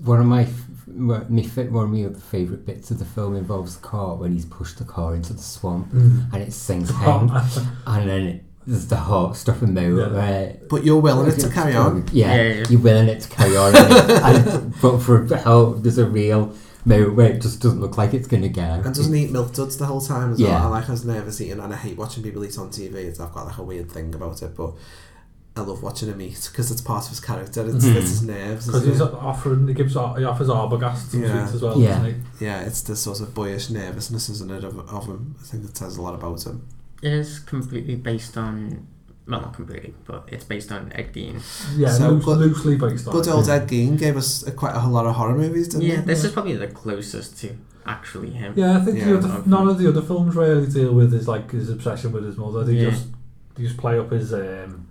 [SPEAKER 15] One of my f- my my fa- one of my other favourite bits of the film involves the car when he's pushed the car into the swamp
[SPEAKER 13] Mm.
[SPEAKER 15] and it sinks
[SPEAKER 13] Oh.
[SPEAKER 15] down, and then it, there's the heart stopping moment
[SPEAKER 13] Yeah.
[SPEAKER 15] where.
[SPEAKER 12] But you're willing it to carry on.
[SPEAKER 15] Yeah,
[SPEAKER 13] Yeah, yeah.
[SPEAKER 15] you're willing it to carry on. and it- and- but for how there's a real moment where it just doesn't look like it's going to get out.
[SPEAKER 12] And doesn't eat milk duds the whole time as well.
[SPEAKER 15] Yeah.
[SPEAKER 12] I like I was nervous eating and I hate watching people eat on TV. It's, I've got like a weird thing about it, but I love watching him eat because it's part of his character. It's,
[SPEAKER 14] Hmm.
[SPEAKER 15] Mhm.
[SPEAKER 12] it's his nerves.
[SPEAKER 13] Because
[SPEAKER 12] isn't
[SPEAKER 13] he's
[SPEAKER 12] it?
[SPEAKER 13] offering, he gives, he offers Arbogast some
[SPEAKER 12] Yeah.
[SPEAKER 13] sweets as well, doesn't he?
[SPEAKER 12] Yeah, it's the sort of boyish nervousness, isn't it, of, of him? I think that says a lot about him.
[SPEAKER 14] It is completely based on, well, not completely, but it's based on Ed Gein.
[SPEAKER 13] Yeah, loose- loosely based on
[SPEAKER 12] Good
[SPEAKER 13] it.
[SPEAKER 12] old Ed Gein gave us a, quite a whole lot of horror movies, didn't
[SPEAKER 14] Hmm. Yeah,
[SPEAKER 12] he?
[SPEAKER 14] this is probably the closest to actually him.
[SPEAKER 13] Yeah, I think
[SPEAKER 12] Yeah.
[SPEAKER 13] the other, none of the other films really deal with his like his obsession with his mother. They
[SPEAKER 14] Yeah.
[SPEAKER 13] just they just play up his um,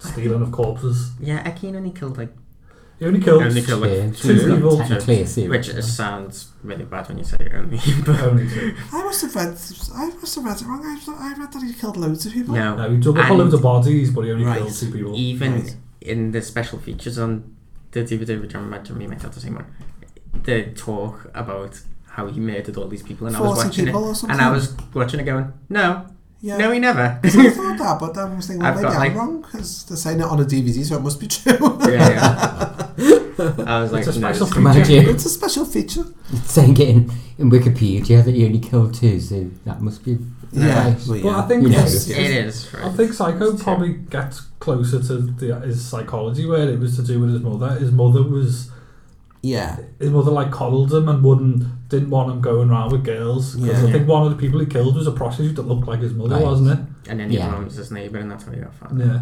[SPEAKER 13] stealing of corpses.
[SPEAKER 14] Yeah, Ed Gein only killed like
[SPEAKER 13] He only killed,
[SPEAKER 14] only killed like
[SPEAKER 15] Yeah,
[SPEAKER 14] two
[SPEAKER 15] two
[SPEAKER 14] people,
[SPEAKER 15] people. Technically a series,
[SPEAKER 14] which
[SPEAKER 15] yeah.
[SPEAKER 14] it sounds really bad when you say only, but
[SPEAKER 13] Only two.
[SPEAKER 12] I must have read. I must have read it wrong. I, I read that he killed loads of people.
[SPEAKER 14] no.
[SPEAKER 13] No, he took up a
[SPEAKER 14] And
[SPEAKER 13] load of bodies, but he only
[SPEAKER 12] Right.
[SPEAKER 13] killed two people.
[SPEAKER 14] Even
[SPEAKER 12] Right.
[SPEAKER 14] in the special features on the DVD, which I imagine we might have the same one, they talk about how he murdered all these people, and I was
[SPEAKER 12] 40
[SPEAKER 14] watching it,
[SPEAKER 12] people or
[SPEAKER 14] and
[SPEAKER 12] something?
[SPEAKER 14] I was watching it going, no,
[SPEAKER 12] Yeah.
[SPEAKER 14] no, he never.
[SPEAKER 12] I thought that, but then I was thinking, well,
[SPEAKER 14] I've
[SPEAKER 12] maybe
[SPEAKER 14] got,
[SPEAKER 12] I'm
[SPEAKER 14] like-
[SPEAKER 12] wrong because they're saying it on a DVD, so it must be true.
[SPEAKER 14] yeah, yeah. I was like,
[SPEAKER 13] It's a
[SPEAKER 14] no,
[SPEAKER 13] special
[SPEAKER 14] this-
[SPEAKER 13] feature.
[SPEAKER 15] Imagine.
[SPEAKER 12] it's a special feature.
[SPEAKER 15] It's saying it in, in Wikipedia that he only killed two, so that must be.
[SPEAKER 12] Yeah,
[SPEAKER 15] right.
[SPEAKER 12] well,
[SPEAKER 13] But I
[SPEAKER 12] yeah.
[SPEAKER 13] think
[SPEAKER 15] You know,
[SPEAKER 13] it's-
[SPEAKER 14] it is. Right?
[SPEAKER 13] I think Psycho probably gets closer to the, his psychology where it was to do with his mother. His mother was
[SPEAKER 12] Yeah,
[SPEAKER 13] his mother like coddled him and wouldn't didn't want him going around with girls. 'Cause
[SPEAKER 12] Yeah.
[SPEAKER 13] I think one of the people he killed was a prostitute that looked like his mother,
[SPEAKER 15] Right.
[SPEAKER 13] wasn't it?
[SPEAKER 14] and then he
[SPEAKER 15] Yeah.
[SPEAKER 14] belongs to his neighbour, and that's how he got found.
[SPEAKER 13] Yeah.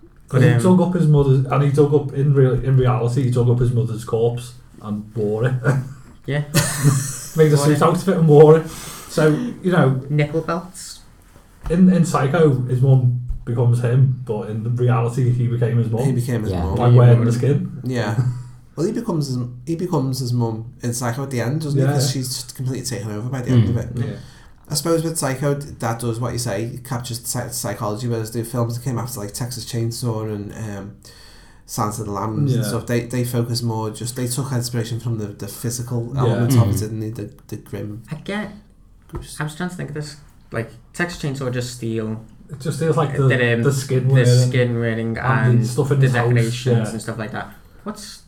[SPEAKER 14] But,
[SPEAKER 13] But he
[SPEAKER 14] um,
[SPEAKER 13] dug up his mother's, and he dug up in real, in reality, he dug up his mother's corpse and wore it,
[SPEAKER 14] Yeah,
[SPEAKER 13] made a
[SPEAKER 14] Wore
[SPEAKER 13] suit
[SPEAKER 14] it.
[SPEAKER 13] out of it and wore it. So you know,
[SPEAKER 14] nipple belts.
[SPEAKER 13] in in Psycho, his mum becomes him, but in reality, he became his
[SPEAKER 12] he
[SPEAKER 13] mum
[SPEAKER 12] became his
[SPEAKER 15] Yeah.
[SPEAKER 12] mum.
[SPEAKER 13] by wearing the skin.
[SPEAKER 12] Yeah. Well, he becomes his, he becomes his mum in Psycho at the end, doesn't he?
[SPEAKER 13] Yeah.
[SPEAKER 12] 'Cause she's completely taken over by the end of
[SPEAKER 14] Hmm.
[SPEAKER 12] it.
[SPEAKER 13] Yeah.
[SPEAKER 12] I suppose with Psycho, that does what you say, it captures psy- psychology, whereas the films that came after, like Texas Chainsaw and um, Silence of the Lambs and
[SPEAKER 13] Yeah.
[SPEAKER 12] stuff, they, they focus more, just they took inspiration from the, the physical
[SPEAKER 13] Yeah.
[SPEAKER 12] elements of
[SPEAKER 14] Hmm.
[SPEAKER 12] it,
[SPEAKER 15] Mhm.
[SPEAKER 12] didn't they? The, the grim.
[SPEAKER 14] I get. I was trying to think of this. Like Texas Chainsaw just steal
[SPEAKER 13] It just feels like the,
[SPEAKER 14] the, um,
[SPEAKER 13] the skin,
[SPEAKER 14] the
[SPEAKER 13] wearing.
[SPEAKER 14] skin wearing and,
[SPEAKER 13] the stuff in
[SPEAKER 14] the
[SPEAKER 13] his house,
[SPEAKER 14] decorations
[SPEAKER 13] yeah.
[SPEAKER 14] and stuff like that. What's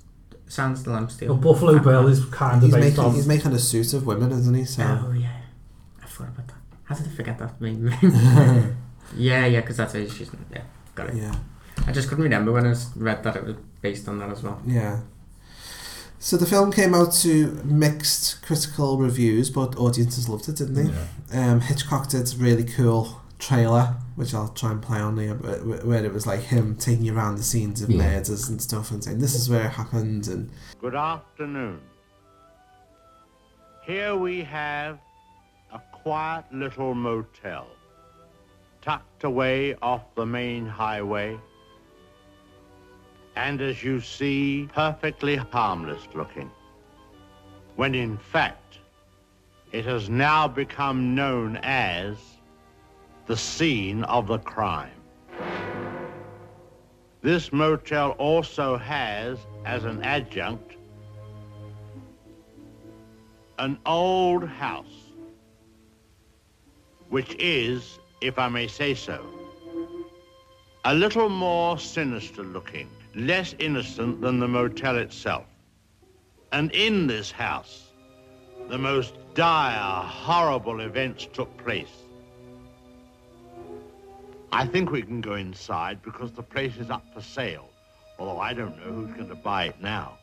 [SPEAKER 14] Sans the Lamb Steel?
[SPEAKER 13] Well, Buffalo Bill is kind of
[SPEAKER 12] He's
[SPEAKER 13] based
[SPEAKER 12] making,
[SPEAKER 13] on.
[SPEAKER 12] he's making a suit of women, isn't he? So.
[SPEAKER 14] Oh yeah, I forgot about that. How did I forget that main movie? yeah, yeah, because that's it. She's yeah, got it.
[SPEAKER 12] Yeah.
[SPEAKER 14] I just couldn't remember when I s- read that it was based on that as well.
[SPEAKER 12] Yeah. So the film came out to mixed critical reviews, but audiences loved it, didn't they? Um, Hitchcock did a really cool trailer, which I'll try and play on here, but wh- where it was like him taking you around the scenes of
[SPEAKER 15] Yeah.
[SPEAKER 12] murders and stuff and saying, this is where it happened, and
[SPEAKER 5] Good afternoon. Here we have a quiet little motel, tucked away off the main highway, and as you see, perfectly harmless looking. When in fact, it has now become known as the scene of the crime. This motel also has, as an adjunct, an old house, which is, if I may say so, a little more sinister looking, less innocent than the motel itself. And in this house, the most dire, horrible events took place. I think we can go inside because the place is up for sale, although I don't know who's going to buy it now.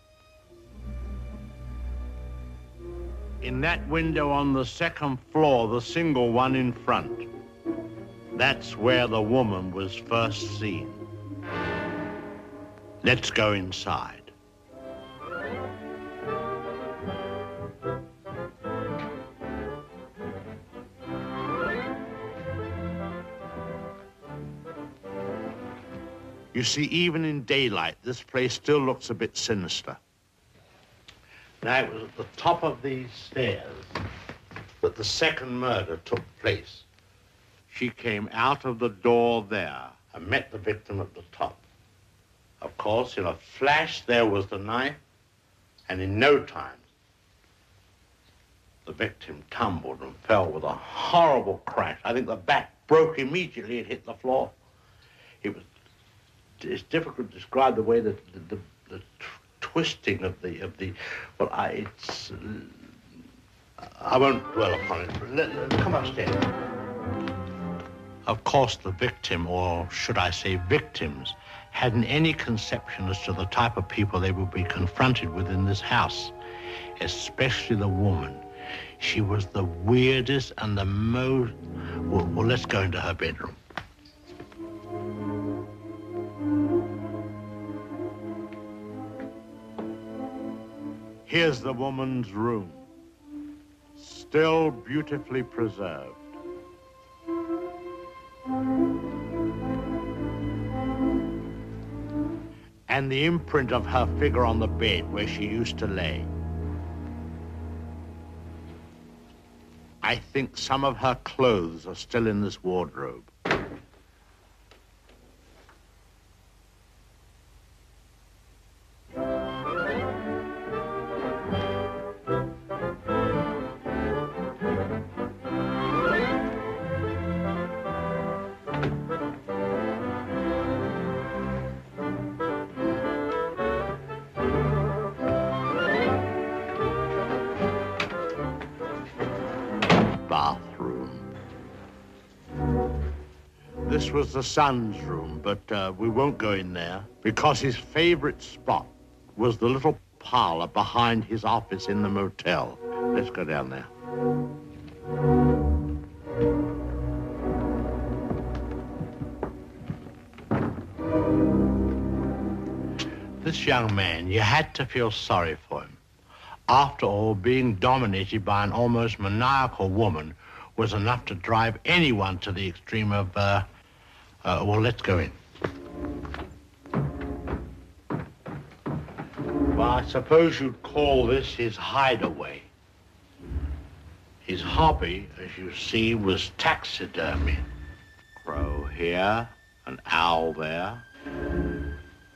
[SPEAKER 5] In that window on the second floor, the single one in front, that's where the woman was first seen. Let's go inside. You see, even in daylight, this place still looks a bit sinister. Now, it was at the top of these stairs that the second murder took place. She came out of the door there and met the victim at the top. Of course, in a flash, there was the knife, and in no time, the victim tumbled and fell with a horrible crash. I think the back broke immediately and hit the floor. It was. It's difficult to describe the way that the, the, the tw- twisting of the of the. Well, I it's. uh, I won't dwell upon it. Let- let- come upstairs. Of course, the victim, or should I say victims, hadn't any conception as to the type of people they would be confronted with in this house, especially the woman. She was the weirdest and the most. Well, well, let's go into her bedroom. Here's the woman's room, still beautifully preserved. And the imprint of her figure on the bed where she used to lay. I think some of her clothes are still in this wardrobe. bathroom. This was the son's room, but uh, we won't go in there because his favorite spot was the little parlor behind his office in the motel. Let's go down there. This young man, you had to feel sorry for him. After all, being dominated by an almost maniacal woman was enough to drive anyone to the extreme of, uh, uh, well, let's go in. Well, I suppose you'd call this his hideaway. His hobby, as you see, was taxidermy. Crow here, an owl there.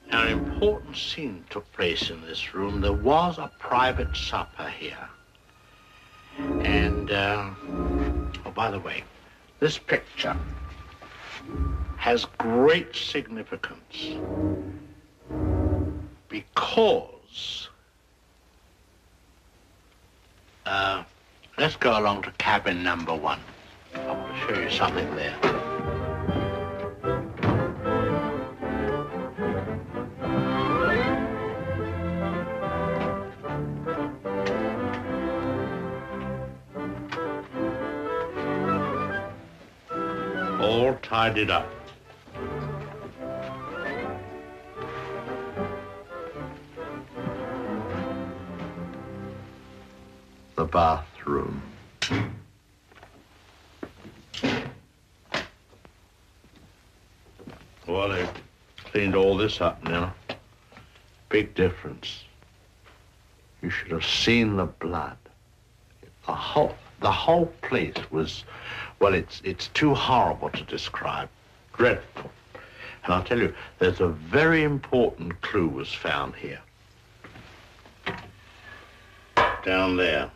[SPEAKER 5] Now, an important scene took place in this room. There was a private supper here. And, uh, oh, by the way, this picture has great significance because. Uh, let's go along to cabin number one. I want to show you something there. all tidied up. The bathroom. Well, they've cleaned all this up now. Big difference. You should have seen the blood. The whole, the whole place was well, it's it's too horrible to describe. Dreadful. And I'll tell you, there's a very important clue was found here. Down there.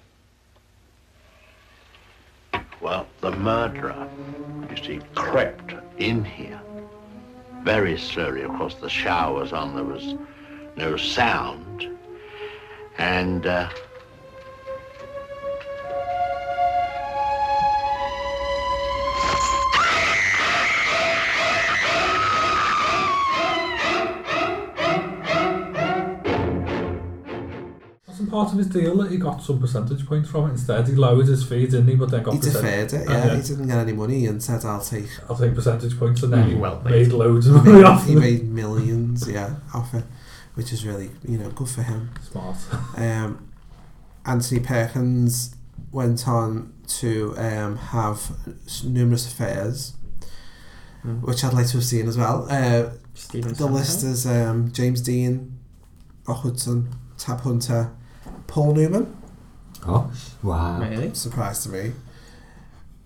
[SPEAKER 5] Well, the murderer, you see, crept in here. Very slowly, of course, the shower was on, there was no sound. And uh,
[SPEAKER 13] Wasn't part of his deal that he got some percentage points from it instead? He lowered his fee, didn't he? But then got
[SPEAKER 12] He
[SPEAKER 13] percent-
[SPEAKER 12] deferred it,
[SPEAKER 13] Uh,
[SPEAKER 12] yeah. He didn't get any money and said, I'll take.
[SPEAKER 13] I'll take percentage points and then he
[SPEAKER 12] Mm. Well
[SPEAKER 13] made loads
[SPEAKER 12] He
[SPEAKER 13] of money
[SPEAKER 12] made,
[SPEAKER 13] off
[SPEAKER 12] he
[SPEAKER 13] it.
[SPEAKER 12] made millions, yeah, off it, which is really, you know, good for him.
[SPEAKER 13] Smart.
[SPEAKER 12] Um, Anthony Perkins went on to um, have s- numerous affairs. mm. which I'd like to have seen as well. Uh, the Sandler. list is um, James Dean, Rock Hudson, Tab Hunter, Paul Newman.
[SPEAKER 15] Oh, wow!
[SPEAKER 16] Really?
[SPEAKER 12] Surprise to me.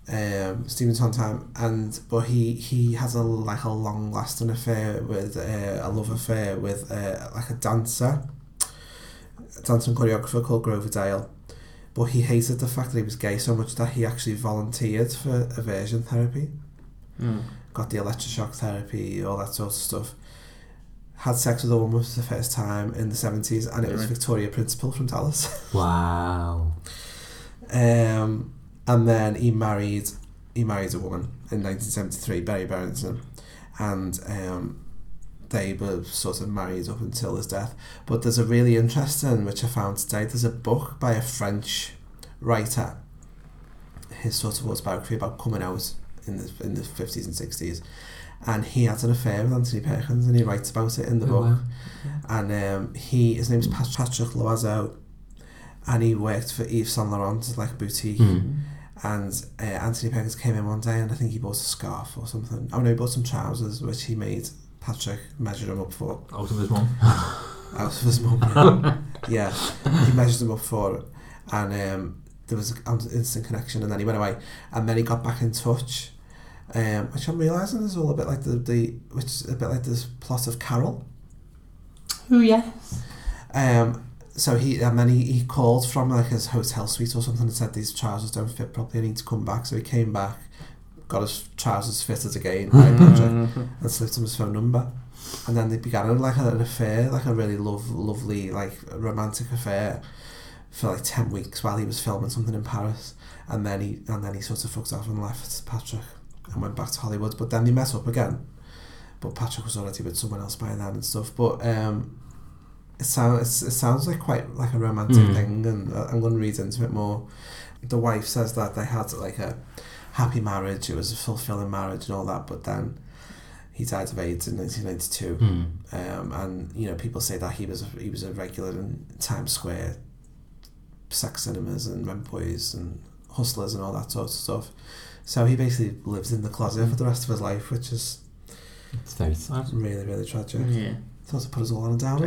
[SPEAKER 12] Um, Stephen Sondheim, and but he he has a like a long lasting affair with uh, a love affair with uh, like a dancer, a dancing choreographer called Grover Dale but he hated the fact that he was gay so much that he actually volunteered for aversion therapy.
[SPEAKER 16] Mm.
[SPEAKER 12] Got the electroshock therapy, all that sort of stuff. Had sex with a woman for the first time in the 70s, and it was Victoria Principal from Dallas.
[SPEAKER 15] Wow.
[SPEAKER 12] um, and then he married he married a woman in 1973, Barry Berenson, and um, they were sort of married up until his death. But there's a really interesting, which I found today, there's a book by a French writer, his sort of autobiography about coming out in the, in the 50s and 60s. And he had an affair with Anthony Perkins, and he writes about it in the oh, book. Wow. And um, he his name's Pat- Patrick Loiseau, and he worked for Yves Saint Laurent, like a boutique.
[SPEAKER 15] Mm.
[SPEAKER 12] And uh, Anthony Perkins came in one day, and I think he bought a scarf or something. Oh no, he bought some trousers, which he made Patrick measured him up for.
[SPEAKER 13] Out of his mum.
[SPEAKER 12] Out of his mum. Yeah. yeah. He measured him up for it. And um, there was an instant connection. And then he went away. And then he got back in touch. Um, which I'm realising is all a bit like the, the which is a bit like this plot of Carol.
[SPEAKER 15] Oh yes.
[SPEAKER 12] Um, so he and then he, he called from like his hotel suite or something and said these trousers don't fit properly. I need to come back. So he came back, got his trousers fitted again by Patrick and slipped him his phone number. And then they began like an affair, like a really love, lovely, like romantic affair for like ten weeks while he was filming something in Paris. And then he and then he sort of fucked off and left Patrick and went back to Hollywood. But then they met up again. But Patrick was already with someone else by then and stuff. But um, it sounds it sounds like quite like a romantic mm. thing, and I'm going to read into it more. The wife says that they had like a happy marriage, it was a fulfilling marriage and all that, but then he died of AIDS in 1992.
[SPEAKER 15] Mm.
[SPEAKER 12] Um, and, you know, people say that he was a, he was a regular in Times Square sex cinemas and Rempoys and hustlers and all that sort of stuff. So he basically lived in the closet for the rest of his life, which is
[SPEAKER 15] it's very sad.
[SPEAKER 12] really, really tragic.
[SPEAKER 16] Yeah.
[SPEAKER 12] Thought to put us all on a down.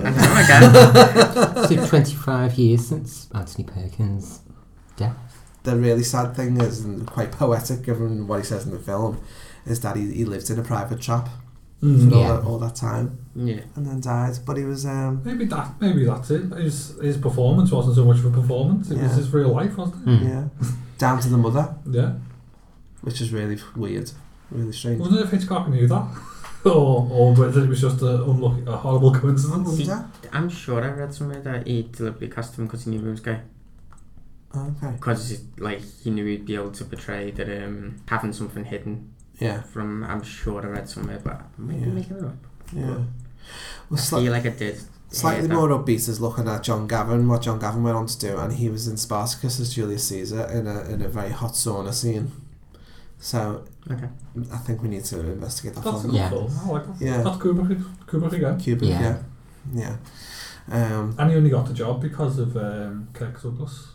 [SPEAKER 15] so 25 years since Anthony Perkins' death
[SPEAKER 12] the really sad thing is, and quite poetic given what he says in the film, is that he, he lived in a private trap
[SPEAKER 15] mm,
[SPEAKER 12] for
[SPEAKER 15] yeah.
[SPEAKER 12] all, that, all that time.
[SPEAKER 16] Yeah.
[SPEAKER 12] And then died. But he was. Um,
[SPEAKER 13] maybe that maybe that's it. His, his performance wasn't so much of a performance, it
[SPEAKER 12] Yeah.
[SPEAKER 13] was his real life, wasn't it?
[SPEAKER 15] Mm.
[SPEAKER 12] Yeah. Down to the mother,
[SPEAKER 13] Yeah.
[SPEAKER 12] which is really f- weird. Really
[SPEAKER 13] I
[SPEAKER 12] strange.
[SPEAKER 13] wonder if Hitchcock knew that. or, or whether it was just a, unlucky, a horrible coincidence.
[SPEAKER 12] Wonder?
[SPEAKER 16] I'm sure I read somewhere that he deliberately cast him because he knew he was gay.
[SPEAKER 12] Okay.
[SPEAKER 16] Because like he knew he'd be able to portray that um, having something hidden.
[SPEAKER 12] Yeah.
[SPEAKER 16] From I'm sure I read somewhere, but maybe
[SPEAKER 12] Yeah.
[SPEAKER 16] making it up.
[SPEAKER 12] Yeah.
[SPEAKER 16] I
[SPEAKER 12] Well, sli-
[SPEAKER 16] feel like I did.
[SPEAKER 12] slightly
[SPEAKER 16] hear that.
[SPEAKER 12] more upbeat is looking at John Gavin, what John Gavin went on to do, and he was in Spartacus as Julius Caesar in a, in a very hot sauna scene. So
[SPEAKER 16] Okay.
[SPEAKER 12] I think we need to investigate that
[SPEAKER 13] That's a
[SPEAKER 12] film.
[SPEAKER 13] good
[SPEAKER 15] Yeah.
[SPEAKER 13] film. I like that.
[SPEAKER 12] Yeah.
[SPEAKER 13] That's Kubrick, Kubrick again.
[SPEAKER 12] Cuba, yeah.
[SPEAKER 15] Yeah.
[SPEAKER 12] Yeah. Um,
[SPEAKER 13] And he only got the job because of um, Kirk Douglas.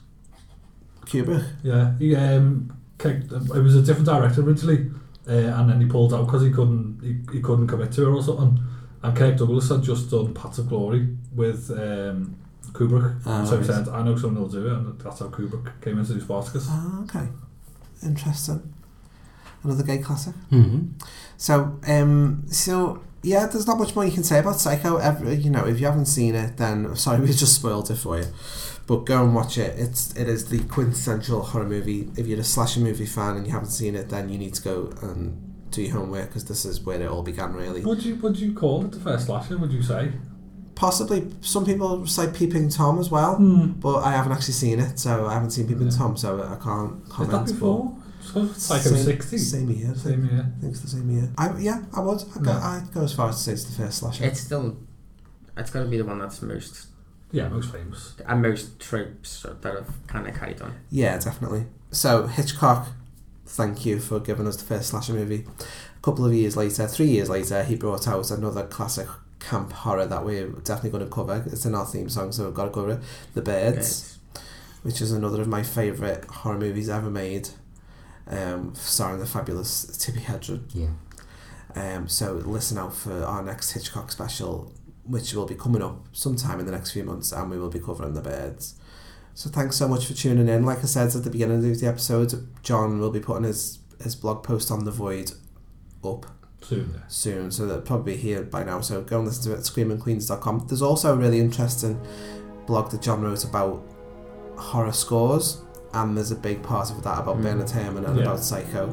[SPEAKER 12] Cuba.
[SPEAKER 13] Yeah, he, um, kicked, it was a different director originally, uh, and then he pulled out because he couldn't he, he couldn't commit to it or something. And Kirk Douglas had just done Paths of Glory with um, Kubrick,
[SPEAKER 12] Ah,
[SPEAKER 13] so he
[SPEAKER 12] right.
[SPEAKER 13] said, "I know someone will do it," and that's how Kubrick came into Spartacus.
[SPEAKER 12] Ah, okay. Interesting. Another gay classic.
[SPEAKER 15] hmm
[SPEAKER 12] So, um, so yeah, there's not much more you can say about Psycho. Every, you know, if you haven't seen it, then sorry, we just spoiled it for you. But go and watch it. It's it is the quintessential horror movie. If you're a slasher movie fan and you haven't seen it, then you need to go and do your homework because this is where it all began, really.
[SPEAKER 13] Would you would you call it the first slasher? Would you say?
[SPEAKER 12] Possibly, some people say Peeping Tom as well,
[SPEAKER 13] Hmm.
[SPEAKER 12] but I haven't actually seen it, so I haven't seen Peeping Tom, so I can't
[SPEAKER 13] Is that
[SPEAKER 12] comment.
[SPEAKER 13] before? So Psycho
[SPEAKER 12] Same-
[SPEAKER 13] sixty.
[SPEAKER 12] Same year. I think.
[SPEAKER 13] Same year.
[SPEAKER 12] I think it's the same year. I, yeah, I would. I'd go,
[SPEAKER 16] Yeah.
[SPEAKER 12] I'd go as far as to say it's the first slasher.
[SPEAKER 16] It's still. It's got to be the one that's most
[SPEAKER 13] Yeah, most famous.
[SPEAKER 16] and most tropes that have kind of carried on.
[SPEAKER 12] Yeah, definitely. So Hitchcock, thank you for giving us the first slasher movie. A couple of years later, three years later, he brought out another classic camp horror that we're definitely going to cover. It's in our theme song, so we've got to cover it. The Birds,
[SPEAKER 16] Birds.
[SPEAKER 12] which is another of my favourite horror movies ever made, um, starring the fabulous Tippi Hedren.
[SPEAKER 15] Yeah.
[SPEAKER 12] Um, so listen out for our next Hitchcock special, which will be coming up sometime in the next few months, and we will be covering the birds. So thanks so much for tuning in. Like I said at the beginning of the episode, John will be putting his, his blog post on the void up
[SPEAKER 13] soon. Yeah.
[SPEAKER 12] Soon, so that'll probably be here by now. So go and listen to it at screamingqueens.com. There's also a really interesting blog that John wrote about horror scores, and there's a big part of that about
[SPEAKER 13] Hmm.
[SPEAKER 12] mm. Bernard Herrmann and
[SPEAKER 13] Yeah.
[SPEAKER 12] about Psycho,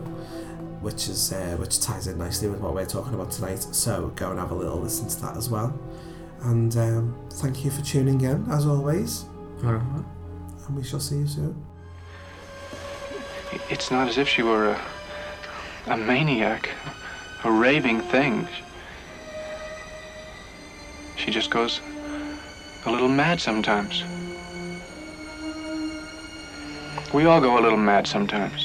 [SPEAKER 12] which is uh, which ties in nicely with what we're talking about tonight. So go and have a little listen to that as well. And um, thank you for tuning in as always, and we shall see you soon.
[SPEAKER 20] It's not as if she were a, a maniac, a raving thing. She just goes a little mad sometimes. We all go a little mad sometimes.